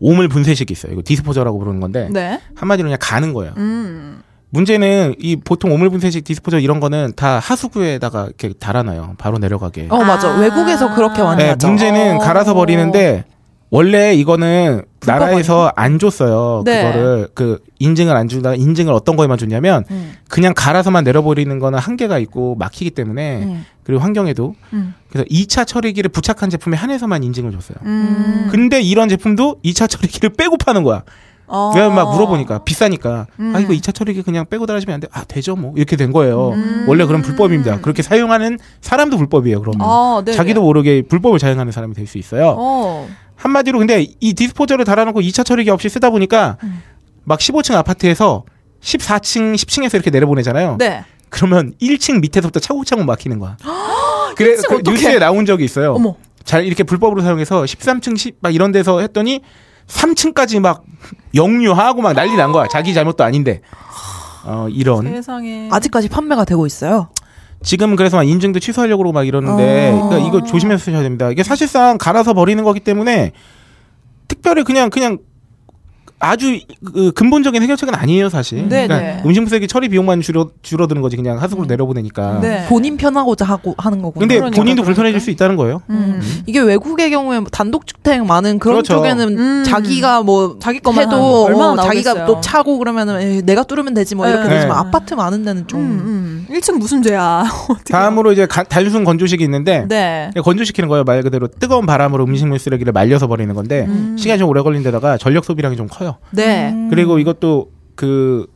[SPEAKER 5] 오물 분쇄식이 있어요. 이거 디스포저라고 부르는 건데
[SPEAKER 4] 네.
[SPEAKER 5] 한마디로 그냥 가는 거예요.
[SPEAKER 4] 음.
[SPEAKER 5] 문제는 이 보통 오물 분쇄식 디스포저 이런 거는 다 하수구에다가 이렇게 달아놔요. 바로 내려가게.
[SPEAKER 7] 어 맞아.
[SPEAKER 4] 아.
[SPEAKER 7] 외국에서 그렇게 많이
[SPEAKER 5] 네,
[SPEAKER 7] 하죠.
[SPEAKER 5] 문제는 갈아서 버리는데 원래 이거는 나라에서 안 줬어요.
[SPEAKER 4] 네.
[SPEAKER 5] 그거를 그 인증을 안 준다. 인증을 어떤 거에만 줬냐면
[SPEAKER 7] 음.
[SPEAKER 5] 그냥 갈아서만 내려버리는 거는 한계가 있고 막히기 때문에
[SPEAKER 7] 음.
[SPEAKER 5] 그리고 환경에도
[SPEAKER 4] 음.
[SPEAKER 5] 그래서 2차 처리기를 부착한 제품에 한해서만 인증을 줬어요.
[SPEAKER 4] 음.
[SPEAKER 5] 근데 이런 제품도 2차 처리기를 빼고 파는 거야.
[SPEAKER 4] 어.
[SPEAKER 5] 내가 막 물어보니까 비싸니까
[SPEAKER 4] 음.
[SPEAKER 5] 아 이거 2차 처리기 그냥 빼고 달아주면 안 돼. 아 되죠 뭐 이렇게 된 거예요.
[SPEAKER 4] 음.
[SPEAKER 5] 원래 그런 불법입니다. 그렇게 사용하는 사람도 불법이에요. 그러면
[SPEAKER 4] 아,
[SPEAKER 5] 음.
[SPEAKER 4] 네네.
[SPEAKER 5] 자기도 모르게 불법을 자행하는 사람이 될 수 있어요.
[SPEAKER 4] 어.
[SPEAKER 5] 한마디로 근데 이 디스포저를 달아놓고 2차 처리기 없이 쓰다 보니까
[SPEAKER 4] 음.
[SPEAKER 5] 막 15층 아파트에서 14층, 10층에서 이렇게 내려보내잖아요.
[SPEAKER 4] 네.
[SPEAKER 5] 그러면 1층 밑에서부터 차곡차곡 막히는 거야. 그래 그 뉴스에 나온 적이 있어요.
[SPEAKER 4] 어머.
[SPEAKER 5] 잘 이렇게 불법으로 사용해서 13층, 10막 이런 데서 했더니 3층까지 막 역류하고 막 난리 난 거야. 자기 잘못도 아닌데. 어 이런
[SPEAKER 4] 세상에.
[SPEAKER 7] 아직까지 네. 판매가 되고 있어요.
[SPEAKER 5] 지금 그래서 막 인증도 취소하려고 그러고 막 이러는데
[SPEAKER 4] 아.
[SPEAKER 7] 어.
[SPEAKER 5] 그러니까 이거 조심해서 쓰셔야 됩니다. 이게 사실상 갈아서 버리는 거기 때문에 특별히 그냥 그냥 아주 그 근본적인 해결책은 아니에요 사실.
[SPEAKER 4] 네,
[SPEAKER 5] 그러니까
[SPEAKER 4] 네.
[SPEAKER 5] 음식물 쓰레기 처리 비용만 줄어 줄어드는 거지 그냥
[SPEAKER 7] 음.
[SPEAKER 5] 하수구로 내려보내니까.
[SPEAKER 4] 네.
[SPEAKER 7] 본인 편하고자 하고 하는 거구나.
[SPEAKER 5] 근데
[SPEAKER 4] 그러니까,
[SPEAKER 5] 본인도
[SPEAKER 4] 그러니까.
[SPEAKER 5] 불편해질 수 있다는 거예요.
[SPEAKER 4] 음.
[SPEAKER 7] 이게 외국의 경우에 뭐 단독 주택 많은 그런
[SPEAKER 5] 그렇죠.
[SPEAKER 7] 쪽에는
[SPEAKER 4] 음.
[SPEAKER 7] 자기가 뭐
[SPEAKER 4] 자기 것만 하는 거
[SPEAKER 7] 해도
[SPEAKER 4] 얼마나
[SPEAKER 7] 어,
[SPEAKER 4] 나오겠어요.
[SPEAKER 7] 자기가 또 차고 그러면은 에이, 내가 뚫으면 되지 뭐 이렇게
[SPEAKER 4] 네.
[SPEAKER 7] 되지만
[SPEAKER 4] 네.
[SPEAKER 7] 아파트 많은 데는 좀
[SPEAKER 4] 음, 음. 1층 무슨 죄야. 어떻게.
[SPEAKER 5] 다음으로 이제 가- 단순 건조식이 있는데
[SPEAKER 4] 네.
[SPEAKER 5] 건조시키는 거예요 말 그대로 뜨거운 바람으로 음식물 쓰레기를 말려서 버리는 건데
[SPEAKER 4] 음.
[SPEAKER 5] 시간이 좀 오래 걸린 데다가 전력 소비량이 좀 커요.
[SPEAKER 4] 네.
[SPEAKER 5] 그리고 이것도 그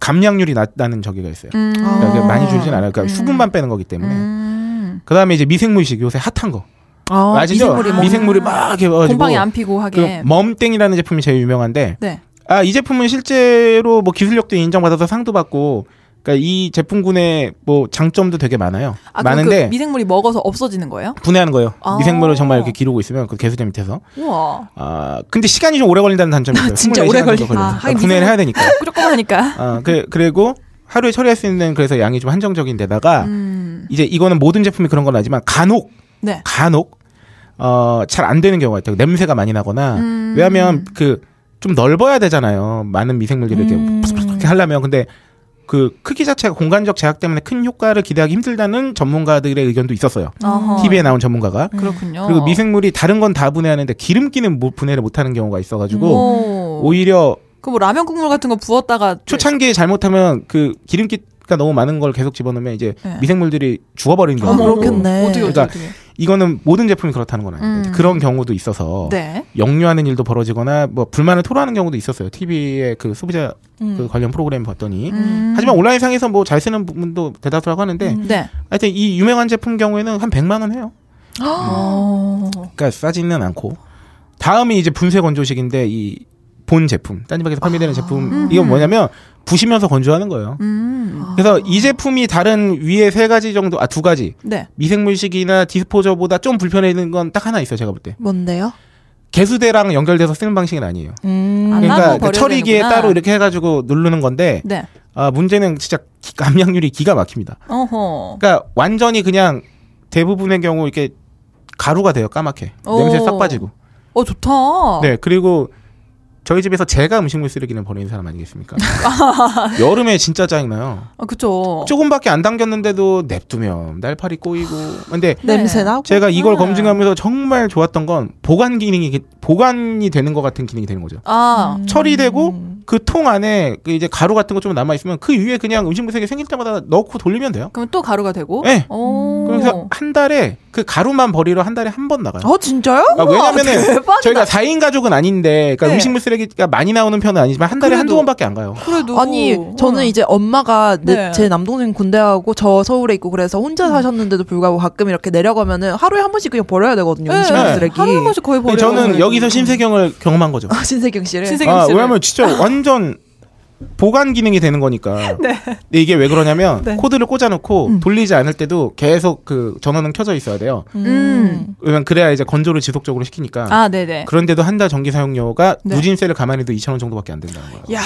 [SPEAKER 5] 감량률이 낮다는 저기가 있어요.
[SPEAKER 4] 음.
[SPEAKER 7] 아.
[SPEAKER 5] 그러니까 많이 줄진 않아요. 그러니까
[SPEAKER 4] 음.
[SPEAKER 5] 수분만 빼는 거기 때문에.
[SPEAKER 4] 음.
[SPEAKER 5] 그다음에 이제 미생물식 요새 핫한 거.
[SPEAKER 4] 어,
[SPEAKER 7] 아,
[SPEAKER 5] 아시죠?
[SPEAKER 7] 미생물이
[SPEAKER 5] 미생물이,
[SPEAKER 7] 뭐
[SPEAKER 5] 막 이렇게 와가지고
[SPEAKER 4] 음. 곰팡이 안 피고 하게.
[SPEAKER 5] 그 멈땡이라는 제품이 제일 유명한데
[SPEAKER 4] 네.
[SPEAKER 5] 아 이 제품은 실제로 뭐 기술력도 인정받아서 상도 받고 그러니까 이 제품군의 뭐 장점도 되게 많아요.
[SPEAKER 4] 아, 그럼
[SPEAKER 5] 많은데
[SPEAKER 4] 그 미생물이 먹어서 없어지는 거예요?
[SPEAKER 5] 분해하는 거예요.
[SPEAKER 4] 아.
[SPEAKER 5] 미생물을 정말 이렇게 기르고 있으면 그 개수대 밑에서
[SPEAKER 4] 우와.
[SPEAKER 5] 아 근데 시간이 좀 오래 걸린다는 단점이 있어요.
[SPEAKER 4] 진짜
[SPEAKER 5] 24
[SPEAKER 4] 오래
[SPEAKER 5] 시간 정도
[SPEAKER 4] 걸리- 아,
[SPEAKER 5] 걸려요. 그러니까
[SPEAKER 4] 하긴
[SPEAKER 5] 분해를 해야 되니까.
[SPEAKER 4] 조그마하니까.
[SPEAKER 5] 아, 그, 그리고 하루에 처리할 수 있는 그래서 양이 좀 한정적인 데다가
[SPEAKER 4] 음.
[SPEAKER 5] 이제 이거는 모든 제품이 그런 건 아니지만 간혹
[SPEAKER 4] 네.
[SPEAKER 5] 간혹 어, 잘 안 되는 경우가 있다고 냄새가 많이 나거나
[SPEAKER 4] 음.
[SPEAKER 5] 아. 왜냐하면 그 좀 넓어야 되잖아요 많은 미생물들이 이렇게
[SPEAKER 7] 음.
[SPEAKER 5] 푸스푸스 이렇게 하려면 근데 그 크기 자체가 공간적 제약 때문에 큰 효과를 기대하기 힘들다는 전문가들의 의견도 있었어요
[SPEAKER 7] 음.
[SPEAKER 4] 어허. 어.
[SPEAKER 5] TV에 나온 전문가가
[SPEAKER 4] 그렇군요.
[SPEAKER 5] 그리고 미생물이 다른 건 다 분해하는데 기름기는 뭐 분해를 못하는 경우가 있어가지고
[SPEAKER 4] 오.
[SPEAKER 5] 오히려
[SPEAKER 4] 그뭐 라면 국물 같은 거 부었다가
[SPEAKER 5] 네. 초창기에 잘못하면 그 기름기가 너무 많은 걸 계속 집어넣으면 이제
[SPEAKER 4] 네.
[SPEAKER 5] 미생물들이 죽어버리는 경우.
[SPEAKER 7] 어머, 그렇겠네.
[SPEAKER 4] 어떻게
[SPEAKER 5] 그러니까-
[SPEAKER 4] 어떻게.
[SPEAKER 5] 이거는 모든 제품이 그렇다는 건 아닌데
[SPEAKER 4] 음.
[SPEAKER 5] 그런 경우도 있어서
[SPEAKER 4] 네.
[SPEAKER 5] 역류하는 일도 벌어지거나 뭐 불만을 토로하는 경우도 있었어요. TV의 그 소비자
[SPEAKER 7] 음.
[SPEAKER 5] 그 관련 프로그램 봤더니.
[SPEAKER 4] 음.
[SPEAKER 5] 하지만 온라인상에서 뭐 잘 쓰는 분도 대다수라고 하는데
[SPEAKER 7] 음.
[SPEAKER 4] 네.
[SPEAKER 5] 하여튼 이 유명한 제품 경우에는 한 100만 원 해요.
[SPEAKER 7] 아.
[SPEAKER 4] 어.
[SPEAKER 5] 그러니까 싸지는 않고. 다음이 이제 분쇄 건조식인데 이 본 제품, 딴지박에서
[SPEAKER 7] 아.
[SPEAKER 5] 판매되는
[SPEAKER 7] 음.
[SPEAKER 5] 제품 이건 뭐냐면 부시면서 건조하는 거예요.
[SPEAKER 7] 아.
[SPEAKER 4] 음.
[SPEAKER 5] 그래서 이 제품이 다른 위에 세 가지 정도 아 두 가지
[SPEAKER 4] 네.
[SPEAKER 5] 미생물식이나 디스포저보다 좀 불편해지는 건 딱 하나 있어요 제가 볼 때
[SPEAKER 7] 뭔데요?
[SPEAKER 5] 개수대랑 연결돼서 쓰는 방식은 아니에요
[SPEAKER 7] 음.
[SPEAKER 4] 안 나눠
[SPEAKER 5] 그러니까 그
[SPEAKER 4] 버려야
[SPEAKER 5] 처리기에
[SPEAKER 4] 되는구나.
[SPEAKER 5] 따로 이렇게 해가지고 누르는 건데
[SPEAKER 4] 네.
[SPEAKER 5] 아 문제는 진짜 기- 감량률이 기가 막힙니다
[SPEAKER 4] 어허.
[SPEAKER 5] 그러니까 완전히 그냥 대부분의 경우 이렇게 가루가 돼요 까맣게
[SPEAKER 4] 오.
[SPEAKER 5] 냄새 싹 빠지고
[SPEAKER 4] 어 좋다.
[SPEAKER 5] 네 그리고 저희 집에서 제가 음식물 쓰레기는 버리는 사람 아니겠습니까 여름에 진짜 짜증나요
[SPEAKER 4] 아 그죠.
[SPEAKER 5] 조금밖에 안 당겼는데도 냅두면 날파리 꼬이고 근데
[SPEAKER 4] 네.
[SPEAKER 7] 냄새 나고
[SPEAKER 5] 제가 이걸
[SPEAKER 4] 아.
[SPEAKER 5] 검증하면서 정말 좋았던 건 보관 기능이 보관이 되는 것 같은 기능이 되는 거죠.
[SPEAKER 4] 아.
[SPEAKER 7] 음.
[SPEAKER 5] 처리되고 그 통 안에 그 이제 가루 같은 거 좀 남아 있으면 그 위에 그냥 음식물 쓰레기 생길 때마다 넣고 돌리면 돼요.
[SPEAKER 4] 그러면 또 가루가 되고.
[SPEAKER 5] 네.
[SPEAKER 4] 오.
[SPEAKER 7] 음.
[SPEAKER 5] 그래서 한 달에 그 가루만 버리러 한 달에 한 번 나가요.
[SPEAKER 7] 어 진짜요?
[SPEAKER 5] 아, 왜냐면은
[SPEAKER 4] 대박이다.
[SPEAKER 5] 저희가 4인 가족은 아닌데 그러니까
[SPEAKER 4] 네.
[SPEAKER 5] 음식물 쓰레기가 많이 나오는 편은 아니지만 한 달에
[SPEAKER 4] 그래도-
[SPEAKER 5] 한두 번밖에 안 가요.
[SPEAKER 4] 그래도 어.
[SPEAKER 7] 아니 저는 이제 엄마가 내-
[SPEAKER 4] 네. 음.
[SPEAKER 7] 제 남동생 군대하고 저 서울에 있고 그래서 혼자 사셨는데도 불구하고 가끔 이렇게 내려가면은 하루에 한 번씩 그냥 버려야 되거든요
[SPEAKER 4] 네.
[SPEAKER 7] 음식물
[SPEAKER 5] 네.
[SPEAKER 7] 쓰레기
[SPEAKER 4] 하루한 번씩 거의 네. 버려.
[SPEAKER 5] 근데 저는 여기서 신세경을 경험한 거죠.
[SPEAKER 7] 아, 신세경 씨를
[SPEAKER 4] 신세경
[SPEAKER 5] 아,
[SPEAKER 4] 씨를.
[SPEAKER 5] 왜냐면 진짜 완전 보관 기능이 되는 거니까. 근데 이게 왜 그러냐면
[SPEAKER 4] 네.
[SPEAKER 5] 코드를 꽂아놓고 돌리지 않을 때도 계속 그 전원은 켜져 있어야 돼요.
[SPEAKER 4] 음.
[SPEAKER 5] 왜냐면 그래야 이제 건조를 지속적으로 시키니까.
[SPEAKER 4] 아 네네.
[SPEAKER 5] 그런데도 한 달 전기 사용료가
[SPEAKER 4] 네.
[SPEAKER 5] 누진세를 가만히 해도 2천 원 정도밖에 안 된다는 거예요.
[SPEAKER 4] 야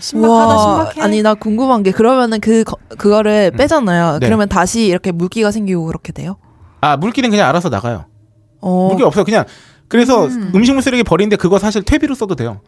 [SPEAKER 4] 신박하다 신박해. 음.
[SPEAKER 7] 아니 나 궁금한 게 그러면은 그 거- 그거를 빼잖아요.
[SPEAKER 5] 네.
[SPEAKER 7] 그러면 다시 이렇게 물기가 생기고 그렇게 돼요?
[SPEAKER 5] 아 물기는 그냥 알아서 나가요.
[SPEAKER 7] 어.
[SPEAKER 5] 물기 없어요. 그냥 그래서 음. 식물 쓰레기 버리는데 그거 사실 퇴비로 써도 돼요.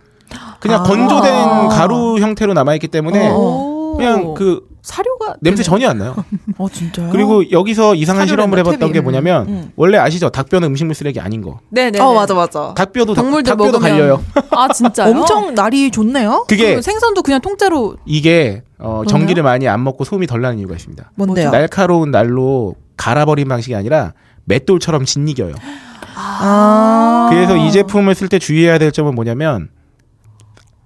[SPEAKER 5] 그냥 건조된
[SPEAKER 7] 아.
[SPEAKER 5] 가루 형태로 남아 있기 때문에
[SPEAKER 7] 어.
[SPEAKER 4] 오.
[SPEAKER 5] 네. 그냥 그
[SPEAKER 4] 사료가
[SPEAKER 5] 냄새
[SPEAKER 4] 되네.
[SPEAKER 5] 전혀 안 나요.
[SPEAKER 7] 어 진짜요?
[SPEAKER 5] 그리고 여기서 이상한
[SPEAKER 4] 사료를
[SPEAKER 5] 실험을
[SPEAKER 4] 넣어,
[SPEAKER 5] 해봤던
[SPEAKER 4] 퇴비.
[SPEAKER 5] 게 뭐냐면
[SPEAKER 7] 음.
[SPEAKER 5] 원래 아시죠 닭뼈는 음식물 쓰레기 아닌 거
[SPEAKER 4] 네네.
[SPEAKER 7] 어 맞아 맞아.
[SPEAKER 5] 닭뼈도 닭-
[SPEAKER 4] 동물들
[SPEAKER 5] 닭뼈도
[SPEAKER 4] 먹으면
[SPEAKER 5] 갈려요
[SPEAKER 4] 아 진짜요?
[SPEAKER 7] 엄청 날이 좋네요.
[SPEAKER 5] 그게
[SPEAKER 4] 그리고 생선도 그냥 통째로
[SPEAKER 5] 이게 어, 전기를 많이 안 먹고 소음이 덜 나는 이유가 있습니다
[SPEAKER 7] 뭔데요?
[SPEAKER 5] 날카로운 날로 갈아버린 방식이 아니라 맷돌처럼 짓이겨요
[SPEAKER 7] 아.
[SPEAKER 5] 그래서 이 제품을 쓸 때 주의해야 될 점은 뭐냐면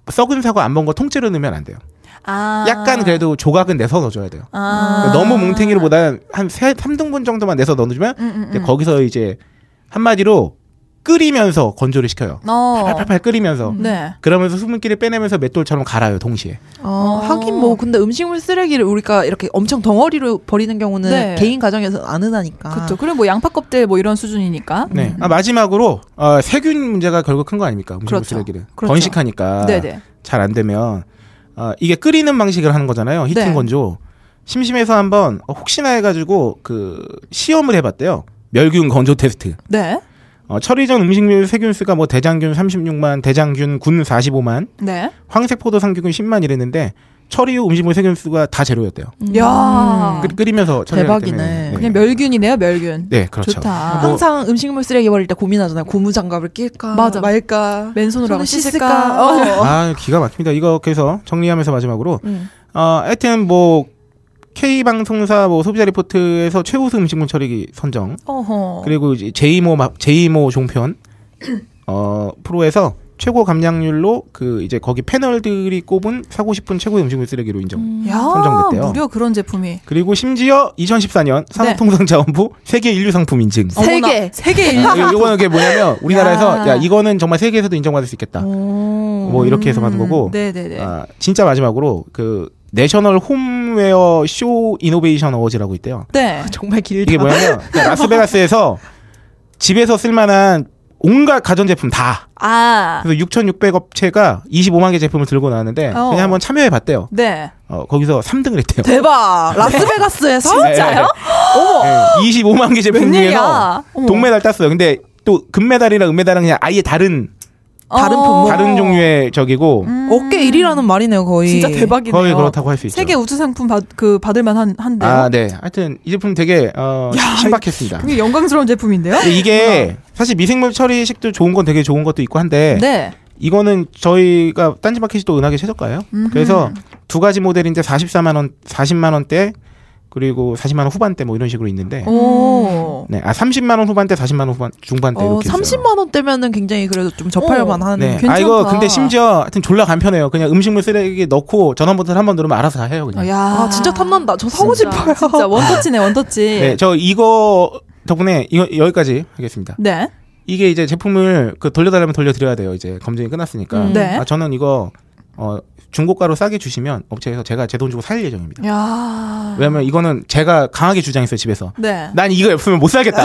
[SPEAKER 5] 썩은 사과 안 먹은 거 통째로 넣으면 안 돼요
[SPEAKER 4] 아
[SPEAKER 5] 약간 그래도 조각은 내서 넣어줘야 돼요 그러니까
[SPEAKER 4] 아.
[SPEAKER 5] 너무 뭉탱이로보다는 한 세- 삼등분 정도만 내서 넣어주면
[SPEAKER 4] 음, 음,
[SPEAKER 5] 이제
[SPEAKER 4] 음.
[SPEAKER 5] 거기서 이제 한마디로 끓이면서 건조를 시켜요
[SPEAKER 4] 어.
[SPEAKER 5] 팔팔팔 끓이면서
[SPEAKER 4] 네.
[SPEAKER 5] 그러면서 수분기를 빼내면서 맷돌처럼 갈아요 동시에
[SPEAKER 7] 어, 하긴 뭐 근데 음식물 쓰레기를 우리가 이렇게 엄청 덩어리로 버리는 경우는
[SPEAKER 4] 네.
[SPEAKER 7] 개인 가정에서 안 흔하니까.
[SPEAKER 4] 그렇죠. 그리고 뭐 양파 껍질 뭐 이런 수준이니까.
[SPEAKER 5] 네 아, 마지막으로 어, 세균 문제가 결국 큰 거 아닙니까 음식물
[SPEAKER 4] 음. 그렇죠.
[SPEAKER 5] 쓰레기를
[SPEAKER 4] 그렇죠.
[SPEAKER 5] 번식하니까
[SPEAKER 4] 네네.
[SPEAKER 5] 잘 안 되면 어, 이게 끓이는 방식을 하는 거잖아요 히팅
[SPEAKER 4] 네.
[SPEAKER 5] 건조 심심해서 한번 어, 혹시나 해가지고 그 시험을 해봤대요 멸균 건조 테스트
[SPEAKER 4] 네.
[SPEAKER 5] 어, 어, 처리 전 음식물 세균수가 뭐 대장균 36만, 대장균 군 45만,
[SPEAKER 4] 네.
[SPEAKER 5] 황색 포도 상균 10만 이랬는데 처리 후 음식물 세균수가 다 제로였대요.
[SPEAKER 7] 음.
[SPEAKER 4] 야
[SPEAKER 7] 그
[SPEAKER 5] 끓- 끓이면서 처리하기
[SPEAKER 7] 대박이네.
[SPEAKER 5] 때문에. 네.
[SPEAKER 4] 아. 그냥 멸균이네요, 멸균.
[SPEAKER 5] 네, 그렇죠.
[SPEAKER 4] 좋다.
[SPEAKER 5] 뭐-
[SPEAKER 7] 항상 음식물 쓰레기 버릴 때 고민하잖아요. 고무장갑을 낄까
[SPEAKER 4] 맞아.
[SPEAKER 7] 말까.
[SPEAKER 4] 맨손으로 하고
[SPEAKER 7] 손을
[SPEAKER 4] 씻을까?
[SPEAKER 7] 씻을까? 어.
[SPEAKER 5] 아, 기가 막힙니다. 이거 그래서 정리하면서 마지막으로
[SPEAKER 7] 음.
[SPEAKER 5] 어, 하여튼 뭐 K 방송사 뭐 소비자 리포트에서 최우수 음식물 처리기 선정
[SPEAKER 4] 어허.
[SPEAKER 5] 그리고 이제 제이모 마- 제이모 종편 어 프로에서 최고 감량률로 그 이제 거기 패널들이 꼽은 사고 싶은 최고의 음식물 쓰레기로 인정.
[SPEAKER 4] 야,
[SPEAKER 5] 선정됐대요.
[SPEAKER 4] 무려 그런 제품이.
[SPEAKER 5] 그리고 심지어 2014년 산업통상자원부 세계 인류 상품 인증.
[SPEAKER 7] 세
[SPEAKER 4] 네. 어머나,
[SPEAKER 7] 개.
[SPEAKER 4] 세 개. 음.
[SPEAKER 5] 이- 이거는 그게 뭐냐면 우리나라에서
[SPEAKER 4] 야.
[SPEAKER 5] 야, 이거는 정말 세계에서도 인정받을 수 있겠다. 뭐 이렇게 해서 받은 거고
[SPEAKER 4] 네네네.
[SPEAKER 5] 아, 진짜 마지막으로 그 내셔널 홈웨어 쇼 이노베이션 어워즈라고 있대요.
[SPEAKER 4] 네.
[SPEAKER 7] 정말 길다.
[SPEAKER 5] 이게 뭐냐면 그러니까 라스베가스에서 집에서 쓸만한 온갖 가전제품 다
[SPEAKER 4] 아.
[SPEAKER 5] 그래서 6,600 업체가 25만 개 제품을 들고 나왔는데
[SPEAKER 4] 어.
[SPEAKER 5] 그냥 한번 참여해 봤대요.
[SPEAKER 4] 네.
[SPEAKER 5] 어, 거기서 3등을 했대요.
[SPEAKER 7] 대박. 라스베가스에서
[SPEAKER 5] 진짜요? 네, 25만 개 제품 중에서
[SPEAKER 4] 웬일이야? 어머.
[SPEAKER 5] 동메달 땄어요. 근데 또 금메달이랑 은메달은 그냥 아예 다른
[SPEAKER 7] 다른
[SPEAKER 4] 어. 음,
[SPEAKER 7] 품목.
[SPEAKER 5] 다른 종류의 적이고
[SPEAKER 7] 어깨 1위라는 말이네요, 거의.
[SPEAKER 4] 진짜 대박이네요.
[SPEAKER 5] 거의 그렇다고 할 수 있죠.
[SPEAKER 4] 세계 우수 상품 받, 그 받을만 한 한데.
[SPEAKER 5] 아, 네. 하여튼 이 제품 되게 어, 신박했습니다.
[SPEAKER 4] 그게 영광스러운 제품인데요.
[SPEAKER 5] 근데 이게 사실 미생물 처리식도 좋은 건 되게 좋은 것도 있고 한데
[SPEAKER 4] 네.
[SPEAKER 5] 이거는 저희가 딴지마켓이 또 은하계 최저가예요. 그래서 두 가지 모델인데 44만 원, 40만 원대 그리고 40만 원 후반대 뭐 이런 식으로
[SPEAKER 4] 어.
[SPEAKER 5] 있는데
[SPEAKER 4] 오.
[SPEAKER 5] 네, 아 30만 원 후반대, 40만 원 후반 중반대
[SPEAKER 7] 어,
[SPEAKER 5] 이렇게 있어요.
[SPEAKER 7] 30만 원대면은 굉장히 그래도 좀 접할만
[SPEAKER 4] 어.
[SPEAKER 7] 한.
[SPEAKER 5] 네.
[SPEAKER 4] 괜찮다.
[SPEAKER 5] 아 이거 근데 심지어 하여튼 졸라 간편해요. 그냥 음식물 쓰레기 넣고 전원 버튼 한 번 누르면 알아서 다 해요, 그냥.
[SPEAKER 4] 어, 야.
[SPEAKER 7] 아, 진짜 탐난다. 저 사고
[SPEAKER 4] 진짜,
[SPEAKER 7] 싶어요.
[SPEAKER 4] 진짜 원터치네, 원터치.
[SPEAKER 5] 네, 저 이거 덕분에 이거 여기까지 하겠습니다.
[SPEAKER 4] 네.
[SPEAKER 5] 이게 이제 제품을 그 돌려달라면 돌려드려야 돼요. 이제 검증이 끝났으니까.
[SPEAKER 7] 음.
[SPEAKER 4] 네.
[SPEAKER 5] 아, 저는 이거 어, 중고가로 싸게 주시면 업체에서 제가 제 돈 주고 살 예정입니다.
[SPEAKER 4] 야.
[SPEAKER 5] 왜냐면 이거는 제가 강하게 주장했어요 집에서.
[SPEAKER 4] 네. 아,
[SPEAKER 5] 난 이거 없으면 못 살겠다.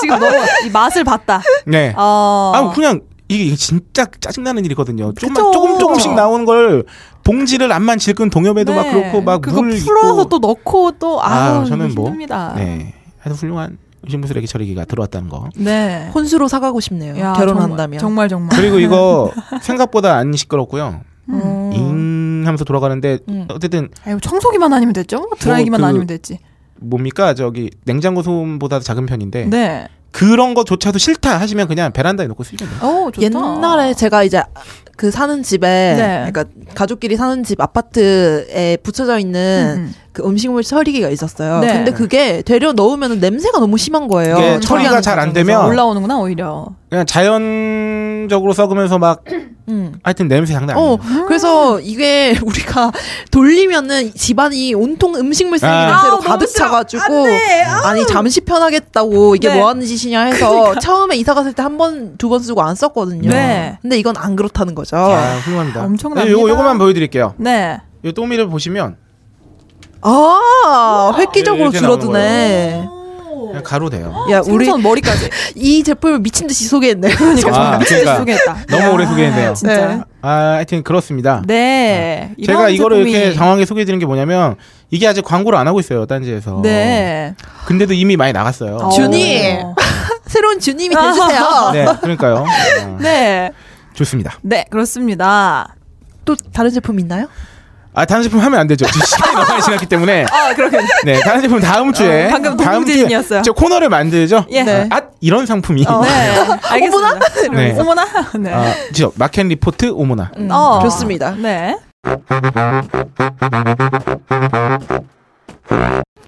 [SPEAKER 4] 지금 너무 이 맛을 봤다.
[SPEAKER 5] 네.
[SPEAKER 4] 어.
[SPEAKER 5] 아 그냥 이게 이게 진짜 짜증나는 일이거든요.
[SPEAKER 4] 그쵸.
[SPEAKER 5] 조금만 조금 조금씩 나오는 걸 봉지를 안만 질끈 동엽에도 막 그렇고
[SPEAKER 4] 네. 그거
[SPEAKER 5] 막물
[SPEAKER 4] 풀어서 또 넣고 또 아우
[SPEAKER 5] 아, 저는 뭐-
[SPEAKER 4] 힘듭니다.
[SPEAKER 5] 네. 하여튼 훌륭한 음식물 쓰레기 처리기가 들어왔다는 거.
[SPEAKER 4] 네.
[SPEAKER 7] 혼수로 사가고 싶네요.
[SPEAKER 4] 야,
[SPEAKER 7] 결혼한다면.
[SPEAKER 4] 정말 정말. 정말.
[SPEAKER 5] 그리고 이거 생각보다 안 시끄럽고요.
[SPEAKER 7] 음.
[SPEAKER 5] 잉 하면서 돌아가는데
[SPEAKER 7] 음.
[SPEAKER 5] 어쨌든
[SPEAKER 4] 아유, 청소기만 아니면 됐죠? 드라이기만
[SPEAKER 5] 그-
[SPEAKER 4] 아니면 됐지.
[SPEAKER 5] 뭡니까 저기 냉장고 소음보다 작은 편인데
[SPEAKER 4] 네.
[SPEAKER 5] 그런 거조차도 싫다 하시면 그냥 베란다에 놓고 쓰시면 돼요.
[SPEAKER 4] 오, 좋다.
[SPEAKER 7] 옛날에 제가 이제 그 사는 집에
[SPEAKER 4] 네.
[SPEAKER 7] 그러니까 가족끼리 사는 집 아파트에 붙여져 있는
[SPEAKER 4] 음, 음.
[SPEAKER 7] 그 음식물 처리기가 있었어요.
[SPEAKER 4] 네.
[SPEAKER 7] 근데 그게 되려 넣으면 냄새가 너무 심한 거예요.
[SPEAKER 5] 이게 처리가 잘 안 되면
[SPEAKER 4] 올라오는구나 오히려.
[SPEAKER 5] 그냥 자연적으로 썩으면서 막
[SPEAKER 7] 음.
[SPEAKER 5] 하여튼 냄새 장난 아니에요.
[SPEAKER 7] 어, 그래서 이게 우리가 돌리면은 집안이 온통 음식물 쓰레기
[SPEAKER 5] 아.
[SPEAKER 7] 냄새로
[SPEAKER 4] 아우,
[SPEAKER 7] 가득
[SPEAKER 4] 너무 싫어.
[SPEAKER 7] 차가지고
[SPEAKER 4] 음.
[SPEAKER 7] 아니 잠시 편하겠다고 이게
[SPEAKER 4] 네. 그러니까.
[SPEAKER 7] 뭐 하는 짓이냐 해서 처음에 이사 갔을 때 한 번 두 번 쓰고 안 썼거든요.
[SPEAKER 4] 네.
[SPEAKER 7] 근데 이건 안 그렇다는 거죠.
[SPEAKER 5] 아, 훌륭합니다.
[SPEAKER 4] 엄청납니다.
[SPEAKER 5] 네, 요거 요거만 보여드릴게요.
[SPEAKER 4] 네.
[SPEAKER 5] 요 또미를 보시면
[SPEAKER 7] 아, 획기적으로
[SPEAKER 5] 이렇게 나오는
[SPEAKER 7] 줄어드네.
[SPEAKER 5] 그냥 가로
[SPEAKER 4] 어.
[SPEAKER 5] 돼요.
[SPEAKER 7] 야, 우리
[SPEAKER 4] 우리 머리까지.
[SPEAKER 7] 아, 이 제품을 미친 듯이 소개했네요.
[SPEAKER 5] 아, 그러니까
[SPEAKER 4] 소개했다.
[SPEAKER 5] 너무 오래 소개했네요.
[SPEAKER 4] 진짜.
[SPEAKER 5] 아, 하여튼 그렇습니다.
[SPEAKER 4] 네. 이런
[SPEAKER 5] 제가 이거를
[SPEAKER 4] 제품이-
[SPEAKER 5] 이렇게 당황하게 소개해드리는 게 뭐냐면 이게 아직 광고를 안 하고 있어요, 딴지에서.
[SPEAKER 4] 네.
[SPEAKER 5] 근데도 이미 많이 나갔어요.
[SPEAKER 7] 준이.
[SPEAKER 4] 어.
[SPEAKER 7] 새로운 주님이 돼주세요.
[SPEAKER 5] 네, 그러니까요. 아,
[SPEAKER 4] 네.
[SPEAKER 5] 좋습니다.
[SPEAKER 4] 네, 그렇습니다.
[SPEAKER 7] 또 다른 제품 있나요?
[SPEAKER 5] 아, 다른 제품 하면 안 되죠. 지금 시간이 너무 많이 지났기 때문에.
[SPEAKER 4] 아, 그렇군요.
[SPEAKER 5] 네, 다른 제품 다음 주에.
[SPEAKER 4] 어, 방금
[SPEAKER 5] 다음 주에
[SPEAKER 4] 동공지진이었어요.
[SPEAKER 5] 저 코너를 만들죠.
[SPEAKER 4] 예. 네.
[SPEAKER 5] 아, 이런 상품이.
[SPEAKER 4] 네. 알겠습니다.
[SPEAKER 5] 네.
[SPEAKER 4] 어머나. 네.
[SPEAKER 5] 아, 저 마켓 리포트 오모나.
[SPEAKER 4] 어.
[SPEAKER 7] 좋습니다.
[SPEAKER 4] 네.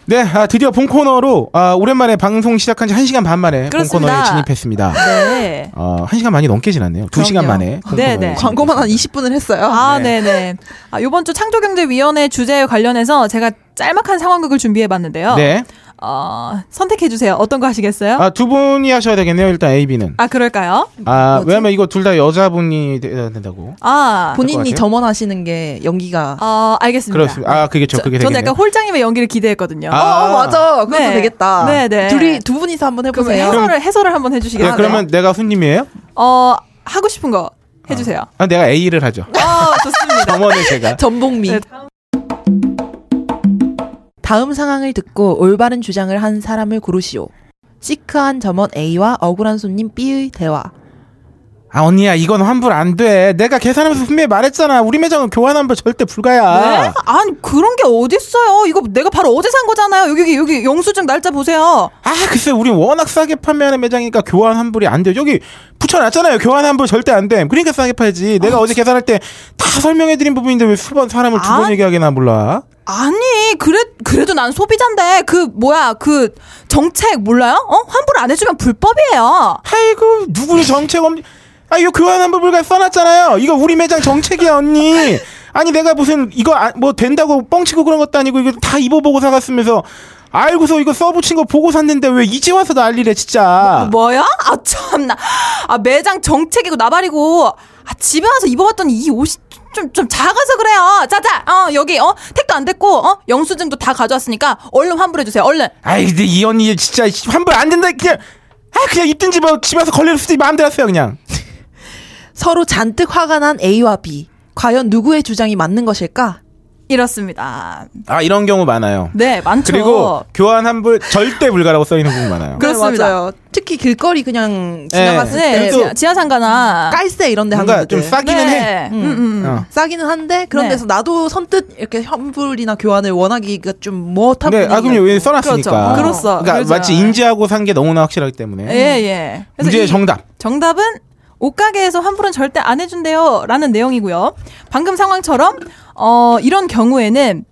[SPEAKER 5] 네, 아, 드디어 본 코너로 아, 오랜만에 방송 시작한 지 1시간 반 만에 본
[SPEAKER 4] 그렇습니다.
[SPEAKER 5] 코너에 진입했습니다.
[SPEAKER 4] 네.
[SPEAKER 5] 어, 1시간 많이 넘게 지났네요. 2시간
[SPEAKER 7] 그럼요.
[SPEAKER 5] 만에 본
[SPEAKER 4] 네,
[SPEAKER 5] 코너에
[SPEAKER 4] 네.
[SPEAKER 7] 광고만 한 20분을 했어요.
[SPEAKER 4] 아,
[SPEAKER 5] 네.
[SPEAKER 4] 네, 네. 아, 요번 주 창조경제위원회 주제에 관련해서 제가 짤막한 상황극을 준비해 봤는데요.
[SPEAKER 5] 네.
[SPEAKER 4] 어, 선택해 주세요. 어떤 거 하시겠어요? 아,
[SPEAKER 5] 아, 두 분이 하셔야 되겠네요. 일단 AB는.
[SPEAKER 4] 그럴까요?
[SPEAKER 5] 아, 왜냐면 이거 둘 다 여자분이 돼야 된다고.
[SPEAKER 4] 아.
[SPEAKER 5] 될것
[SPEAKER 7] 본인이
[SPEAKER 5] 같아요.
[SPEAKER 7] 점원하시는 게 연기가
[SPEAKER 4] 어, 알겠습니다.
[SPEAKER 5] 그렇습니다. 아, 그게 저,
[SPEAKER 4] 저,
[SPEAKER 5] 그게
[SPEAKER 4] 저는
[SPEAKER 5] 되겠네요.
[SPEAKER 4] 약간 홀장님의 연기를 기대했거든요.
[SPEAKER 5] 아,
[SPEAKER 7] 어, 맞아. 그것도
[SPEAKER 4] 네.
[SPEAKER 7] 되겠다.
[SPEAKER 4] 네, 네.
[SPEAKER 7] 둘이 두 분이서 한번
[SPEAKER 4] 그럼
[SPEAKER 7] 해보세요.
[SPEAKER 4] 해설을 해설을 한번 해주시겠어요?
[SPEAKER 5] 네, 그러면 내가 손님이에요?
[SPEAKER 4] 어 하고 싶은 거 해주세요.
[SPEAKER 5] 아, 내가 A를 하죠.
[SPEAKER 4] 아 좋습니다.
[SPEAKER 5] 점원을 제가.
[SPEAKER 7] 전복미.
[SPEAKER 4] 네.
[SPEAKER 7] 다음 상황을 듣고 올바른 주장을 한 사람을 고르시오. 시크한 점원 A와 억울한 손님 B의 대화.
[SPEAKER 5] 아 언니야 이건 환불 안 돼 내가 계산하면서 분명히 말했잖아 우리 매장은 교환 환불 절대 불가야
[SPEAKER 4] 네? 아니 그런 게 어딨어요 이거 내가 바로 어제 산 거잖아요 여기 여기, 여기 영수증 날짜 보세요
[SPEAKER 5] 아 글쎄 우린 워낙 싸게 판매하는 매장이니까 교환 환불이 안 돼 여기 붙여놨잖아요 교환 환불 절대 안 돼 그러니까 싸게 팔지 내가 어제 계산할 때 다 설명해드린 부분인데 왜 수번 사람을 두 번
[SPEAKER 4] 아.
[SPEAKER 5] 얘기하게나 몰라
[SPEAKER 4] 아니 그래 그래도 난 소비자인데 그 뭐야 그 정책 몰라요? 어 환불 안 해주면 불법이에요.
[SPEAKER 5] 아이고 누구를 정책 없니 아 이거 교환 환불 불가 써놨잖아요 이거 우리 매장 정책이야 언니 아니 내가 무슨 이거 아- 뭐 된다고 뻥치고 그런 것도 아니고 이거 다 입어보고 사갔으면서 알고서 이거 써붙인 거 보고 샀는데 왜 이제 와서 난리래 진짜
[SPEAKER 4] 뭐야? 아 참나 아 매장 정책이고 나발이고 아 집에 와서 입어봤더니 이 옷이 좀 좀 작아서 그래요. 자자 어 여기 어 택도 안 됐고 어 영수증도 다 가져왔으니까 얼른 환불해 주세요. 얼른.
[SPEAKER 5] 아이 근데 이 언니 진짜 환불 안 된다 그냥 아 그냥 입든지 뭐 집에서 걸릴 수도 마음대로 했어요 그냥
[SPEAKER 7] 서로 잔뜩 화가 난 A와 B. 과연 누구의 주장이 맞는 것일까?
[SPEAKER 4] 이렇습니다.
[SPEAKER 5] 아 이런 경우 많아요
[SPEAKER 4] 네 많죠.
[SPEAKER 5] 그리고 교환 환불 절대 불가라고 써있는 부분 많아요
[SPEAKER 4] 그렇습니다.
[SPEAKER 7] 네, 맞아요. 특히 길거리 그냥 지나갔을
[SPEAKER 4] 네
[SPEAKER 7] 때
[SPEAKER 5] 그래도-
[SPEAKER 4] 지하- 지하상가나
[SPEAKER 7] 깔세 이런 데 하는
[SPEAKER 5] 예. 뭔가 좀
[SPEAKER 7] 것들
[SPEAKER 5] 싸기는 해
[SPEAKER 4] 네. 음, 음.
[SPEAKER 5] 어.
[SPEAKER 7] 싸기는 한데 그런
[SPEAKER 4] 네.
[SPEAKER 7] 데서 나도 선뜻 이렇게 환불이나 교환을 원하기가 좀 뭐타
[SPEAKER 5] 네, 아 그럼 왜 써놨으니까.
[SPEAKER 4] 그렇죠. 그렇소.
[SPEAKER 5] 그러니까
[SPEAKER 4] 그렇죠.
[SPEAKER 5] 마치 인지하고 산 게 너무나 확실하기 때문에.
[SPEAKER 4] 예, 예. 그래서
[SPEAKER 5] 문제의
[SPEAKER 4] 이
[SPEAKER 5] 정답.
[SPEAKER 4] 정답은 옷가게에서 환불은 절대 안 해준대요. 라는 내용이고요. 방금 상황처럼, 어, 이런 경우에는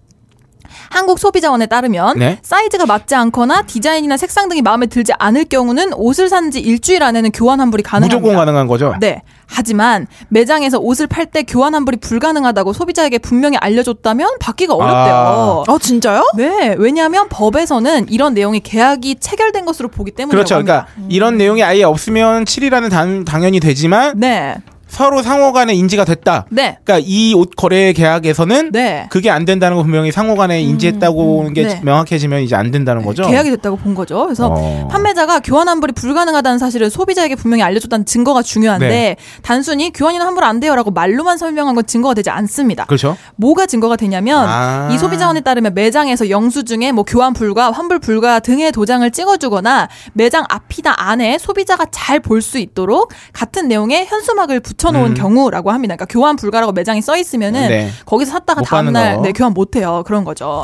[SPEAKER 4] 한국소비자원에 따르면
[SPEAKER 5] 네.
[SPEAKER 4] 사이즈가 맞지 않거나 디자인이나 색상 등이 마음에 들지 않을 경우는 옷을 산 지 일주일 안에는 교환 환불이 가능합니다.
[SPEAKER 5] 무조건 가능한 거죠.
[SPEAKER 4] 네. 하지만 매장에서 옷을 팔 때 교환 환불이 불가능하다고 소비자에게 분명히 알려줬다면 받기가 어렵대요.
[SPEAKER 7] 아 진짜요?
[SPEAKER 4] 네. 왜냐하면 법에서는 이런 내용이 계약이 체결된 것으로 보기 때문에
[SPEAKER 5] 그렇죠. 그러니까
[SPEAKER 4] 음.
[SPEAKER 5] 이런 내용이 아예 없으면 7이라는 단, 당연히 되지만
[SPEAKER 4] 네.
[SPEAKER 5] 서로 상호 간에 인지가 됐다.
[SPEAKER 4] 네.
[SPEAKER 5] 그러니까 이 옷 거래 계약에서는
[SPEAKER 4] 네. 음,
[SPEAKER 5] 그게 안 된다는 거 분명히 상호 간에 인지했다고 하는 게
[SPEAKER 4] 네.
[SPEAKER 5] 명확해지면 이제 안 된다는 거죠.
[SPEAKER 4] 계약이 됐다고 본 거죠. 그래서
[SPEAKER 5] 어.
[SPEAKER 4] 판매자가 교환 환불이 불가능하다는 사실을 소비자에게 분명히 알려줬다는 증거가 중요한데
[SPEAKER 5] 네.
[SPEAKER 4] 단순히 교환이나 환불 안 돼요라고 말로만 설명한 건 증거가 되지 않습니다.
[SPEAKER 5] 그렇죠.
[SPEAKER 4] 뭐가 증거가 되냐면
[SPEAKER 5] 아.
[SPEAKER 4] 이 소비자원에 따르면 매장에서 영수증에 뭐 교환 불가, 환불 불가 등의 도장을 찍어주거나 매장 앞이나 안에 소비자가 잘 볼 수 있도록 같은 내용의 현수막을 붙여놓은 경우라고 합니다. 그러니까 교환 불가라고 매장이 써 있으면은
[SPEAKER 5] 음. 네.
[SPEAKER 4] 거기서 샀다가
[SPEAKER 5] 못 파는
[SPEAKER 4] 다음날
[SPEAKER 5] 거.
[SPEAKER 4] 네, 교환 못해요. 그런 거죠.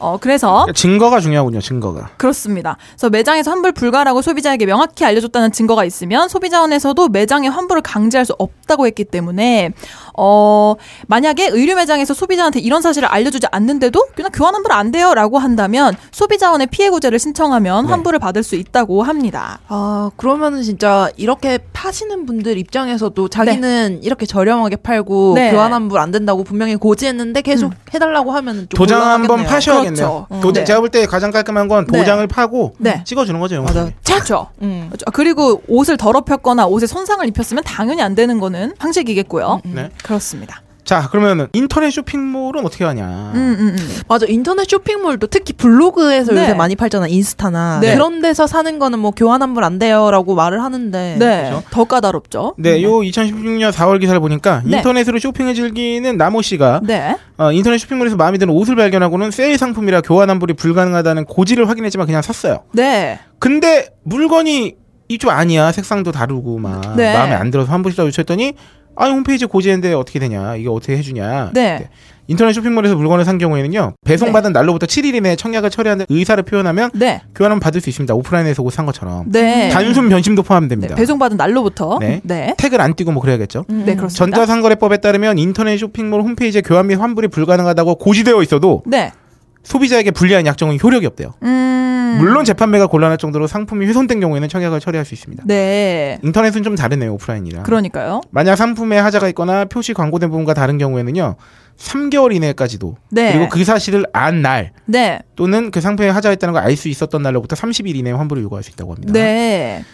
[SPEAKER 4] 어 그래서
[SPEAKER 5] 그러니까 증거가 중요하군요. 증거가.
[SPEAKER 4] 그렇습니다. 그래서 매장에서 환불 불가라고 소비자에게 명확히 알려줬다는 증거가 있으면 소비자원에서도 매장의 환불을 강제할 수 없다고 했기 때문에 어 만약에 의류 매장에서 소비자한테 이런 사실을 알려주지 않는데도 그냥 교환 환불 안 돼요라고 한다면 소비자원에 피해 구제를 신청하면
[SPEAKER 5] 네.
[SPEAKER 4] 환불을 받을 수 있다고 합니다.
[SPEAKER 7] 아 그러면은 진짜 이렇게 파시는 분들 입장에서도
[SPEAKER 5] 네.
[SPEAKER 7] 자기는 이렇게 저렴하게 팔고
[SPEAKER 4] 네.
[SPEAKER 7] 교환 환불 안 된다고 분명히 고지했는데 계속 해달라고 하면은 좀
[SPEAKER 5] 음. 도장 한번
[SPEAKER 7] 곤란하겠네요.
[SPEAKER 5] 파셔야겠네요.
[SPEAKER 7] 그렇죠. 음.
[SPEAKER 5] 도장,
[SPEAKER 7] 네.
[SPEAKER 5] 제가 볼 때 가장 깔끔한 건
[SPEAKER 7] 네.
[SPEAKER 5] 도장을 파고
[SPEAKER 4] 네.
[SPEAKER 5] 찍어주는 거죠. 영상.
[SPEAKER 7] 맞아요.
[SPEAKER 4] 그렇죠.
[SPEAKER 7] 음.
[SPEAKER 4] 그리고 옷을 더럽혔거나 옷에 손상을 입혔으면 당연히 안 되는 거는 상식이겠고요.
[SPEAKER 5] 네.
[SPEAKER 4] 그렇습니다.
[SPEAKER 5] 자 그러면 인터넷 쇼핑몰은 어떻게 하냐?
[SPEAKER 4] 음, 음, 음.
[SPEAKER 7] 맞아 인터넷 쇼핑몰도 특히 블로그에서
[SPEAKER 4] 네.
[SPEAKER 7] 요새 많이 팔잖아 인스타나
[SPEAKER 4] 네.
[SPEAKER 7] 그런 데서 사는 거는 뭐 교환 환불 안 돼요라고 말을 하는데
[SPEAKER 4] 네. 더 까다롭죠.
[SPEAKER 5] 네, 요 2016년 4월 기사를 보니까
[SPEAKER 4] 네.
[SPEAKER 5] 인터넷으로 쇼핑을 즐기는 나모 씨가
[SPEAKER 4] 네.
[SPEAKER 5] 어, 인터넷 쇼핑몰에서 마음에 드는 옷을 발견하고는 세일 상품이라 교환 환불이 불가능하다는 고지를 확인했지만 그냥 샀어요.
[SPEAKER 4] 네.
[SPEAKER 5] 근데 물건이 이 좀 아니야. 색상도 다르고 막
[SPEAKER 4] 네.
[SPEAKER 5] 마음에 안 들어서 환불시라고 요청했더니 아 홈페이지 고지했는데 어떻게 되냐? 이거 어떻게 해주냐?
[SPEAKER 4] 네.
[SPEAKER 5] 네. 인터넷 쇼핑몰에서 물건을 산 경우에는요 배송받은 날로부터 7일 이내에 청약을 처리하는 의사를 표현하면
[SPEAKER 4] 네.
[SPEAKER 5] 교환을 받을 수 있습니다. 오프라인에서 옷 산 것처럼
[SPEAKER 4] 네.
[SPEAKER 5] 단순 변심도 포함됩니다.
[SPEAKER 4] 네, 배송받은 날로부터
[SPEAKER 5] 네.
[SPEAKER 4] 네. 네. 음,
[SPEAKER 5] 택을 안 띄고 뭐 그래야겠죠.
[SPEAKER 4] 그렇습니다.
[SPEAKER 5] 전자상거래법에 따르면 인터넷 쇼핑몰 홈페이지에 교환 및 환불이 불가능하다고 고지되어 있어도
[SPEAKER 4] 네.
[SPEAKER 5] 소비자에게 불리한 약정은 효력이 없대요.
[SPEAKER 4] 음.
[SPEAKER 5] 물론 재판매가 곤란할 정도로 상품이 훼손된 경우에는 청약을 처리할 수 있습니다.
[SPEAKER 4] 네.
[SPEAKER 5] 인터넷은 좀 다르네요, 오프라인이랑.
[SPEAKER 4] 그러니까요.
[SPEAKER 5] 만약 상품에 하자가 있거나 표시 광고된 부분과 다른 경우에는요, 3개월 이내까지도
[SPEAKER 4] 네.
[SPEAKER 5] 그리고 그 사실을 안 날
[SPEAKER 4] 네.
[SPEAKER 5] 또는 그 상품에 하자가 있다는 걸 알 수 있었던 날로부터 30일 이내에 환불을 요구할 수 있다고 합니다.
[SPEAKER 4] 네.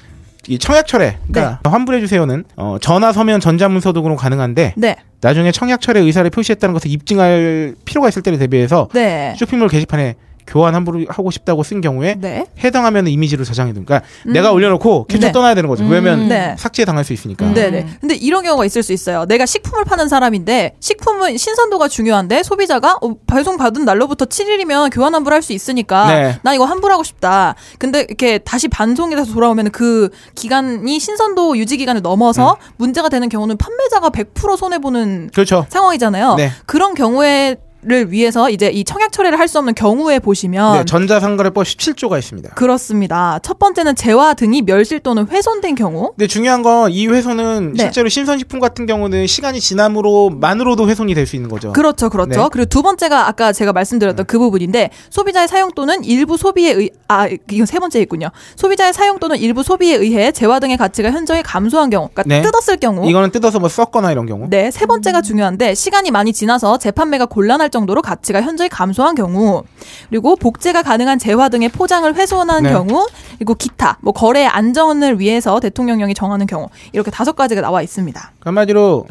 [SPEAKER 5] 이 청약 철회, 그러니까 환불해 주세요는 어, 전화, 서면, 전자문서 등으로 가능한데
[SPEAKER 4] 네.
[SPEAKER 5] 나중에 청약철의 의사를 표시했다는 것을 입증할 필요가 있을 때를 대비해서
[SPEAKER 4] 네. 음.
[SPEAKER 5] 쇼핑몰 게시판에 교환 함부로 하고 싶다고 쓴 경우에
[SPEAKER 7] 네.
[SPEAKER 5] 해당 화면 이미지로 저장해둔 그러니까 내가 올려놓고 캡처
[SPEAKER 7] 네.
[SPEAKER 5] 떠나야 되는 거죠. 왜냐면
[SPEAKER 4] 네.
[SPEAKER 5] 삭제 당할 수 있으니까.
[SPEAKER 4] 네네. 근데 이런 경우가 있을 수 있어요. 내가 식품을 파는 사람인데 식품은 신선도가 중요한데 소비자가 어, 배송 받은 날로부터 7일이면 교환 환불할 수 있으니까
[SPEAKER 5] 네.
[SPEAKER 4] 나 이거 환불하고 싶다. 근데 이렇게 다시 반송이 돼서 돌아오면 그 기간이 신선도 유지 기간을 넘어서
[SPEAKER 5] 음.
[SPEAKER 4] 문제가 되는 경우는 판매자가 100% 손해 보는
[SPEAKER 5] 그렇죠.
[SPEAKER 4] 상황이잖아요.
[SPEAKER 5] 네.
[SPEAKER 4] 그런 경우에 를 위해서 이제 이 청약 처리를 할 수 없는 경우에 보시면
[SPEAKER 5] 네, 전자상거래법 17조가 있습니다.
[SPEAKER 4] 그렇습니다. 첫 번째는 재화 등이 멸실 또는 훼손된 경우.
[SPEAKER 5] 근데 중요한 건 이 훼손은
[SPEAKER 4] 네.
[SPEAKER 5] 실제로 신선식품 같은 경우는 시간이 지남으로 만으로도 훼손이 될 수 있는 거죠.
[SPEAKER 4] 그렇죠, 그렇죠.
[SPEAKER 5] 네.
[SPEAKER 4] 그리고 두 번째가 아까 제가 말씀드렸던 그 부분인데 소비자의 사용 또는 일부 소비에 의, 아 이건 세 번째 있군요. 소비자의 사용 또는 일부 소비에 의해 재화 등의 가치가 현저히 감소한 경우, 그러니까
[SPEAKER 5] 네.
[SPEAKER 4] 뜯었을 경우.
[SPEAKER 5] 이거는 뜯어서 뭐 썼거나 이런 경우.
[SPEAKER 4] 네, 세 번째가 중요한데 시간이 많이 지나서 재판매가 곤란할 정도로 가치가 현저히 감소한 경우, 그리고 복제가 가능한 재화 등의 포장을 훼손한
[SPEAKER 5] 네.
[SPEAKER 4] 경우, 그리고 기타 뭐 거래의 안전을 위해서 대통령령이 정하는 경우 이렇게 다섯 가지가 나와 있습니다.
[SPEAKER 5] 그 한마디로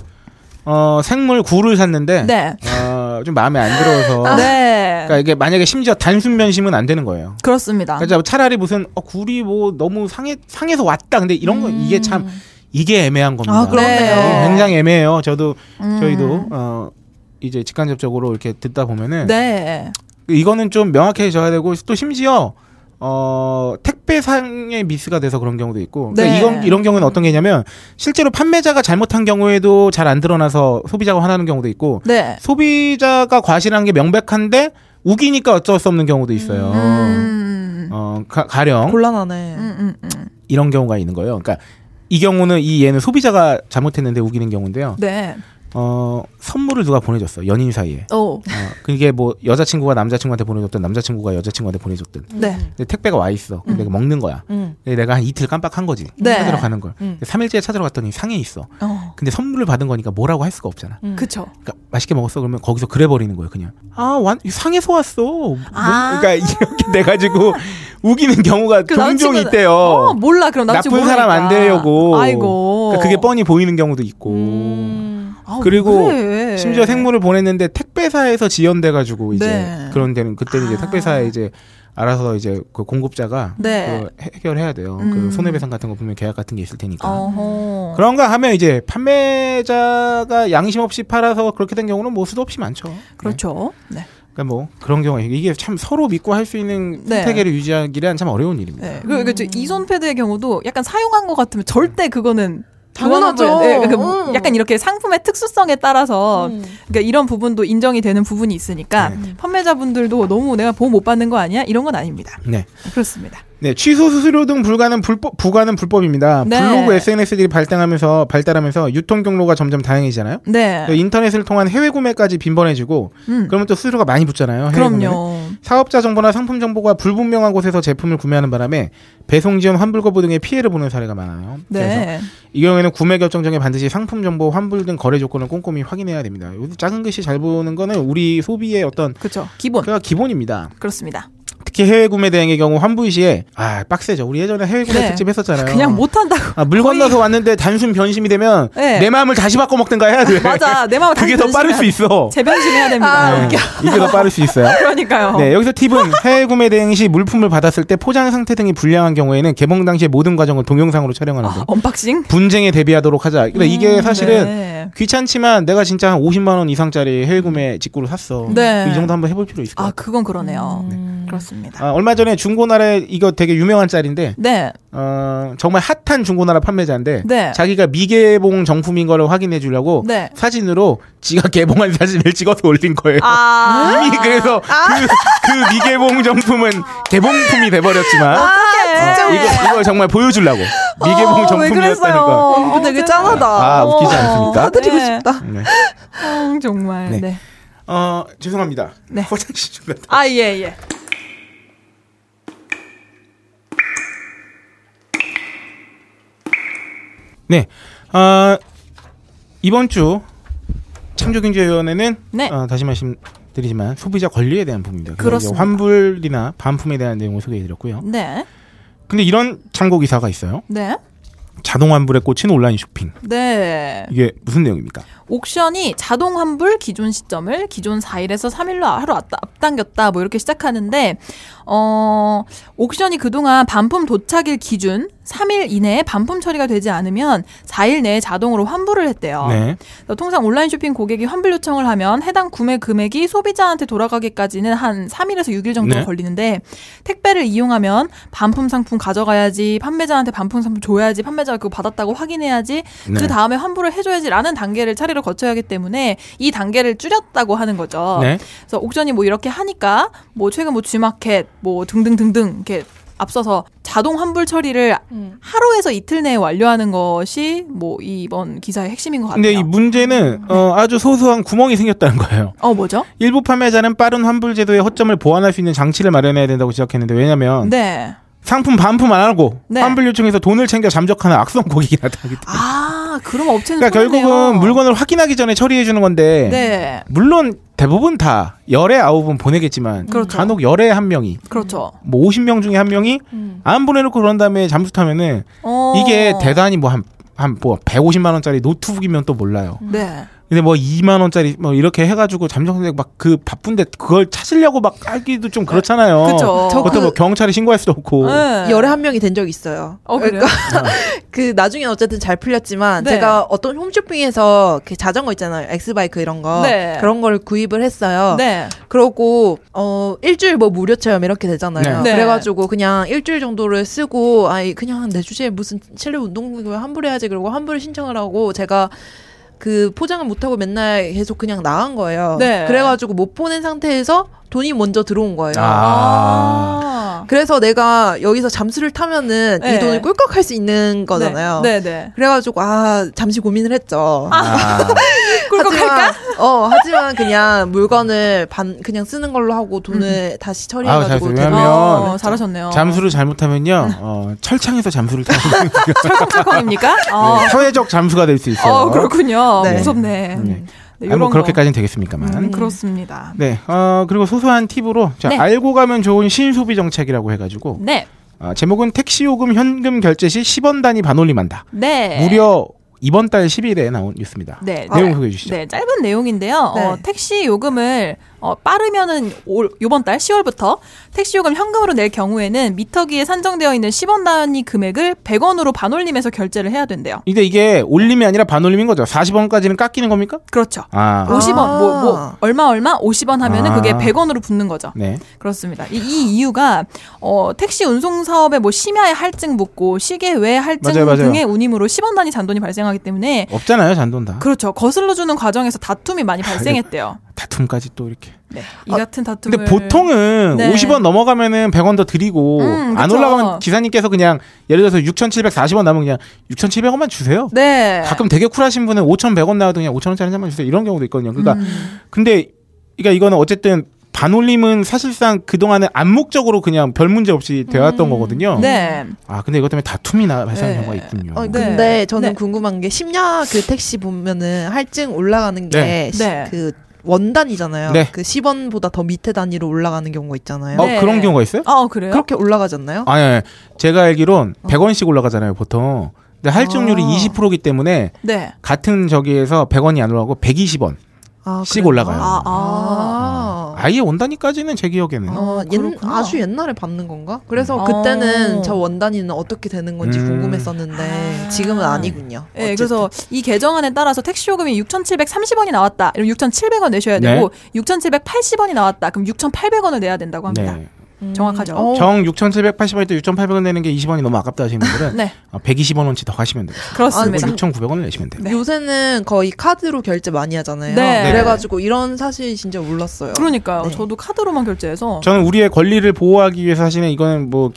[SPEAKER 5] 어, 생물 굴을 샀는데
[SPEAKER 4] 네,
[SPEAKER 5] 어, 좀 마음에 안 들어서
[SPEAKER 7] 아,
[SPEAKER 4] 네,
[SPEAKER 5] 그러니까 이게 만약에 심지어 단순 변심은 안 되는 거예요.
[SPEAKER 7] 아.
[SPEAKER 4] 그렇습니다.
[SPEAKER 5] 그러니까 차라리 무슨 어, 굴이 뭐 너무 상해 상해서 왔다. 근데 이런 거 이게 참 이게 애매한 겁니다.
[SPEAKER 7] 음. 아, 그렇네요. 음.
[SPEAKER 5] 네, 굉장히 애매해요. 저도 저희도 어, 이제 직간접적으로 이렇게 듣다 보면은
[SPEAKER 4] 네.
[SPEAKER 5] 이거는 좀 명확해져야 되고 또 심지어 어 택배상의 미스가 돼서 그런 경우도 있고 그러니까
[SPEAKER 4] 네.
[SPEAKER 5] 이건 이런 경우는 어떤 게냐면 실제로 판매자가 잘못한 경우에도 잘 안 드러나서 소비자가 화나는 경우도 있고
[SPEAKER 4] 네.
[SPEAKER 5] 소비자가 과실한 게 명백한데 우기니까 어쩔 수 없는 경우도 있어요.
[SPEAKER 4] 음.
[SPEAKER 5] 어 가, 령
[SPEAKER 7] 곤란하네. 음.
[SPEAKER 5] 이런 경우가 있는 거예요. 그러니까 이 경우는 이 얘는 소비자가 잘못했는데 우기는 경우인데요.
[SPEAKER 4] 네.
[SPEAKER 5] 어 선물을 누가 보내줬어 연인 사이에.
[SPEAKER 4] 오.
[SPEAKER 5] 어, 그게 뭐 여자친구가 남자친구한테 보내줬든 남자친구가 여자친구한테 보내줬든
[SPEAKER 4] 네.
[SPEAKER 5] 근데 택배가 와 있어. 근데 내가 먹는 거야.
[SPEAKER 7] 음.
[SPEAKER 5] 근데 내가 한 이틀 깜빡한 거지.
[SPEAKER 4] 네.
[SPEAKER 5] 찾으러 가는 걸.
[SPEAKER 7] 음.
[SPEAKER 5] 3일째 찾으러 갔더니 상해 있어.
[SPEAKER 4] 어.
[SPEAKER 5] 근데 선물을 받은 거니까 뭐라고 할 수가 없잖아.
[SPEAKER 7] 음.
[SPEAKER 4] 그쵸.
[SPEAKER 5] 그러니까 맛있게 먹었어 그러면 거기서 그래 버리는 거예요, 그냥. 아, 완 상해서 왔어. 뭐, 그러니까 이렇게 돼 가지고 우기는 경우가
[SPEAKER 4] 아. 그
[SPEAKER 5] 종종
[SPEAKER 4] 남친은-
[SPEAKER 5] 있대요.
[SPEAKER 4] 어, 몰라. 그럼 남친
[SPEAKER 5] 나쁜 사람 안 되려고.
[SPEAKER 4] 아이고.
[SPEAKER 5] 그러니까 그게 뻔히 보이는 경우도
[SPEAKER 7] 음.
[SPEAKER 5] 있고.
[SPEAKER 4] 아,
[SPEAKER 5] 그리고
[SPEAKER 4] 그래.
[SPEAKER 5] 심지어 생물을 보냈는데 택배사에서 지연돼 가지고 이제
[SPEAKER 4] 네.
[SPEAKER 5] 그런 데는 그때 이제 택배사에 이제 알아서 이제 그 공급자가
[SPEAKER 4] 네.
[SPEAKER 5] 그거 해- 해결해야 돼요. 그
[SPEAKER 4] 음.
[SPEAKER 5] 손해배상 같은 거 보면 계약 같은 게 있을 테니까.
[SPEAKER 4] 어허.
[SPEAKER 5] 그런가 하면 이제 판매자가 양심 없이 팔아서 그렇게 된 경우는 뭐 수도 없이 많죠.
[SPEAKER 4] 그렇죠. 네.
[SPEAKER 5] 네. 그러니까 뭐 그런 경우 이게 참 서로 믿고 할 수 있는
[SPEAKER 4] 네.
[SPEAKER 5] 생태계를 유지하기란 참 어려운 일입니다.
[SPEAKER 4] 네.
[SPEAKER 7] 음.
[SPEAKER 4] 그리고 이제 이손 패드의 경우도 약간 사용한 것 같으면 절대 그거는
[SPEAKER 7] 당연하죠.
[SPEAKER 4] 교환하고- 네, 그러니까 뭐
[SPEAKER 7] 음.
[SPEAKER 4] 약간 이렇게 상품의 특수성에 따라서 그러니까 이런 부분도 인정이 되는 부분이
[SPEAKER 5] 네.
[SPEAKER 4] 있으니까
[SPEAKER 7] 음.
[SPEAKER 4] 판매자분들도 너무 내가 보험 못 받는 거 아니야? 이런 건 아닙니다.
[SPEAKER 5] 네.
[SPEAKER 4] 그렇습니다.
[SPEAKER 5] 네, 취소 수수료 등 불가는 불법 부가는 불법입니다.
[SPEAKER 4] 네.
[SPEAKER 5] 블로그 SNS들이 발달하면서 발달하면서 유통 경로가 점점 다양해지잖아요.
[SPEAKER 4] 네.
[SPEAKER 5] 또 인터넷을 통한 해외 구매까지 빈번해지고
[SPEAKER 4] 음.
[SPEAKER 5] 그러면 또 수수료가 많이 붙잖아요. 해외 구매는.
[SPEAKER 4] 그럼요.
[SPEAKER 5] 사업자 정보나 상품 정보가 불분명한 곳에서 제품을 구매하는 바람에 배송 지연 환불 거부 등의 피해를 보는 사례가 많아요. 그래서
[SPEAKER 4] 네.
[SPEAKER 5] 이 경우에는 구매 결정 전에 반드시 상품 정보 환불 등 거래 조건을 꼼꼼히 확인해야 됩니다. 여기 작은 글씨 잘 보는 거는 우리 소비의 어떤
[SPEAKER 4] 그렇죠. 기본.
[SPEAKER 5] 그가 기본입니다.
[SPEAKER 4] 그렇습니다.
[SPEAKER 5] 특히 해외 구매 대행의 경우 환불 시에 아 빡세죠. 우리 예전에 해외 구매
[SPEAKER 4] 네.
[SPEAKER 5] 특집 했었잖아요.
[SPEAKER 4] 그냥 못 한다고.
[SPEAKER 5] 아, 물
[SPEAKER 4] 거의-
[SPEAKER 5] 건너서 왔는데 단순 변심이 되면
[SPEAKER 4] 네.
[SPEAKER 5] 내 마음을 다시 바꿔 먹든가 해야 돼.
[SPEAKER 4] 맞아. 내 마음
[SPEAKER 5] 네. 그게 더 빠를 수 있어.
[SPEAKER 4] 재변심해야 됩니다.
[SPEAKER 7] 아.
[SPEAKER 5] 네, 이게 더 빠를 수 있어요.
[SPEAKER 4] 그러니까요.
[SPEAKER 5] 네, 여기서 팁은 해외 구매 대행 시 물품을 받았을 때 포장 상태 등이 불량한 경우에는 개봉 당시의 모든 과정을 동영상으로 촬영하는
[SPEAKER 4] 아,
[SPEAKER 5] 거.
[SPEAKER 4] 언박싱.
[SPEAKER 5] 분쟁에 대비하도록 하자. 근데 이게 사실은
[SPEAKER 4] 네.
[SPEAKER 5] 귀찮지만 내가 진짜 한 50만 원 이상짜리 해외 구매 직구로 샀어.
[SPEAKER 4] 네.
[SPEAKER 5] 이 정도 한번 해볼 필요 있을 것
[SPEAKER 4] 아
[SPEAKER 5] 같아.
[SPEAKER 4] 그건
[SPEAKER 7] 어.
[SPEAKER 4] 그러네요.
[SPEAKER 7] 음.
[SPEAKER 4] 그렇습니다.
[SPEAKER 5] 아, 얼마 전에 중고나라에 이거 되게 유명한 짤인데
[SPEAKER 4] 네.
[SPEAKER 5] 어, 정말 핫한 중고나라 판매자인데
[SPEAKER 4] 네.
[SPEAKER 5] 자기가 미개봉 정품인 걸 확인해 주려고
[SPEAKER 4] 네.
[SPEAKER 5] 사진으로 지가 개봉한 사진을 찍어서 올린 거예요.
[SPEAKER 4] 아.
[SPEAKER 5] 이미 그래서 그, 그 미개봉 정품은 개봉품이 돼버렸지만
[SPEAKER 4] 아,
[SPEAKER 5] 어, 이거, 이거 정말 보여주려고
[SPEAKER 4] 어,
[SPEAKER 5] 미개봉 정품이었다는 거.
[SPEAKER 7] 어, 되게 짠하다.
[SPEAKER 5] 아 웃기지 않습니까?
[SPEAKER 7] 사드리고
[SPEAKER 4] 음. 네.
[SPEAKER 7] 싶다.
[SPEAKER 5] 네.
[SPEAKER 4] 음, 정말.
[SPEAKER 5] 네.
[SPEAKER 4] 네.
[SPEAKER 5] 어 죄송합니다.
[SPEAKER 4] 네.
[SPEAKER 5] 화장실 좀 갔다.
[SPEAKER 4] 아 예 예.
[SPEAKER 5] 네. 아 이번 주 창조경제위원회는
[SPEAKER 4] 네.
[SPEAKER 5] 어, 다시 말씀드리지만 소비자 권리에 대한 부분입니다. 그래서 이제
[SPEAKER 4] 그렇습니다.
[SPEAKER 5] 환불이나 반품에 대한 내용을 소개해드렸고요.
[SPEAKER 4] 네.
[SPEAKER 5] 근데 이런 참고 기사가 있어요.
[SPEAKER 4] 네.
[SPEAKER 5] 자동 환불에 꽂힌 온라인 쇼핑.
[SPEAKER 4] 네.
[SPEAKER 5] 이게 무슨 내용입니까?
[SPEAKER 4] 옥션이 자동 환불 기존 시점을 기존 4일에서 3일로 하루 앞다- 앞당겼다 뭐 이렇게 시작하는데 어 옥션이 그동안 반품 도착일 기준 3일 이내에 반품 처리가 되지 않으면 4일 내에 자동으로 환불을 했대요.
[SPEAKER 5] 네.
[SPEAKER 4] 그래서 어, 통상 온라인 쇼핑 고객이 환불 요청을 하면 해당 구매 금액이 소비자한테 돌아가기까지는 한 3일에서 6일 정도
[SPEAKER 5] 네.
[SPEAKER 4] 걸리는데 택배를 이용하면 반품 상품 가져가야지 판매자한테 반품 상품 줘야지 판매자가 그거 받았다고 확인해야지
[SPEAKER 5] 네.
[SPEAKER 4] 그 다음에 환불을 해줘야지라는 단계를 차례로 거쳐야 하기 때문에 이 단계를 줄였다고 하는 거죠.
[SPEAKER 5] 네.
[SPEAKER 4] 그래서 옥션이 뭐 이렇게 하니까 뭐 최근 뭐 G마켓 뭐 등등등등 이렇게 앞서서 자동 환불 처리를 하루에서 이틀 내에 완료하는 것이 뭐 이번 기사의 핵심인 것 같아요. 음.
[SPEAKER 5] 근데 이 문제는 어, 아주 소소한 구멍이 생겼다는 거예요.
[SPEAKER 4] 어 뭐죠?
[SPEAKER 5] 일부 판매자는 빠른 환불 제도의 허점을 보완할 수 있는 장치를 마련해야 된다고 지적했는데 왜냐면
[SPEAKER 4] 네.
[SPEAKER 5] 상품 반품 안 하고
[SPEAKER 4] 네.
[SPEAKER 5] 환불 요청해서 돈을 챙겨 잠적하는 악성 고객이 나타나기 때문에
[SPEAKER 4] 아 그럼 업체는
[SPEAKER 5] 그러니까
[SPEAKER 4] 손해네요.
[SPEAKER 5] 결국은 물건을 확인하기 전에 처리해 주는 건데
[SPEAKER 4] 네
[SPEAKER 5] 물론 대부분 다 열에 아홉은 보내겠지만
[SPEAKER 4] 그렇죠.
[SPEAKER 5] 간혹 열에 한 명이
[SPEAKER 4] 그렇죠.
[SPEAKER 5] 뭐 50명 중에 한 명이 안 보내놓고 그런 다음에 잠수 타면은
[SPEAKER 4] 음. 어.
[SPEAKER 5] 이게 대단히 뭐 한 한 뭐 150만 원짜리 노트북이면 또 몰라요.
[SPEAKER 4] 네.
[SPEAKER 5] 근데 뭐 2만 원짜리 뭐 이렇게 해가지고 잠정선생 막그 바쁜데 그걸 찾으려고 막 하기도 좀 그렇잖아요.
[SPEAKER 4] 그쵸.
[SPEAKER 7] 저
[SPEAKER 5] 그것도 뭐 경찰에 신고할 수도 없고.
[SPEAKER 4] 네.
[SPEAKER 7] 열에 한 명이 된 적이 있어요. 그러니까
[SPEAKER 4] 어, 그래요?
[SPEAKER 7] 그 나중에 어쨌든 잘 풀렸지만
[SPEAKER 4] 네.
[SPEAKER 7] 제가 어떤 홈쇼핑에서 그 자전거 있잖아요. 엑스바이크 이런 거
[SPEAKER 4] 네.
[SPEAKER 7] 그런 걸 구입을 했어요.
[SPEAKER 4] 네.
[SPEAKER 7] 그러고 어 일주일 뭐 무료 체험 이렇게 되잖아요.
[SPEAKER 4] 네. 네.
[SPEAKER 7] 그래가지고 그냥 일주일 정도를 쓰고 아이 그냥 내 주제에 무슨 실내 운동을 환불해야지 그러고 환불을 신청을 하고 제가 그 포장을 못하고 맨날 계속 그냥 나간 거예요.
[SPEAKER 4] 네.
[SPEAKER 7] 그래가지고 못 보낸 상태에서 돈이 먼저 들어온 거예요.
[SPEAKER 5] 아.
[SPEAKER 4] 아.
[SPEAKER 7] 그래서 내가 여기서 잠수를 타면은
[SPEAKER 4] 네.
[SPEAKER 7] 이 돈을 꿀꺽 할 수 있는 거잖아요.
[SPEAKER 4] 네. 네.
[SPEAKER 7] 그래가지고 아 잠시 고민을 했죠.
[SPEAKER 5] 아.
[SPEAKER 4] 네. 꿀꺽할까?
[SPEAKER 7] 하지만, 어, 하지만 그냥 물건을 반 그냥 쓰는 걸로 하고
[SPEAKER 4] 음.
[SPEAKER 7] 돈을 다시 처리해가지고
[SPEAKER 5] 아, 잘
[SPEAKER 7] 되는
[SPEAKER 5] 그러면
[SPEAKER 4] 어, 잘하셨네요.
[SPEAKER 5] 잠수를
[SPEAKER 4] 네.
[SPEAKER 5] 잘못하면요, 어, 철창에서 잠수를 타는 거예요.
[SPEAKER 4] 철컹철컹입니까? 어.
[SPEAKER 5] 네, 사회적 잠수가 될 수 있어요.
[SPEAKER 4] 어 그렇군요.
[SPEAKER 7] 네.
[SPEAKER 4] 무섭네.
[SPEAKER 5] 네.
[SPEAKER 4] 네,
[SPEAKER 5] 아니, 뭐
[SPEAKER 4] 요런
[SPEAKER 5] 그렇게까지는 되겠습니까만.
[SPEAKER 4] 거. 음, 그렇습니다.
[SPEAKER 5] 네, 어, 그리고 소소한 팁으로 자,
[SPEAKER 4] 네.
[SPEAKER 5] 알고 가면 좋은 신소비 정책이라고 해가지고
[SPEAKER 4] 네.
[SPEAKER 5] 아, 제목은 택시 요금 현금 결제 시 10원 단위 반올림한다.
[SPEAKER 4] 네.
[SPEAKER 5] 무려 이번 달 10일에 나온 뉴스입니다.
[SPEAKER 4] 네.
[SPEAKER 7] 아,
[SPEAKER 5] 내용 소개해 주시죠.
[SPEAKER 4] 네, 짧은 내용인데요.
[SPEAKER 7] 네.
[SPEAKER 4] 어, 택시 요금을 어, 빠르면은 올, 요번 달 10월부터 택시 요금 현금으로 낼 경우에는 미터기에 산정되어 있는 10원 단위 금액을 100원으로 반올림해서 결제를 해야 된대요.
[SPEAKER 5] 근데 이게 올림이 아니라 반올림인 거죠. 40원까지는 깎이는 겁니까?
[SPEAKER 4] 그렇죠.
[SPEAKER 5] 아,
[SPEAKER 4] 50원 뭐, 뭐 얼마 얼마 50원 하면은
[SPEAKER 5] 아.
[SPEAKER 4] 그게 100원으로 붙는 거죠.
[SPEAKER 5] 네.
[SPEAKER 4] 그렇습니다. 이, 이 이유가 어, 택시 운송 사업에 뭐 심야에 할증 붙고 시계 외 할증
[SPEAKER 5] 맞아요, 맞아요.
[SPEAKER 4] 등의 운임으로 10원 단위 잔돈이 발생하기 때문에
[SPEAKER 5] 없잖아요, 아, 잔돈 다.
[SPEAKER 4] 그렇죠. 거슬러 주는 과정에서 다툼이 많이 발생했대요.
[SPEAKER 5] 다툼까지 또 이렇게.
[SPEAKER 4] 네. 이 같은 다툼을
[SPEAKER 5] 아, 근데 보통은
[SPEAKER 4] 네.
[SPEAKER 5] 50원 넘어가면은 100원 더 드리고
[SPEAKER 4] 음,
[SPEAKER 5] 안
[SPEAKER 4] 그쵸.
[SPEAKER 5] 올라가면 기사님께서 그냥 예를 들어서 6,740원 남으면 그냥 6,700원만 주세요.
[SPEAKER 4] 네.
[SPEAKER 5] 가끔 되게 쿨하신 분은 5,100원 나와도 그냥 5,000원짜리 한 잔만 주세요. 이런 경우도 있거든요. 그러니까
[SPEAKER 4] 음.
[SPEAKER 5] 근데 그러니까 이거는 어쨌든 반올림은 사실상 그동안은 암묵적으로 그냥 별 문제 없이 되어왔던 거거든요.
[SPEAKER 4] 네.
[SPEAKER 5] 아, 근데 이것 때문에 다툼이나 발생한
[SPEAKER 4] 네.
[SPEAKER 5] 경우가 있군요.
[SPEAKER 7] 어,
[SPEAKER 4] 네.
[SPEAKER 7] 근데 저는
[SPEAKER 4] 네.
[SPEAKER 7] 궁금한 게 심야 그 택시 보면은 할증 올라가는 게
[SPEAKER 5] 네.
[SPEAKER 7] 그
[SPEAKER 4] 네.
[SPEAKER 7] 원단이잖아요.
[SPEAKER 5] 네.
[SPEAKER 7] 그 10원보다 더 밑에 단위로 올라가는 경우가 있잖아요. 네.
[SPEAKER 5] 어,
[SPEAKER 4] 네. 어?
[SPEAKER 5] 그런 경우가 있어요?
[SPEAKER 4] 아 그래요?
[SPEAKER 7] 그렇게 올라가지 않나요?
[SPEAKER 5] 아니, 아니, 제가 알기론
[SPEAKER 4] 어.
[SPEAKER 5] 100원씩 올라가잖아요, 보통. 근데 할증률이
[SPEAKER 7] 아.
[SPEAKER 5] 20%이기 때문에
[SPEAKER 4] 네.
[SPEAKER 5] 같은 저기에서 100원이 안 올라가고 120원.
[SPEAKER 7] 아,
[SPEAKER 5] 씩
[SPEAKER 7] 그래요?
[SPEAKER 5] 올라가요.
[SPEAKER 4] 아, 아.
[SPEAKER 7] 아.
[SPEAKER 5] 아예 온다니까지는 제 기억에는.
[SPEAKER 7] 어,
[SPEAKER 4] 아,
[SPEAKER 7] 옛-
[SPEAKER 4] 그렇구나.
[SPEAKER 7] 아주 옛날에 받는 건가? 그래서
[SPEAKER 4] 음.
[SPEAKER 7] 그때는
[SPEAKER 4] 어.
[SPEAKER 7] 저 원단위는 어떻게 되는 건지
[SPEAKER 5] 음.
[SPEAKER 7] 궁금했었는데
[SPEAKER 4] 아.
[SPEAKER 7] 지금은 아니군요.
[SPEAKER 4] 네,
[SPEAKER 7] 어쨌든.
[SPEAKER 4] 그래서 이 개정안에 따라서 택시 요금이 6,730원이 나왔다. 이러면 6,700원 내셔야
[SPEAKER 5] 네.
[SPEAKER 4] 되고 6,780원이 나왔다. 그럼 6,800원을 내야 된다고 합니다.
[SPEAKER 5] 네.
[SPEAKER 4] 정확하죠.
[SPEAKER 7] 어,
[SPEAKER 5] 정 6,780원일 때 6,800원 내는 게 20원이 너무 아깝다 하시는 분들은
[SPEAKER 4] 네.
[SPEAKER 5] 120원원치 더 하시면 돼요.
[SPEAKER 4] 그렇습니다.
[SPEAKER 7] 아, 네.
[SPEAKER 5] 6,900원을 내시면 돼요.
[SPEAKER 4] 네.
[SPEAKER 7] 요새는 거의 카드로 결제 많이 하잖아요.
[SPEAKER 4] 네.
[SPEAKER 5] 네.
[SPEAKER 7] 그래가지고 이런 사실 진짜 몰랐어요.
[SPEAKER 4] 그러니까요.
[SPEAKER 7] 네.
[SPEAKER 4] 저도 카드로만 결제해서
[SPEAKER 5] 저는 우리의 권리를 보호하기 위해서 하시는 이거는 뭐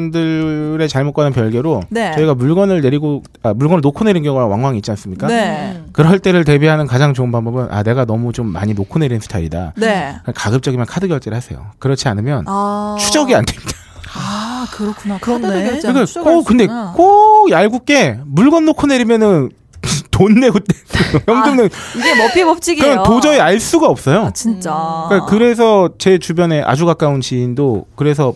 [SPEAKER 5] 기사님들의 잘못과는 별개로
[SPEAKER 4] 네.
[SPEAKER 5] 저희가 물건을 내리고 아, 물건을 놓고 내린 경우가 왕왕 있지 않습니까?
[SPEAKER 4] 네.
[SPEAKER 5] 그럴 때를 대비하는 가장 좋은 방법은 아 내가 너무 좀 많이 놓고 내린 스타일이다.
[SPEAKER 4] 네.
[SPEAKER 5] 그냥 가급적이면 카드 결제를 하세요. 그렇지 않으면
[SPEAKER 4] 아.
[SPEAKER 5] 추적이 안 됩니다.
[SPEAKER 4] 아, 그렇구나.
[SPEAKER 7] 그렇네.
[SPEAKER 4] 카드로 결제하면
[SPEAKER 5] 그러니까
[SPEAKER 4] 추적할
[SPEAKER 5] 꼭
[SPEAKER 4] 수
[SPEAKER 5] 근데
[SPEAKER 4] 있구나.
[SPEAKER 5] 꼭 얄궂게 물건 놓고 내리면은 돈 내고
[SPEAKER 4] 아,
[SPEAKER 5] 현금 내고
[SPEAKER 4] 이게 머피
[SPEAKER 5] 그
[SPEAKER 4] 법칙이에요.
[SPEAKER 5] 그냥 그러니까 도저히 알 수가 없어요.
[SPEAKER 4] 아, 진짜.
[SPEAKER 5] 그러니까 그래서 제 주변에 아주 가까운 지인도 그래서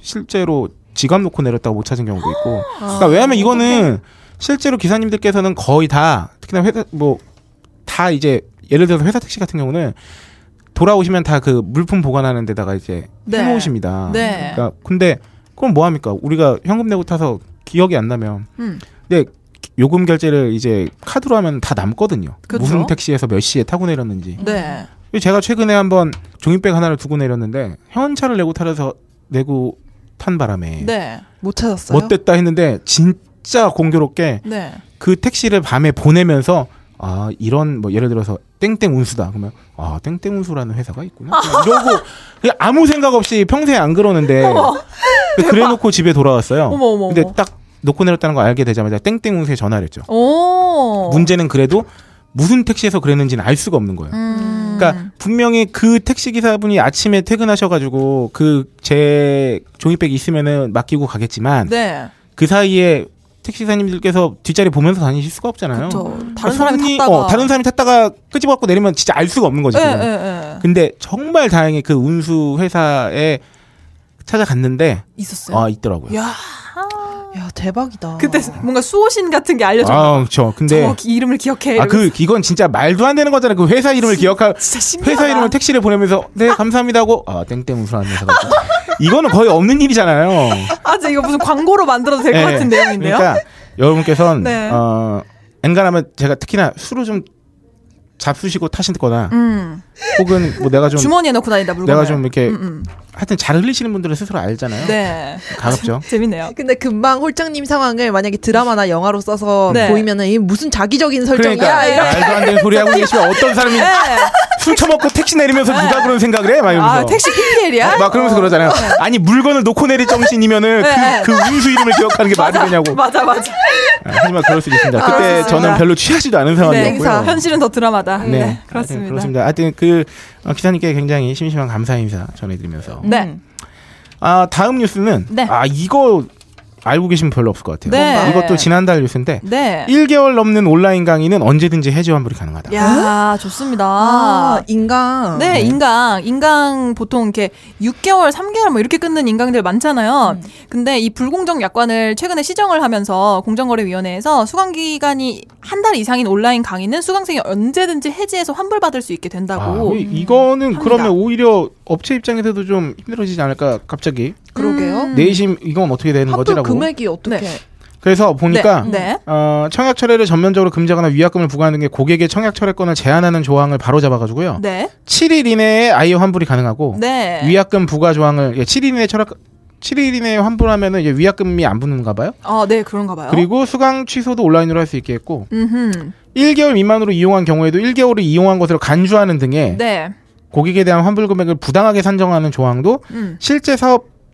[SPEAKER 5] 실제로 지갑 놓고 내렸다고 못 찾은 경우도 있고. 그러니까 왜냐면 이거는 실제로 기사님들께서는 거의 다 특히나 회사 뭐 다 이제 예를 들어서 회사 택시 같은 경우는 돌아오시면 다 그 물품 보관하는 데다가 이제
[SPEAKER 4] 네.
[SPEAKER 5] 해놓으십니다.
[SPEAKER 4] 네.
[SPEAKER 5] 그러니까 근데 그럼 뭐 합니까? 우리가 현금 내고 타서 기억이 안 나면
[SPEAKER 4] 음.
[SPEAKER 5] 근데 요금 결제를 이제 카드로 하면 다 남거든요.
[SPEAKER 4] 그쵸.
[SPEAKER 5] 무슨 택시에서 몇 시에 타고 내렸는지.
[SPEAKER 4] 네.
[SPEAKER 5] 그리고 제가 최근에 한번 종이백 하나를 두고 내렸는데 현찰을 내고 타서 내고 탄 바람에
[SPEAKER 4] 네.
[SPEAKER 7] 못 찾았어요.
[SPEAKER 5] 못됐다 했는데 진짜 공교롭게
[SPEAKER 4] 네.
[SPEAKER 5] 그 택시를 밤에 보내면서 아 이런 뭐 예를 들어서 땡땡 운수다 그러면 아 땡땡 운수라는 회사가
[SPEAKER 4] 아.
[SPEAKER 5] 있구나 그냥 이러고 그냥 아무 생각 없이 평소에 안 그러는데 그래놓고 집에 돌아왔어요.
[SPEAKER 4] 어머, 어머,
[SPEAKER 5] 근데
[SPEAKER 4] 어머.
[SPEAKER 5] 딱 놓고 내렸다는 걸 알게 되자마자 땡땡 운수에 전화를 했죠.
[SPEAKER 4] 오.
[SPEAKER 5] 문제는 그래도 무슨 택시에서 그랬는지는 알 수가 없는 거예요.
[SPEAKER 4] 음.
[SPEAKER 5] 그러니까 분명히 그 택시 기사분이 아침에 퇴근하셔가지고 그 제 종이백 있으면은 맡기고 가겠지만
[SPEAKER 4] 네.
[SPEAKER 5] 그 사이에 택시사님들께서 뒷자리 보면서 다니실 수가 없잖아요.
[SPEAKER 4] 저 다른
[SPEAKER 5] 그러니까
[SPEAKER 4] 사람이
[SPEAKER 5] 손이-
[SPEAKER 4] 탔다가
[SPEAKER 5] 어, 다른 사람이 탔다가 끄집어갖고 내리면 진짜 알 수가 없는 거지.
[SPEAKER 4] 예,
[SPEAKER 5] 그거는.
[SPEAKER 4] 예, 예.
[SPEAKER 5] 근데 정말 다행히 그 운수 회사에 찾아갔는데
[SPEAKER 4] 있었어요.
[SPEAKER 5] 아 있더라고요.
[SPEAKER 4] 예. 야,
[SPEAKER 7] 야 대박이다.
[SPEAKER 4] 그때 뭔가 수호신 같은 게 알려줘.
[SPEAKER 5] 아 그렇죠. 근데
[SPEAKER 4] 정확히 이름을 기억해. 이러면서.
[SPEAKER 5] 아그 이건 진짜 말도 안 되는 거잖아요. 그 회사 이름을 기억할
[SPEAKER 4] 진짜 신기하다.
[SPEAKER 5] 회사 이름을 택시를 보내면서 네 감사합니다 하고 아 땡땡 운수라는 회사가 있구나. 이거는 거의 없는 일이잖아요.
[SPEAKER 4] 아, 진짜 이거 무슨 광고로 만들어도 될 것
[SPEAKER 5] 예,
[SPEAKER 4] 같은 내용인데요.
[SPEAKER 5] 그러니까 여러분께서는
[SPEAKER 4] 네.
[SPEAKER 5] 어, 엔간하면 제가 특히나 술을 좀 잡수시고 타신거나
[SPEAKER 4] 음.
[SPEAKER 5] 혹은 뭐 내가 좀
[SPEAKER 4] 주머니에 넣고 다니다 물건.
[SPEAKER 5] 내가 좀 이렇게
[SPEAKER 4] 음, 음.
[SPEAKER 5] 하여튼 잘 흘리시는 분들은 스스로 알잖아요.
[SPEAKER 4] 네.
[SPEAKER 5] 가볍죠.
[SPEAKER 4] 재밌네요.
[SPEAKER 7] 근데 금방 홀장님 상황을 만약에 드라마나 영화로 써서
[SPEAKER 4] 네.
[SPEAKER 7] 보이면은 이 무슨 자기적인 설정이야.
[SPEAKER 5] 그러니까
[SPEAKER 7] 이런-
[SPEAKER 5] 말도 안 되는 소리 하고 계시면 어떤 사람이
[SPEAKER 4] 네.
[SPEAKER 5] 술 처먹고 택시 내리면서 누가 그런 생각을 해? 막 이러면서
[SPEAKER 4] 아, 택시 PPL이야?
[SPEAKER 5] 막 그러면서 그러잖아요. 아니 물건을 놓고 내릴 정신이면은
[SPEAKER 4] 네.
[SPEAKER 5] 그, 그 운수 이름을 기억하는 게 말이 되냐고.
[SPEAKER 4] 어. 맞아, 맞아.
[SPEAKER 5] 아, 하지만 그럴 수 있습니다. 그때
[SPEAKER 4] 그렇습니다. 네,
[SPEAKER 5] 저는 별로 취하지도 않은
[SPEAKER 4] 행사.
[SPEAKER 5] 상황이었고요.
[SPEAKER 4] 현실은 더 드라마다. 네.
[SPEAKER 5] 하여튼
[SPEAKER 4] 그렇습니다.
[SPEAKER 5] 그렇습니다. 하여튼 그 어, 기사님께 굉장히 심심한 감사 인사 전해드리면서
[SPEAKER 4] 네.
[SPEAKER 5] 아 다음 뉴스는
[SPEAKER 4] 네.
[SPEAKER 5] 아 이거 알고 계시면 별로 없을 것 같아요.
[SPEAKER 4] 네.
[SPEAKER 5] 이것도 지난달 뉴스인데
[SPEAKER 4] 네.
[SPEAKER 5] 1개월 넘는 온라인 강의는 언제든지 해지 환불이 가능하다.
[SPEAKER 4] 야, 좋습니다.
[SPEAKER 7] 아, 인간.
[SPEAKER 4] 네, 인강. 인강 보통 이렇게 6개월, 3개월 뭐 이렇게 끊는 인강들 많잖아요. 근데 이 불공정 약관을 최근에 시정을 하면서 공정거래위원회에서 수강 기간이 한 달 이상인 온라인 강의는 수강생이 언제든지 해지해서 환불받을 수 있게
[SPEAKER 5] 아,
[SPEAKER 4] 된다고.
[SPEAKER 5] 이- 이거는
[SPEAKER 4] 합니다.
[SPEAKER 5] 그러면 오히려 업체 입장에서도 좀 힘들어지지 않을까 갑자기
[SPEAKER 7] 그러게요.
[SPEAKER 4] 음.
[SPEAKER 5] 내심 이건 어떻게 되는
[SPEAKER 7] 합도
[SPEAKER 5] 거지라고
[SPEAKER 7] 금액이 어떻게?
[SPEAKER 5] 그래서 보니까
[SPEAKER 4] 네. 네.
[SPEAKER 5] 어, 청약 철회를 전면적으로 금지하거나 위약금을 부과하는 게 고객의 청약 철회권을 제한하는 조항을 바로 잡아가지고요
[SPEAKER 4] 네.
[SPEAKER 5] 7일 이내에 아예 환불이 가능하고
[SPEAKER 4] 네.
[SPEAKER 5] 어. 위약금 부과 조항을 예, 7일 이내 철학 7일 이내에 환불하면은 이제 위약금이 안 붙는가 봐요.
[SPEAKER 4] 아, 네, 그런가 봐요.
[SPEAKER 5] 그리고 수강 취소도 온라인으로 할 수 있게 했고
[SPEAKER 4] 음흠.
[SPEAKER 5] 1개월 미만으로 이용한 경우에도 1개월을 이용한 것으로 간주하는 등의
[SPEAKER 4] 네.
[SPEAKER 5] 고객에 대한 환불 금액을 부당하게 산정하는 조항도
[SPEAKER 4] 음.
[SPEAKER 5] 실제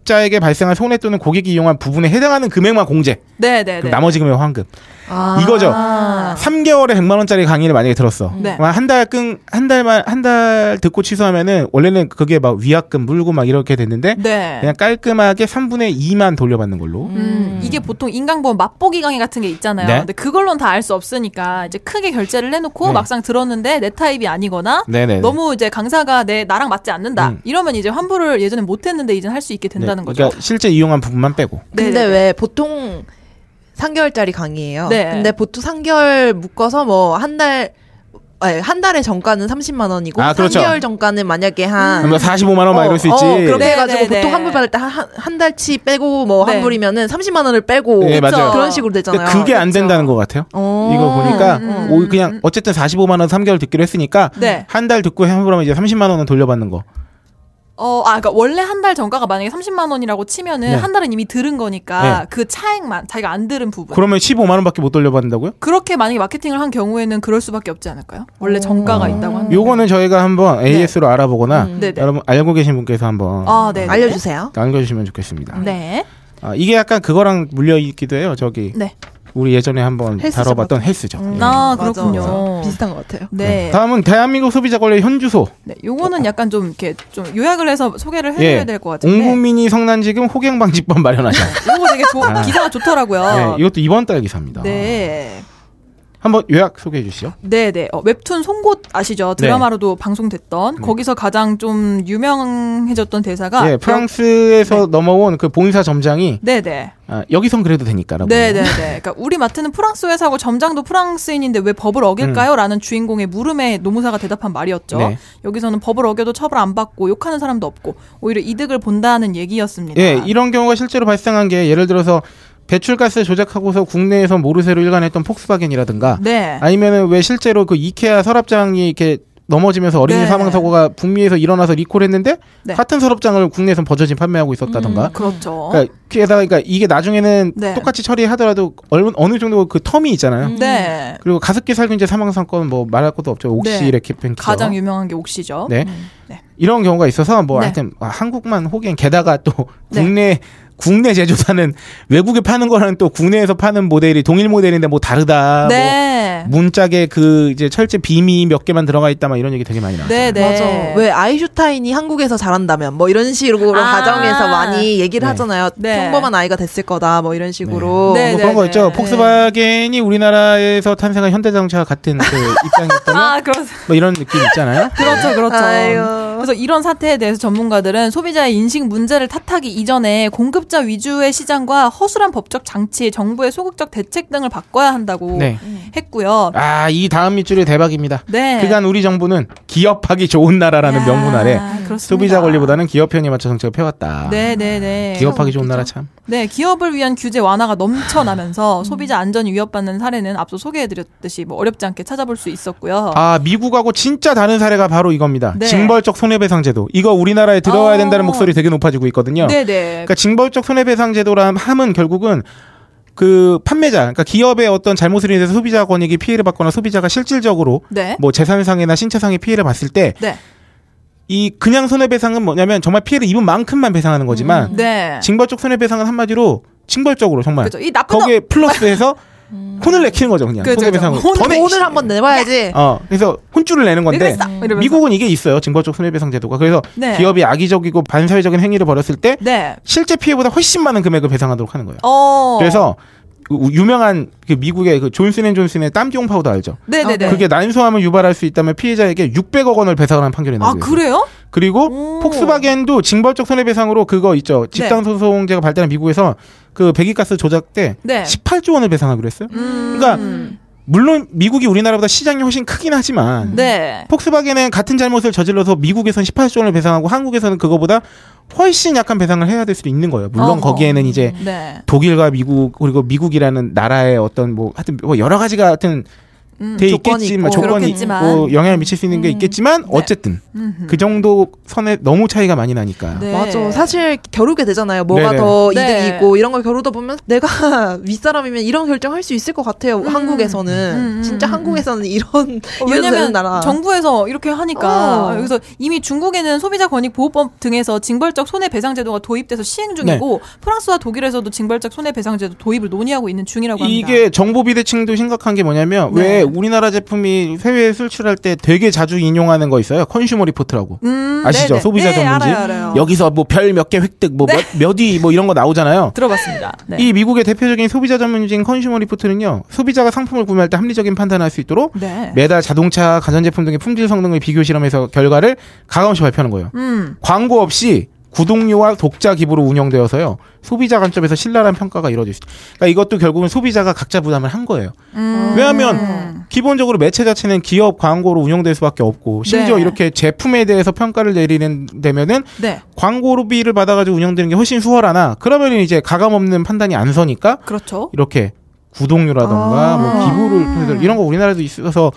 [SPEAKER 5] 사업자에게 발생한 손해 또는 고객이 이용한 부분에 해당하는 금액만 공제.
[SPEAKER 4] 네, 네,
[SPEAKER 5] 그럼
[SPEAKER 4] 네.
[SPEAKER 5] 나머지 금액 환급.
[SPEAKER 7] 아.
[SPEAKER 5] 이거죠.
[SPEAKER 4] 아.
[SPEAKER 5] 3개월에 100만 원짜리 강의를 만약에 들었어.
[SPEAKER 4] 네.
[SPEAKER 5] 한달끈한 달만 한 달 듣고 취소하면은 원래는 그게 막 위약금 물고 막 이렇게 됐는데
[SPEAKER 4] 네.
[SPEAKER 5] 그냥 깔끔하게 3분의 2만 돌려받는 걸로.
[SPEAKER 4] 음, 이게 보통 인강보험 맛보기 강의 같은 게 있잖아요.
[SPEAKER 5] 네.
[SPEAKER 4] 근데 그걸로는 다 알 수 없으니까 이제 크게 결제를 해놓고
[SPEAKER 5] 네.
[SPEAKER 4] 막상 들었는데 내 타입이 아니거나
[SPEAKER 5] 네네.
[SPEAKER 4] 너무 이제 강사가 내 나랑 맞지 않는다
[SPEAKER 5] 음.
[SPEAKER 4] 이러면 이제 환불을 예전에 못했는데 이제 할 수 있게 된다는 거죠.
[SPEAKER 5] 그러니까 실제 이용한 부분만 빼고.
[SPEAKER 7] 근데
[SPEAKER 4] 네네네.
[SPEAKER 7] 왜 보통 3개월짜리 강의예요.
[SPEAKER 4] 네.
[SPEAKER 7] 근데 보통 3개월 묶어서 뭐 한 달, 아니, 한 달에 정가는 30만 원이고
[SPEAKER 5] 아, 그렇죠.
[SPEAKER 7] 3개월 정가는 만약에
[SPEAKER 4] 아.
[SPEAKER 7] 한
[SPEAKER 5] 뭐 45만 원 막 이럴 수 있지.
[SPEAKER 7] 어, 그렇게
[SPEAKER 4] 네,
[SPEAKER 7] 해가지고
[SPEAKER 4] 네, 네.
[SPEAKER 7] 보통 환불 받을 때 한 한 달치 빼고 뭐
[SPEAKER 4] 네.
[SPEAKER 7] 환불이면은 30만 원을 빼고
[SPEAKER 5] 네, 맞아요.
[SPEAKER 7] 그런 식으로
[SPEAKER 5] 근데
[SPEAKER 7] 되잖아요.
[SPEAKER 5] 그게 안 된다는 것 같아요.
[SPEAKER 7] 어.
[SPEAKER 5] 이거 보니까
[SPEAKER 4] 그렇죠. 음.
[SPEAKER 5] 오, 그냥 어쨌든 45만 원 3개월 듣기로 했으니까
[SPEAKER 4] 네.
[SPEAKER 5] 한 달 듣고 환불하면 이제 30만 원은 돌려받는 거.
[SPEAKER 4] 어, 아, 그러니까 원래 한 달 정가가 만약에 30만 원이라고 치면은
[SPEAKER 5] 네.
[SPEAKER 4] 한 달은 이미 들은 거니까
[SPEAKER 5] 네.
[SPEAKER 4] 그 차액만 자기가 안 들은 부분.
[SPEAKER 5] 그러면 15만 원밖에 못 돌려받는다고요?
[SPEAKER 4] 그렇게 만약에 마케팅을 한 경우에는 그럴 수밖에 없지 않을까요? 원래 정가가 있다고 하는.
[SPEAKER 5] 요거는 저희가 한번 AS로 알아보거나
[SPEAKER 4] 음. 네, 네.
[SPEAKER 5] 여러분 알고 계신 분께서 한번
[SPEAKER 4] 아, 네.
[SPEAKER 7] 알려주세요.
[SPEAKER 5] 남겨주시면 좋겠습니다.
[SPEAKER 4] 네.
[SPEAKER 5] 아, 이게 약간 그거랑 물려 있기도 해요. 저기
[SPEAKER 4] 네.
[SPEAKER 5] 우리 예전에 한번
[SPEAKER 7] 헬스죠,
[SPEAKER 5] 다뤄봤던 헬스죠. 예.
[SPEAKER 4] 아,
[SPEAKER 7] 음. 맞아,
[SPEAKER 4] 그렇군요.
[SPEAKER 7] 맞아. 비슷한 것 같아요.
[SPEAKER 4] 네.
[SPEAKER 5] 다음은 대한민국 소비자 권리 현주소.
[SPEAKER 4] 네, 요거는 약간 좀 이렇게 좀 요약을 해서 소개를 해드려야
[SPEAKER 5] 예.
[SPEAKER 4] 될 것
[SPEAKER 5] 온
[SPEAKER 4] 같은데.
[SPEAKER 5] 국민이 성난지금 호갱방지법 마련하자.
[SPEAKER 4] 요거 되게 조-
[SPEAKER 5] 음. 아.
[SPEAKER 4] 기사가
[SPEAKER 5] 네,
[SPEAKER 4] 좋더라고요.
[SPEAKER 5] 이것도 이번 달 기사입니다.
[SPEAKER 4] 네.
[SPEAKER 5] 한번 요약 소개해 주시죠.
[SPEAKER 4] 네네. 어, 웹툰 송곳 아시죠?
[SPEAKER 5] 네.
[SPEAKER 4] 드라마로도 방송됐던 거기서 가장 좀 유명해졌던 대사가
[SPEAKER 5] 음. 예, 프랑스에서 넘어온 그 본사 점장이
[SPEAKER 4] 네네.
[SPEAKER 5] 아, 여기선 그래도 되니까라고.
[SPEAKER 4] 네네네. 그러니까 우리 마트는 프랑스 회사고 점장도 프랑스인인데 왜 법을 어길까요? 라는 주인공의 물음에 노무사가 대답한 말이었죠.
[SPEAKER 5] 음. 네.
[SPEAKER 4] 여기서는 법을 어겨도 처벌 안 받고 욕하는 사람도 없고 오히려 이득을 본다는 얘기였습니다.
[SPEAKER 5] 예, 이런 경우가 실제로 발생한 게 예를 들어서 배출가스 조작하고서 국내에서 모르쇠로 일관했던 폭스바겐이라든가
[SPEAKER 4] 네.
[SPEAKER 5] 아니면은 왜 실제로 그 이케아 서랍장이 이렇게 넘어지면서 어린이
[SPEAKER 4] 네.
[SPEAKER 5] 사망 사고가 북미에서 일어나서 리콜했는데
[SPEAKER 4] 네.
[SPEAKER 5] 같은 서랍장을 국내에선 버젓이 판매하고 있었다던가.
[SPEAKER 4] 그렇죠.
[SPEAKER 5] 그러니까 게다가 그러니까 이게 나중에는
[SPEAKER 4] 네.
[SPEAKER 5] 똑같이 처리하더라도 얼- 어느 정도 그 텀이 있잖아요.
[SPEAKER 4] 네.
[SPEAKER 5] 그리고 가습기 살균제 사망 사건 뭐 말할 것도 없죠. 옥시
[SPEAKER 4] 네.
[SPEAKER 5] 이렇게 팬
[SPEAKER 4] 가장 유명한 게 옥시죠.
[SPEAKER 5] 네.
[SPEAKER 4] 네.
[SPEAKER 5] 이런 경우가 있어서 뭐
[SPEAKER 4] 네.
[SPEAKER 5] 하여튼 아, 한국만 호기엔 게다가 또
[SPEAKER 4] 네.
[SPEAKER 5] 국내 국내 제조사는 외국에 파는 거랑 또 국내에서 파는 모델이 동일 모델인데 뭐 다르다.
[SPEAKER 4] 네.
[SPEAKER 5] 뭐 문짝에 그 이제 철제 빔이 몇 개만 들어가 있다 막 이런 얘기 되게 많이 나와요.
[SPEAKER 4] 네, 네.
[SPEAKER 7] 맞아. 왜 아인슈타인이 한국에서 자란다면 뭐 이런 식으로
[SPEAKER 4] 아.
[SPEAKER 7] 가정에서 많이 얘기를
[SPEAKER 5] 네.
[SPEAKER 7] 하잖아요.
[SPEAKER 4] 네.
[SPEAKER 7] 평범한 아이가 됐을 거다 뭐 이런 식으로.
[SPEAKER 4] 네.
[SPEAKER 5] 뭐 그런 거
[SPEAKER 4] 네.
[SPEAKER 5] 있죠.
[SPEAKER 4] 네.
[SPEAKER 5] 폭스바겐이 우리나라에서 탄생한 현대자동차와 같은 그 입장이었다면
[SPEAKER 4] 아, 그렇,
[SPEAKER 5] 뭐 이런 느낌 있잖아요.
[SPEAKER 7] 네,
[SPEAKER 4] 그렇죠, 그렇죠.
[SPEAKER 7] 아유.
[SPEAKER 4] 그래서 이런 사태에 대해서 전문가들은 소비자의 인식 문제를 탓하기 이전에 공급자 위주의 시장과 허술한 법적 장치, 정부의 소극적 대책 등을 바꿔야 한다고
[SPEAKER 5] 네.
[SPEAKER 4] 했고요.
[SPEAKER 5] 아, 이 다음 밑줄이 대박입니다.
[SPEAKER 4] 뭐. 네.
[SPEAKER 5] 그간 우리 정부는 기업하기 좋은 나라라는
[SPEAKER 4] 야,
[SPEAKER 5] 명분 아래
[SPEAKER 4] 그렇습니다.
[SPEAKER 5] 소비자 권리보다는 기업 편에 맞춰 정책을 펴왔다.
[SPEAKER 4] 네, 네, 네.
[SPEAKER 5] 기업하기 좋은 나라 참.
[SPEAKER 4] 네, 기업을 위한 규제 완화가
[SPEAKER 5] 음.
[SPEAKER 4] 넘쳐나면서 소비자 안전이 위협받는 사례는 앞서 소개해드렸듯이 뭐 어렵지 않게 찾아볼 수 있었고요.
[SPEAKER 5] 아 미국하고 진짜 다른 사례가 바로 이겁니다.
[SPEAKER 4] 어. 네.
[SPEAKER 5] 징벌적 손해배상제도. 이거 우리나라에 들어와야
[SPEAKER 4] 어.
[SPEAKER 5] 된다는 목소리 되게 높아지고 있거든요.
[SPEAKER 4] 네, 네.
[SPEAKER 5] 그러니까 징벌적 손해배상제도란 함은 결국은 그 판매자, 그러니까 기업의 어떤 잘못으로 인해서 소비자 권익이 피해를 받거나 소비자가 실질적으로
[SPEAKER 4] 네.
[SPEAKER 5] 뭐 재산상이나 신체상의 피해를 봤을 때 이
[SPEAKER 4] 네.
[SPEAKER 5] 그냥 손해배상은 뭐냐면 정말 피해를 입은 만큼만 배상하는 음. 거지만
[SPEAKER 4] 네.
[SPEAKER 5] 징벌적 손해배상은 한마디로 징벌적으로 정말
[SPEAKER 4] 그렇죠. 이 나쁜
[SPEAKER 5] 거기에 플러스해서 혼을 내키는 거죠 그냥
[SPEAKER 4] 그죠,
[SPEAKER 5] 손해배상으로.
[SPEAKER 4] 그죠.
[SPEAKER 5] 더 내-
[SPEAKER 7] 오늘 한번 내봐야지.
[SPEAKER 5] 어 그래서 혼쭐을 내는
[SPEAKER 4] 놈,
[SPEAKER 5] 건데
[SPEAKER 4] 이거 어, 네, 싹 이러면서.
[SPEAKER 5] 미국은 이게 있어요 징벌적 손해배상 제도가 그래서
[SPEAKER 4] 네.
[SPEAKER 5] 기업이 악의적이고 반사회적인 행위를 벌였을 때
[SPEAKER 4] 네.
[SPEAKER 5] 실제 피해보다 훨씬 많은 금액을 배상하도록 하는 거예요.
[SPEAKER 4] 어.
[SPEAKER 5] 그래서 그 유명한 그 미국의 그 존슨앤존슨의 땀띠용 파우더 알죠?
[SPEAKER 4] 네네네.
[SPEAKER 5] 그게 난소암을 유발할 수 있다면 피해자에게 600억 원을 배상하는 판결이
[SPEAKER 4] 아
[SPEAKER 5] 나고요.
[SPEAKER 4] 그래요?
[SPEAKER 5] 그리고
[SPEAKER 4] 오. 네.
[SPEAKER 5] 폭스바겐도 징벌적 손해배상으로 그거 있죠. 집단 소송제가 발달한 미국에서 그 배기가스 조작 때
[SPEAKER 4] 네.
[SPEAKER 5] 18조 원을 배상하기로 했어요.
[SPEAKER 4] 음.
[SPEAKER 5] 그러니까 물론 미국이 우리나라보다 시장이 훨씬 크긴 하지만
[SPEAKER 4] 네.
[SPEAKER 5] 폭스바겐은 같은 잘못을 저질러서 미국에선 18조 원을 배상하고 한국에서는 그거보다 훨씬 약한 배상을 해야 될 수도 있는 거예요. 물론
[SPEAKER 4] 어허.
[SPEAKER 5] 거기에는 이제
[SPEAKER 4] 네.
[SPEAKER 5] 독일과 미국 그리고 미국이라는 나라의 어떤 뭐 하여튼 뭐 여러 가지가 하여튼
[SPEAKER 4] 음,
[SPEAKER 5] 돼
[SPEAKER 7] 조건이
[SPEAKER 5] 있겠지만
[SPEAKER 7] 있고.
[SPEAKER 5] 조건이
[SPEAKER 4] 그렇겠지만. 음. 네.
[SPEAKER 5] 있고 영향을 미칠 수 있는 게 있겠지만 어쨌든
[SPEAKER 4] 음흠.
[SPEAKER 5] 그 정도 선에 너무 차이가 많이 나니까
[SPEAKER 4] 네.
[SPEAKER 7] 맞아. 사실 겨루게 되잖아요. 뭐가
[SPEAKER 5] 네네.
[SPEAKER 7] 더
[SPEAKER 4] 네.
[SPEAKER 7] 이득이고 이런 걸 겨루다 보면 내가 윗사람이면 이런 결정할 수 있을 것 같아요. 한국에서는
[SPEAKER 4] 음, 음,
[SPEAKER 7] 진짜
[SPEAKER 4] 음,
[SPEAKER 7] 한국에서는 이런
[SPEAKER 4] 어,
[SPEAKER 7] 이런 되는
[SPEAKER 4] 왜냐면
[SPEAKER 7] 나라.
[SPEAKER 4] 정부에서 이렇게 하니까
[SPEAKER 7] 어.
[SPEAKER 4] 아, 여기서 이미 중국에는 소비자 권익 보호법 등에서 징벌적 손해배상 제도가 도입돼서 시행 중이고
[SPEAKER 5] 네.
[SPEAKER 4] 프랑스와 독일에서도 징벌적 손해배상 제도 도입을 논의하고 있는 중이라고 합니다.
[SPEAKER 5] 이게 정보 비대칭도 심각한 게 뭐냐면 왜
[SPEAKER 4] 네.
[SPEAKER 5] 우리나라 제품이 해외에 수출할 때 되게 자주 인용하는 거 있어요 컨슈머 리포트라고
[SPEAKER 4] 음,
[SPEAKER 5] 아시죠?
[SPEAKER 4] 네네.
[SPEAKER 5] 소비자
[SPEAKER 4] 네,
[SPEAKER 5] 전문지.
[SPEAKER 4] 알아요, 알아요.
[SPEAKER 5] 여기서 뭐 별 몇 개 획득 뭐 몇몇위뭐 이런 거 나오잖아요.
[SPEAKER 4] 들어봤습니다. 네.
[SPEAKER 5] 이 미국의 대표적인 소비자 전문지인 컨슈머 리포트는요. 소비자가 상품을 구매할 때 합리적인 판단할 수 있도록
[SPEAKER 4] 네.
[SPEAKER 5] 매달 자동차, 가전제품 등의 품질 성능을 비교 실험해서 결과를 가감없이 발표하는 거예요.
[SPEAKER 4] 음.
[SPEAKER 5] 광고 없이 구독료와 독자 기부로 운영되어서요. 소비자 관점에서 신랄한 평가가 이루어질 수 있다. 그러니까 이것도 결국은 소비자가 각자 부담을 한 거예요.
[SPEAKER 4] 음.
[SPEAKER 5] 왜냐하면 기본적으로 매체 자체는 기업 광고로 운영될 수밖에 없고 심지어
[SPEAKER 4] 네.
[SPEAKER 5] 이렇게 제품에 대해서 평가를 내리는 데면은
[SPEAKER 4] 네.
[SPEAKER 5] 광고비를 받아가지고 운영되는 게 훨씬 수월하나 그러면 이제 가감 없는 판단이 안 서니까
[SPEAKER 4] 그렇죠.
[SPEAKER 5] 이렇게 구독료라던가
[SPEAKER 7] 아.
[SPEAKER 5] 뭐 기부를 통해서 이런 거 우리나라도 있어서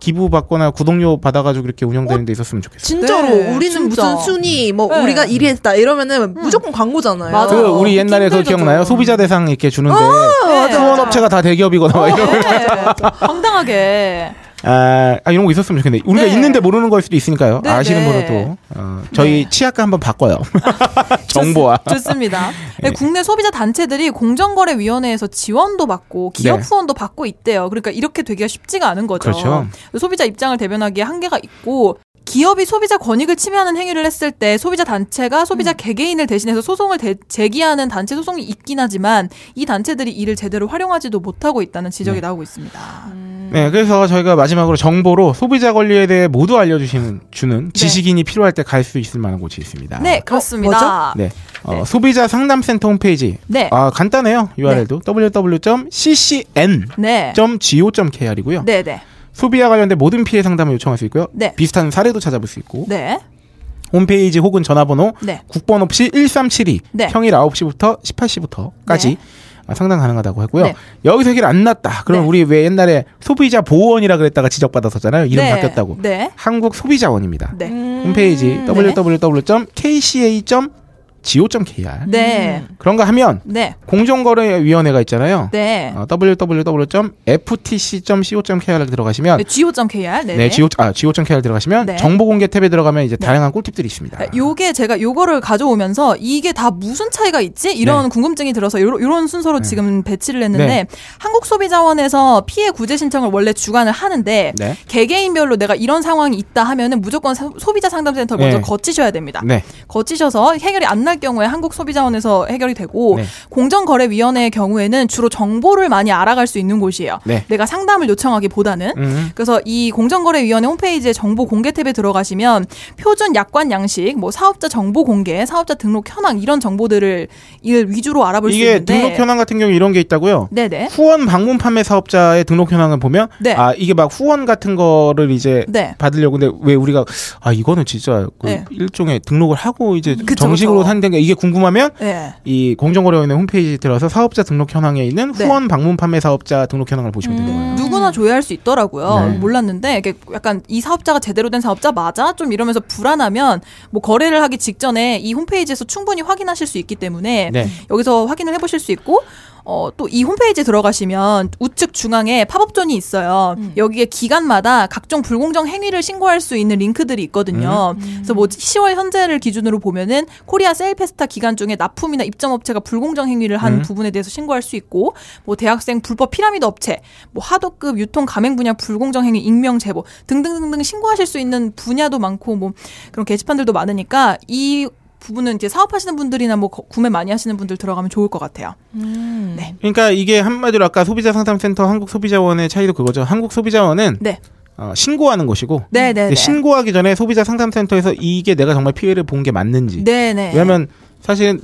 [SPEAKER 5] 기부 받거나 구독료 받아가지고 이렇게 운영되는 데 있었으면 좋겠어요.
[SPEAKER 7] 진짜로 음.
[SPEAKER 4] 네,
[SPEAKER 7] 우리는
[SPEAKER 4] 진짜.
[SPEAKER 7] 무슨 순위 뭐
[SPEAKER 4] 네.
[SPEAKER 7] 우리가 1위 했다 이러면은 무조건 광고잖아요.
[SPEAKER 4] 맞아.
[SPEAKER 5] 그
[SPEAKER 4] 어,
[SPEAKER 5] 우리 옛날에 그거
[SPEAKER 4] 힘들죠,
[SPEAKER 5] 기억나요?
[SPEAKER 4] 좀.
[SPEAKER 5] 소비자 대상 이렇게 주는데
[SPEAKER 4] 맞아, 맞아.
[SPEAKER 5] 후원업체가 다 대기업이거나 막 이런
[SPEAKER 4] 네. 황당하게.
[SPEAKER 5] 아, 아, 이런 거 있었으면 좋겠는데 우리가
[SPEAKER 4] 네.
[SPEAKER 5] 있는데 모르는 걸 수도 있으니까요.
[SPEAKER 4] 네,
[SPEAKER 5] 아시는 분은
[SPEAKER 4] 네.
[SPEAKER 5] 또 어, 저희 치약과 한번 바꿔요. 정보와
[SPEAKER 4] 좋- 좋습니다. 네, 국내 소비자 단체들이 공정거래위원회에서 지원도 받고 기업
[SPEAKER 5] 네.
[SPEAKER 4] 후원도 받고 있대요. 그러니까 이렇게 되기가 쉽지가 않은 거죠.
[SPEAKER 5] 그렇죠.
[SPEAKER 4] 소비자 입장을 대변하기에 한계가 있고 기업이 소비자 권익을 침해하는 행위를 했을 때 소비자 단체가 소비자
[SPEAKER 5] 음.
[SPEAKER 4] 개개인을 대신해서 소송을 대- 제기하는 단체 소송이 있긴 하지만 이 단체들이 이를 제대로 활용하지도 못하고 있다는 지적이 나오고 있습니다.
[SPEAKER 5] 네, 그래서 저희가 마지막으로 정보로 소비자 권리에 대해 모두 알려주시는 주는 지식인이 필요할 때 갈 수 있을 만한 곳이 있습니다.
[SPEAKER 4] 네, 그렇습니다.
[SPEAKER 5] 네, 어, 소비자 상담센터 홈페이지.
[SPEAKER 4] 네.
[SPEAKER 5] 아 간단해요. URL도 www.ccn.go.kr이고요.
[SPEAKER 4] 네.
[SPEAKER 5] 이고요.
[SPEAKER 4] 네, 네.
[SPEAKER 5] 소비와 관련된 모든 피해 상담을 요청할 수 있고요.
[SPEAKER 4] 네.
[SPEAKER 5] 비슷한 사례도 찾아볼 수 있고
[SPEAKER 4] 네.
[SPEAKER 5] 홈페이지 혹은 전화번호
[SPEAKER 4] 네.
[SPEAKER 5] 국번 없이 1372
[SPEAKER 4] 네.
[SPEAKER 5] 평일 9시부터 18시부터까지 아,
[SPEAKER 4] 네.
[SPEAKER 5] 상담 가능하다고 하고요.
[SPEAKER 4] 네.
[SPEAKER 5] 여기서 해결 안 났다. 그럼
[SPEAKER 4] 네.
[SPEAKER 5] 우리 왜 옛날에 소비자 보호원이라 그랬다가 지적받았었잖아요. 이름
[SPEAKER 4] 네.
[SPEAKER 5] 바뀌었다고.
[SPEAKER 4] 네.
[SPEAKER 5] 한국 소비자원입니다.
[SPEAKER 4] 네.
[SPEAKER 5] 홈페이지 www.kca.go.kr
[SPEAKER 4] 네.
[SPEAKER 5] 그런가 하면
[SPEAKER 4] 네.
[SPEAKER 5] 공정거래위원회가 있잖아요.
[SPEAKER 4] 네.
[SPEAKER 5] 어, www.ftc.co.kr에 들어가시면
[SPEAKER 4] 네. go.kr. 네.
[SPEAKER 5] 아. 네, 지오 아, 지오.kr 들어가시면
[SPEAKER 4] 네.
[SPEAKER 5] 정보 공개 탭에 들어가면 이제 다양한 꿀팁들이 있습니다.
[SPEAKER 4] 아, 요게 제가 요거를 가져오면서 이게 다 무슨 차이가 있지? 이런 궁금증이 들어서 요런, 요런 순서로 지금 배치를 했는데
[SPEAKER 5] 네.
[SPEAKER 4] 한국소비자원에서 피해 구제 신청을 원래 주관을 하는데
[SPEAKER 5] 네.
[SPEAKER 4] 개개인별로 내가 이런 상황이 있다 하면은 무조건 사- 소비자 상담센터 먼저
[SPEAKER 5] 네.
[SPEAKER 4] 거치셔야 됩니다.
[SPEAKER 5] 네.
[SPEAKER 4] 거치셔서 해결이 안 날 경우에 한국소비자원에서 해결이 되고
[SPEAKER 5] 네.
[SPEAKER 4] 공정거래위원회의 경우에는 주로 정보를 많이 알아갈 수 있는 곳이에요.
[SPEAKER 5] 네.
[SPEAKER 4] 내가 상담을 요청하기보다는
[SPEAKER 5] 음.
[SPEAKER 4] 그래서 이 공정거래위원회 홈페이지에 정보 공개 탭에 들어가시면 표준 약관 양식, 뭐 사업자 정보 공개, 사업자 등록 현황 이런 정보들을 일 위주로 알아볼 수
[SPEAKER 5] 이게
[SPEAKER 4] 있는데
[SPEAKER 5] 등록 현황 같은 경우 이런 게 있다고요.
[SPEAKER 4] 네네
[SPEAKER 5] 후원 방문 판매 사업자의 등록 현황을 보면
[SPEAKER 4] 네.
[SPEAKER 5] 아 이게 막 후원 같은 거를 이제
[SPEAKER 4] 네.
[SPEAKER 5] 받으려고 근데 왜 우리가 아 이거는 진짜 그
[SPEAKER 4] 네.
[SPEAKER 5] 일종의 등록을 하고 이제
[SPEAKER 4] 그쵸,
[SPEAKER 5] 정식으로
[SPEAKER 4] 그쵸.
[SPEAKER 5] 산다는 게 이게 궁금하면
[SPEAKER 4] 네.
[SPEAKER 5] 이 공정거래위원회 홈페이지 들어서 사업자 등록 현황에 있는
[SPEAKER 4] 네. 음.
[SPEAKER 5] 후원 방문 판매 사업자 등록 현황을 보시면 되는 거예요.
[SPEAKER 4] 누구나 조회할 수 있더라고요.
[SPEAKER 5] 네.
[SPEAKER 4] 몰랐는데 이게 약간 이 사업자가 제대로 된 사업자 맞아? 좀 이러면서 불안하면 뭐 거래를 하기 직전에 이 홈페이지에서 충분히 확인하실 수 있기 때문에
[SPEAKER 5] 네.
[SPEAKER 4] 여기서 확인을 해보실 수 있고 어, 또 이 홈페이지에 들어가시면 우측 중앙에 팝업존이 있어요. 여기에 기간마다 각종 불공정 행위를 신고할 수 있는 링크들이 있거든요. 그래서 뭐 10월 현재를 기준으로 보면은 코리아 세일페스타 기간 중에 납품이나 입점업체가 불공정 행위를 한
[SPEAKER 5] 음.
[SPEAKER 4] 부분에 대해서 신고할 수 있고 뭐 대학생 불법 피라미드 업체, 뭐 하도급 유통 가맹 분야 불공정 행위 익명 제보 등등등등 신고하실 수 있는 분야도 많고 뭐 그런 게시판들도 많으니까 이 부분은 이제 사업하시는 분들이나 뭐 거- 구매 많이 하시는 분들 들어가면 좋을 것 같아요.
[SPEAKER 5] 음.
[SPEAKER 7] 음.
[SPEAKER 5] 그러니까 이게 한마디로 아까 소비자 상담센터 한국 소비자원의 차이도 그거죠. 한국 소비자원은
[SPEAKER 4] 네.
[SPEAKER 5] 어, 신고하는 곳이고
[SPEAKER 4] 네, 네,
[SPEAKER 5] 이제
[SPEAKER 4] 네.
[SPEAKER 5] 신고하기 전에 소비자 상담센터에서 이게 내가 정말 피해를 본 게 맞는지
[SPEAKER 4] 네, 네.
[SPEAKER 5] 왜냐면 사실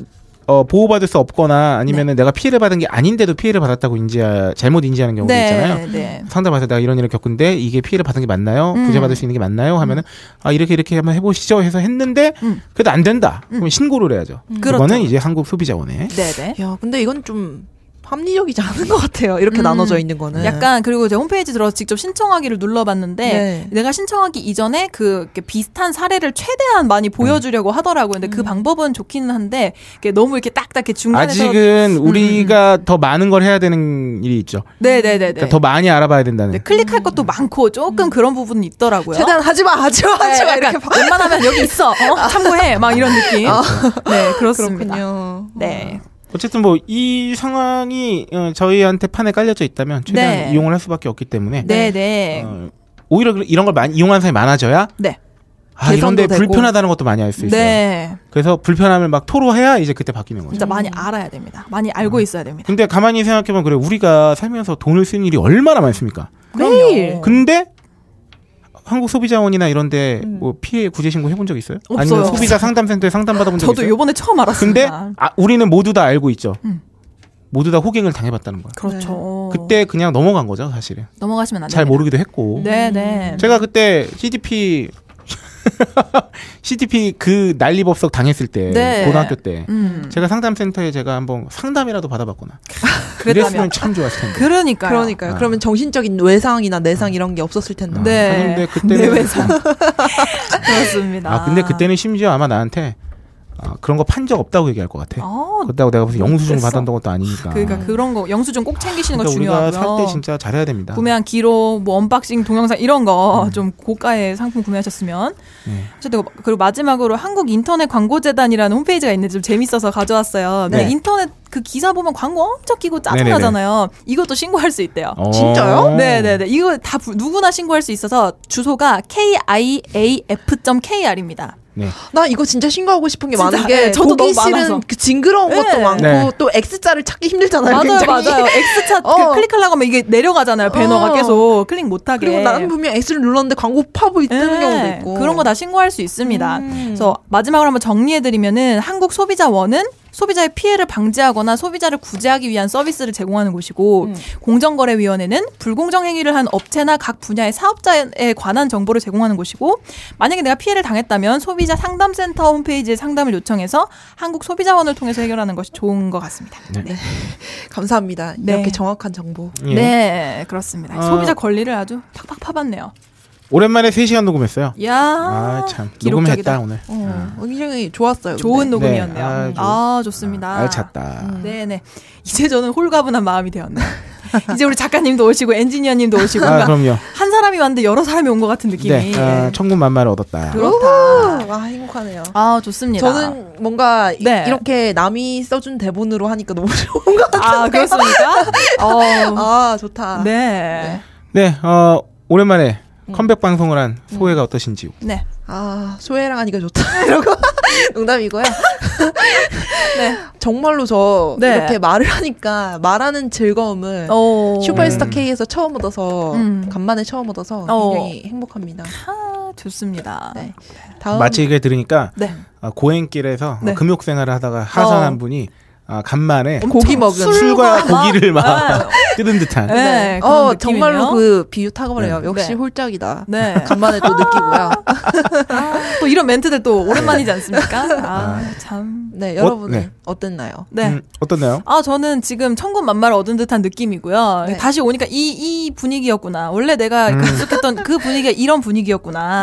[SPEAKER 5] 어, 보호받을 수 없거나 아니면은
[SPEAKER 4] 네.
[SPEAKER 5] 내가 피해를 받은 게 아닌데도 피해를 받았다고 인지하, 잘못 인지하는 경우도
[SPEAKER 4] 네,
[SPEAKER 5] 있잖아요.
[SPEAKER 4] 네.
[SPEAKER 5] 상담해서 내가 이런 일을 겪은데 이게 피해를 받은 게 맞나요?
[SPEAKER 4] 음.
[SPEAKER 5] 구제받을 수 있는 게 맞나요? 하면은 아 이렇게 이렇게 한번 해보시죠 해서 했는데
[SPEAKER 4] 음.
[SPEAKER 5] 그래도 안 된다. 그럼 신고를 해야죠.
[SPEAKER 4] 그렇죠.
[SPEAKER 5] 그거는 이제 한국 소비자원에
[SPEAKER 4] 네, 네.
[SPEAKER 7] 야, 근데 이건 좀 합리적이지 않은 것 같아요. 이렇게
[SPEAKER 4] 음.
[SPEAKER 7] 나눠져 있는
[SPEAKER 5] 네.
[SPEAKER 7] 거는.
[SPEAKER 4] 약간 그리고 이제 홈페이지 들어서 직접 신청하기를 눌러봤는데
[SPEAKER 7] 네.
[SPEAKER 4] 내가 신청하기 이전에 그 이렇게 비슷한 사례를 최대한 많이 보여주려고 하더라고요. 근데 그 방법은 좋기는 한데 이게 너무 이렇게 딱딱 이렇게 중간에서 음,
[SPEAKER 5] 아직은 그러니까 우리가 더 많은 걸 해야 되는 일이 있죠.
[SPEAKER 4] 네네네네.
[SPEAKER 5] 그러니까 더 많이 알아봐야 된다는.
[SPEAKER 4] 네, 클릭할 것도 많고 조금 그런 부분은 있더라고요.
[SPEAKER 7] 최대한 하지 마, 하지 마, 하지 마.
[SPEAKER 4] 네,
[SPEAKER 7] 이렇게
[SPEAKER 4] 약간 웬만하면 여기 있어. 어? 참고해. 막 이런 느낌. 네, 그렇습니다.
[SPEAKER 7] 그렇군요.
[SPEAKER 4] 네.
[SPEAKER 5] 어쨌든 뭐 이 상황이 어, 저희한테 판에 깔려져 있다면 최대한
[SPEAKER 4] 네.
[SPEAKER 5] 이용을 할 수밖에 없기 때문에
[SPEAKER 4] 네, 네.
[SPEAKER 5] 어, 오히려 그- 이런 걸 많이 이용하는 사람이 많아져야
[SPEAKER 4] 네.
[SPEAKER 5] 아, 이런데
[SPEAKER 7] 개선도 되고.
[SPEAKER 5] 불편하다는 것도 많이 알 수 있어요.
[SPEAKER 4] 네.
[SPEAKER 5] 그래서 불편함을 막 토로해야 이제 그때 바뀌는 거죠.
[SPEAKER 4] 진짜 많이 알아야 됩니다. 많이 알고 있어야 됩니다.
[SPEAKER 5] 근데 가만히 생각해보면 그래 우리가 살면서 돈을 쓰는 일이 얼마나 많습니까?
[SPEAKER 4] 매일.
[SPEAKER 5] 근데 한국 소비자원이나 이런데 뭐 피해 구제 신고 해본 적 있어요? 아니면
[SPEAKER 4] 음. 없어요.
[SPEAKER 5] 소비자 상담센터에 상담받아본 적
[SPEAKER 4] 저도
[SPEAKER 5] 있어요?
[SPEAKER 4] 요번에 처음
[SPEAKER 5] 근데
[SPEAKER 4] 알았습니다. 음.
[SPEAKER 5] 아, 우리는 모두 다 알고 있죠. 모두 다 호갱을 당해봤다는 거야.
[SPEAKER 4] 그렇죠.
[SPEAKER 5] 네. 그때 그냥 넘어간 거죠, 사실은.
[SPEAKER 4] 넘어가시면 안 됩니다.
[SPEAKER 5] 잘 모르기도 했고.
[SPEAKER 4] 아, 네, 네.
[SPEAKER 5] 제가 그때 CDP CDP 그 난리법석 당했을 때
[SPEAKER 4] 네.
[SPEAKER 5] 고등학교 때
[SPEAKER 4] 음.
[SPEAKER 5] 제가 상담센터에 제가 한번 상담이라도 받아봤구나.
[SPEAKER 4] 그랬다면
[SPEAKER 5] 이랬으면 참 좋았을 텐데.
[SPEAKER 4] 그러니까요.
[SPEAKER 7] 그러니까요.
[SPEAKER 5] 아.
[SPEAKER 7] 그러면 정신적인 외상이나 내상 이런 게 없었을 텐데.
[SPEAKER 5] 아,
[SPEAKER 4] 네.
[SPEAKER 5] 아니, 근데
[SPEAKER 4] 내 아.
[SPEAKER 5] 그때는
[SPEAKER 4] 회사. 그렇습니다.
[SPEAKER 5] 아 근데 그때는 심지어 아마 나한테 아, 그런 거 판 적 없다고 얘기할 것 같아.
[SPEAKER 4] 어,
[SPEAKER 5] 그렇다고 내가 무슨 영수증
[SPEAKER 4] 됐어.
[SPEAKER 5] 받았던 것도 아니니까.
[SPEAKER 4] 그러니까 그런 거 영수증 꼭 챙기시는 거
[SPEAKER 5] 그러니까 우리가
[SPEAKER 4] 중요하고요.
[SPEAKER 5] 살 때 진짜 잘해야 됩니다.
[SPEAKER 4] 구매한 기록, 뭐 언박싱 동영상 이런 거 좀 고가의 상품 구매하셨으면
[SPEAKER 5] 음. 네.
[SPEAKER 4] 어쨌든 그리고 마지막으로 한국 인터넷 광고재단이라는 홈페이지가 있는데 좀 재밌어서 가져왔어요. 근데
[SPEAKER 5] 네.
[SPEAKER 4] 인터넷 그 기사 보면 광고 엄청 끼고 짜증나잖아요. 이것도 신고할 수 있대요.
[SPEAKER 5] 어.
[SPEAKER 7] 진짜요?
[SPEAKER 4] 네네네. 이거 다 부- 누구나 신고할 수 있어서 주소가 kiaf.kr입니다.
[SPEAKER 5] 네.
[SPEAKER 7] 나 이거 진짜 신고하고 싶은 게
[SPEAKER 4] 진짜,
[SPEAKER 7] 많은 게
[SPEAKER 4] 네, 저도
[SPEAKER 7] 보기
[SPEAKER 4] 너무
[SPEAKER 7] 싫은
[SPEAKER 4] 많아서.
[SPEAKER 7] 그 징그러운 것도
[SPEAKER 4] 네.
[SPEAKER 7] 많고
[SPEAKER 5] 네.
[SPEAKER 7] 또 X자를 찾기 힘들잖아요.
[SPEAKER 4] 맞아요,
[SPEAKER 7] 굉장히.
[SPEAKER 4] 맞아요. X차
[SPEAKER 7] 어.
[SPEAKER 4] 그 클릭하려고 하면 이게 내려가잖아요. 배너가
[SPEAKER 7] 어.
[SPEAKER 4] 계속 클릭 못하게.
[SPEAKER 7] 그리고 나는 분명 X를 눌렀는데 광고 팝이 뜨는
[SPEAKER 4] 예,
[SPEAKER 7] 경우도 있고
[SPEAKER 4] 그런 거 다 신고할 수 있습니다.
[SPEAKER 7] 음.
[SPEAKER 4] 그래서 마지막으로 한번 정리해드리면은 한국 소비자원은 소비자의 피해를 방지하거나 소비자를 구제하기 위한 서비스를 제공하는 곳이고
[SPEAKER 7] 음.
[SPEAKER 4] 공정거래위원회는 불공정 행위를 한 업체나 각 분야의 사업자에 관한 정보를 제공하는 곳이고 만약에 내가 피해를 당했다면 소비자 상담센터 홈페이지에 상담을 요청해서 한국 소비자원을 통해서 해결하는 것이 좋은 것 같습니다.
[SPEAKER 5] 네.
[SPEAKER 7] 감사합니다.
[SPEAKER 4] 네.
[SPEAKER 7] 이렇게 정확한 정보.
[SPEAKER 5] 예.
[SPEAKER 4] 네, 그렇습니다.
[SPEAKER 5] 아.
[SPEAKER 4] 소비자 권리를 아주 팍팍 파봤네요.
[SPEAKER 5] 오랜만에 3시간 녹음했어요.
[SPEAKER 4] 야,
[SPEAKER 5] 아, 참.
[SPEAKER 4] 기록적이다.
[SPEAKER 5] 녹음했다, 오늘.
[SPEAKER 7] 어, 굉장히 좋았어요. 근데.
[SPEAKER 4] 좋은 녹음이었네요.
[SPEAKER 5] 네, 아주-
[SPEAKER 4] 아, 좋습니다. 음.
[SPEAKER 5] 알찼다.
[SPEAKER 4] 네네. 이제 저는 홀가분한 마음이 되었네요. 이제 우리 작가님도 오시고 엔지니어님도 오시고
[SPEAKER 5] 아,
[SPEAKER 4] 뭔가
[SPEAKER 5] 그럼요.
[SPEAKER 4] 한 사람이 왔는데 여러 사람이 온 것 같은 느낌이.
[SPEAKER 5] 네. 아,
[SPEAKER 4] 예.
[SPEAKER 5] 천군만마를 얻었다.
[SPEAKER 4] 그렇다.
[SPEAKER 7] 와 행복하네요.
[SPEAKER 4] 아 좋습니다.
[SPEAKER 7] 저는 뭔가 이-
[SPEAKER 4] 네.
[SPEAKER 7] 이렇게 남이 써준 대본으로 하니까 너무 좋은 것 같아요.
[SPEAKER 4] 아 그렇습니까? 어,
[SPEAKER 7] 아 좋다.
[SPEAKER 4] 네.
[SPEAKER 5] 네, 어, 오랜만에
[SPEAKER 4] 음.
[SPEAKER 5] 컴백 방송을 한 소회가 어떠신지요?
[SPEAKER 4] 네.
[SPEAKER 7] 아 소혜랑 하니까 좋다. 이러고 농담이고요. 정말로 저
[SPEAKER 4] 네.
[SPEAKER 7] 이렇게 말을 하니까 말하는 즐거움을
[SPEAKER 4] 어.
[SPEAKER 7] 네. 슈퍼스타
[SPEAKER 5] 음.
[SPEAKER 7] K에서 처음 얻어서
[SPEAKER 4] 음.
[SPEAKER 7] 간만에 처음 얻어서
[SPEAKER 4] 어.
[SPEAKER 7] 굉장히 행복합니다.
[SPEAKER 4] 아, 좋습니다.
[SPEAKER 7] 네. 다음
[SPEAKER 5] 마치 이게 들으니까
[SPEAKER 4] 네.
[SPEAKER 5] 아, 고행길에서
[SPEAKER 4] 네.
[SPEAKER 5] 어, 금욕 생활을 하다가 하산한
[SPEAKER 4] 어.
[SPEAKER 5] 분이 아, 간만에
[SPEAKER 7] 고기 먹은
[SPEAKER 5] 술과
[SPEAKER 4] 막-
[SPEAKER 5] 고기를 막
[SPEAKER 4] 아,
[SPEAKER 5] 뜯은 듯한.
[SPEAKER 4] 네. 그런
[SPEAKER 7] 어
[SPEAKER 4] 느낌이네요.
[SPEAKER 7] 정말로 그 비유 타고버려요.
[SPEAKER 5] 네.
[SPEAKER 7] 역시
[SPEAKER 4] 네.
[SPEAKER 7] 홀짝이다.
[SPEAKER 4] 네.
[SPEAKER 7] 간만에 또 느끼고요.
[SPEAKER 4] 아, 또 이런 멘트들 또 오랜만이지 않습니까? 아, 참.
[SPEAKER 7] 네
[SPEAKER 5] 어,
[SPEAKER 7] 여러분은
[SPEAKER 5] 네.
[SPEAKER 7] 어땠나요?
[SPEAKER 4] 네.
[SPEAKER 5] 음, 어떻나요?
[SPEAKER 4] 아, 저는 지금 천군 만마를 얻은 듯한 느낌이고요.
[SPEAKER 7] 네.
[SPEAKER 4] 다시 오니까 이, 이 분위기였구나. 원래 내가 익숙했던 그 분위기가 이런 분위기였구나.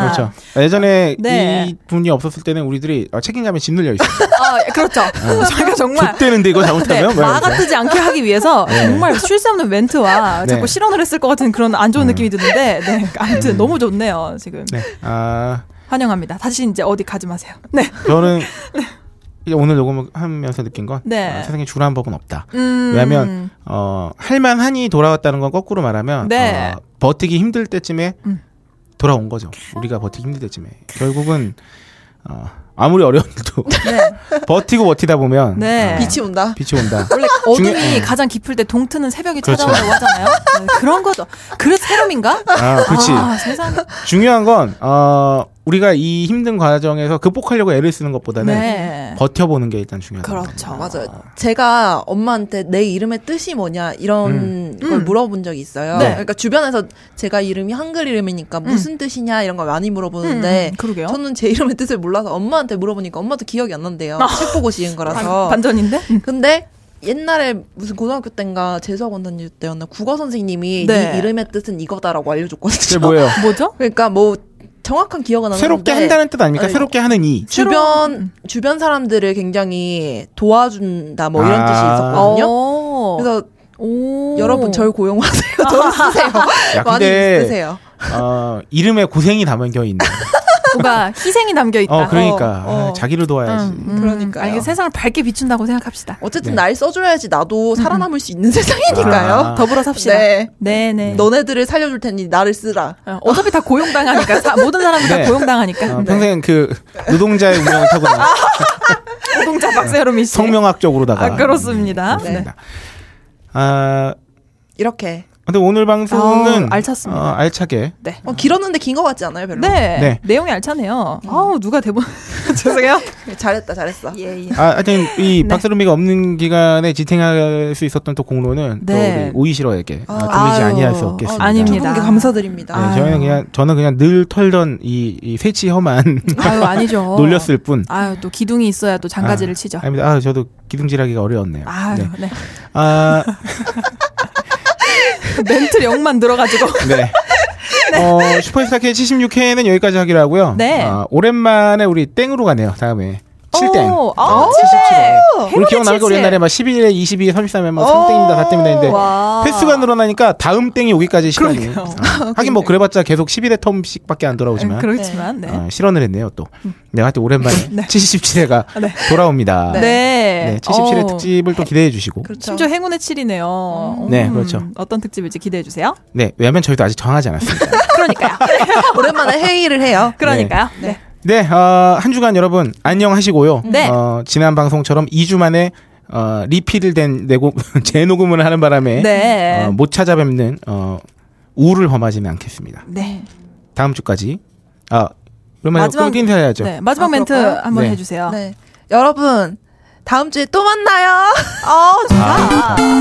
[SPEAKER 5] 음. 그렇죠. 예전에
[SPEAKER 4] 아. 네.
[SPEAKER 5] 이 분이 없었을 때는 우리들이 아, 책임감에 짓눌려 있어요.
[SPEAKER 4] 아, 그렇죠. 저희가 정말. 네,
[SPEAKER 5] 죽대는데 이거 잘못하면 막
[SPEAKER 4] 마가
[SPEAKER 5] 이러면서.
[SPEAKER 4] 뜨지 않게 하기 위해서 정말 쉴 새 없는 멘트와
[SPEAKER 5] 네. 음.
[SPEAKER 4] 자꾸 실언을 했을 것 같은 그런 안 좋은 느낌이 드는데, 네. 아무튼 너무 좋네요, 지금.
[SPEAKER 5] 네. 아,
[SPEAKER 4] 환영합니다. 다시 이제 어디 가지 마세요. 네.
[SPEAKER 5] 저는 이제 오늘 녹음하면서 느낀 건
[SPEAKER 4] 네.
[SPEAKER 5] 아, 세상에 주라한 법은 없다.
[SPEAKER 4] 음.
[SPEAKER 5] 왜냐하면 어, 할만하니 돌아왔다는 건 거꾸로 말하면
[SPEAKER 4] 네.
[SPEAKER 5] 어, 버티기 힘들 때쯤에
[SPEAKER 4] 음.
[SPEAKER 5] 돌아온 거죠. 우리가 버티기 힘들 때쯤에 결국은 어, 아무리 어려운 일도
[SPEAKER 4] 네.
[SPEAKER 5] 버티고 버티다 보면
[SPEAKER 4] 네.
[SPEAKER 5] 어,
[SPEAKER 7] 빛이 온다.
[SPEAKER 5] 빛이 온다.
[SPEAKER 4] 원래 어둠이
[SPEAKER 5] 중요- 음.
[SPEAKER 4] 가장 깊을 때 동트는 새벽이
[SPEAKER 5] 그렇죠.
[SPEAKER 4] 찾아온다고 하잖아요. 네, 그런 거죠. 그래서 세럼인가?
[SPEAKER 5] 아, 그렇지.
[SPEAKER 4] 아, 세상에.
[SPEAKER 5] 중요한 건 어, 우리가 이 힘든 과정에서 극복하려고 애를 쓰는 것보다는
[SPEAKER 4] 네.
[SPEAKER 5] 버텨보는 게 일단 중요하다.
[SPEAKER 4] 그렇죠.
[SPEAKER 7] 맞아요. 제가 엄마한테 내 이름의 뜻이 뭐냐 이런 걸
[SPEAKER 4] 음.
[SPEAKER 7] 물어본 적이 있어요.
[SPEAKER 4] 네.
[SPEAKER 7] 그러니까 주변에서 제가 이름이 한글 이름이니까 무슨 뜻이냐 이런 걸 많이 물어보는데
[SPEAKER 4] 음, 그러게요.
[SPEAKER 7] 저는 제 이름의 뜻을 몰라서 엄마한테 물어보니까 엄마도 기억이 안 난대요. 책 보고 지은 거라서.
[SPEAKER 4] 아. 반, 전인데 음.
[SPEAKER 7] 근데 옛날에 무슨 고등학교 때인가 재수학 원단지 때였나 국어 선생님이
[SPEAKER 4] 네.
[SPEAKER 7] 네 이름의 뜻은 이거다라고
[SPEAKER 5] 그게
[SPEAKER 7] 알려줬거든요.
[SPEAKER 5] 뭐예요?
[SPEAKER 4] 뭐죠?
[SPEAKER 7] 그러니까 뭐 정확한 기억은 안
[SPEAKER 5] 새롭게
[SPEAKER 7] 나는데
[SPEAKER 5] 한다는 뜻 아닙니까?
[SPEAKER 4] 네.
[SPEAKER 7] 아니,
[SPEAKER 5] 새롭게 하는 이.
[SPEAKER 7] 주변
[SPEAKER 4] 음.
[SPEAKER 7] 주변 사람들을 굉장히 도와준다 뭐 이런
[SPEAKER 5] 아.
[SPEAKER 7] 뜻이 있었거든요.
[SPEAKER 4] 오.
[SPEAKER 7] 그래서
[SPEAKER 4] 어. 오. 아.
[SPEAKER 7] 여러분 절 고용하세요. 저를 쓰세요.
[SPEAKER 5] 야,
[SPEAKER 7] 많이
[SPEAKER 5] 근데-
[SPEAKER 7] 쓰세요.
[SPEAKER 5] 어, 이름에 고생이 담겨 있네.
[SPEAKER 4] 뭔가 희생이 담겨 있다. 음.
[SPEAKER 5] 어, 그러니까
[SPEAKER 7] 어, 어.
[SPEAKER 5] 아, 자기를 도와야지. 음.
[SPEAKER 7] 그러니까요.
[SPEAKER 4] 아, 이게 세상을 밝게 비춘다고 생각합시다.
[SPEAKER 7] 어쨌든
[SPEAKER 5] 네.
[SPEAKER 7] 날 써줘야지 나도
[SPEAKER 4] 음.
[SPEAKER 7] 살아남을 수 있는 세상이니까요.
[SPEAKER 5] 아.
[SPEAKER 4] 더불어 삽시다.
[SPEAKER 7] 네.
[SPEAKER 4] 네, 네.
[SPEAKER 7] 너네들을 살려줄 테니 나를 쓰라.
[SPEAKER 4] 어, 어차피 다 고용당하니까 사- 모든 사람이
[SPEAKER 5] 네.
[SPEAKER 4] 다 고용당하니까
[SPEAKER 5] 어, 평생 그 노동자의 운명을 타고난
[SPEAKER 4] 노동자 박세롬이 씨.
[SPEAKER 5] 성명학적으로다가
[SPEAKER 4] 네. 아, 그렇습니다.
[SPEAKER 5] 네, 그렇습니다. 아
[SPEAKER 7] 이렇게.
[SPEAKER 5] 근데 오늘 방송은
[SPEAKER 4] 아우, 알찼습니다.
[SPEAKER 5] 어, 알차게
[SPEAKER 4] 네.
[SPEAKER 7] 어, 길었는데 긴 것 같지 않아요, 별로?
[SPEAKER 4] 네.
[SPEAKER 5] 네. 음.
[SPEAKER 4] 내용이 알차네요. 아우 누가 대본 죄송해요.
[SPEAKER 7] 잘했다, 잘했어.
[SPEAKER 4] 예, 예.
[SPEAKER 5] 아, 하여튼 이 박세롬이가 없는 기간에 지탱할 수 있었던 또 공로는
[SPEAKER 4] 네.
[SPEAKER 5] 또 우리 오이시러에게 아,
[SPEAKER 7] 아유.
[SPEAKER 5] 돌리지 아니할 수
[SPEAKER 7] 어,
[SPEAKER 5] 없겠습니다.
[SPEAKER 4] 아닙니다. 아,
[SPEAKER 7] 두 분께 감사드립니다.
[SPEAKER 5] 네, 저희는 그냥 저는 그냥 늘 털던 이, 이 새치 험한
[SPEAKER 4] 아유 아니죠.
[SPEAKER 5] 놀렸을 뿐.
[SPEAKER 4] 아유 또 기둥이 있어야 또 어. 장가지를
[SPEAKER 5] 아,
[SPEAKER 4] 치죠.
[SPEAKER 5] 아닙니다. 아, 저도 기둥질하기가 어려웠네요.
[SPEAKER 4] 아유
[SPEAKER 5] 네.
[SPEAKER 4] 네.
[SPEAKER 5] 아,
[SPEAKER 4] 그 멘트 영만 들어가지고.
[SPEAKER 5] 네. 어, 슈퍼스타 K 76회는 여기까지 하기로 하고요.
[SPEAKER 4] 네.
[SPEAKER 5] 아, 오랜만에 우리 땡으로 가네요. 다음에. 7땡.
[SPEAKER 4] 오, 아,
[SPEAKER 5] 77회. 우리
[SPEAKER 4] 해로운
[SPEAKER 5] 어, 기억나는 거
[SPEAKER 4] 칠칠.
[SPEAKER 5] 옛날에 막 11회, 22회, 33회 막 3땡입니다, 4땡입니다 했는데
[SPEAKER 7] 와.
[SPEAKER 5] 횟수가 늘어나니까 다음 땡이 오기까지 시간이.
[SPEAKER 4] 어, 그러니까요.
[SPEAKER 5] 어. 하긴 뭐 그래봤자 계속 11회 텀씩밖에 안 돌아오지만.
[SPEAKER 4] 그렇지만 네. 음.
[SPEAKER 5] 어, 실언을 했네요 또. 네, 하여튼 오랜만에 77회가 돌아옵니다.
[SPEAKER 4] 네.
[SPEAKER 5] 네, 77회
[SPEAKER 4] 어,
[SPEAKER 5] 특집을 또 기대해 주시고.
[SPEAKER 7] 그렇죠. 음.
[SPEAKER 4] 심지어 행운의 7이네요. 음.
[SPEAKER 5] 네, 그렇죠.
[SPEAKER 4] 어떤 특집일지 기대해 주세요.
[SPEAKER 5] 네, 왜냐면 저희도 아직 정하지 않았습니다.
[SPEAKER 4] 그러니까요.
[SPEAKER 7] 그렇죠. 오랜만에 회의를 해요.
[SPEAKER 4] 그러니까요. 네.
[SPEAKER 5] 네, 어, 한 주간 여러분 안녕하시고요.
[SPEAKER 4] 네.
[SPEAKER 5] 어, 지난 방송처럼 2주 만에 어, 리필을 된 내고 재녹음을 하는 바람에
[SPEAKER 4] 네.
[SPEAKER 5] 어, 못 찾아뵙는 어, 우를 범하지는 않겠습니다.
[SPEAKER 4] 네.
[SPEAKER 5] 아, 다음 주까지 아, 그러면
[SPEAKER 4] 마지막-
[SPEAKER 5] 끝 인사해야죠.
[SPEAKER 4] 네. 마지막
[SPEAKER 7] 아,
[SPEAKER 4] 멘트
[SPEAKER 7] 그럴까요?
[SPEAKER 4] 한번
[SPEAKER 5] 그렇죠. 네.
[SPEAKER 4] 해주세요.
[SPEAKER 7] 네. 여러분, 다음 주에 또 만나요.
[SPEAKER 4] 아, 좋다.
[SPEAKER 5] 아, 좋다.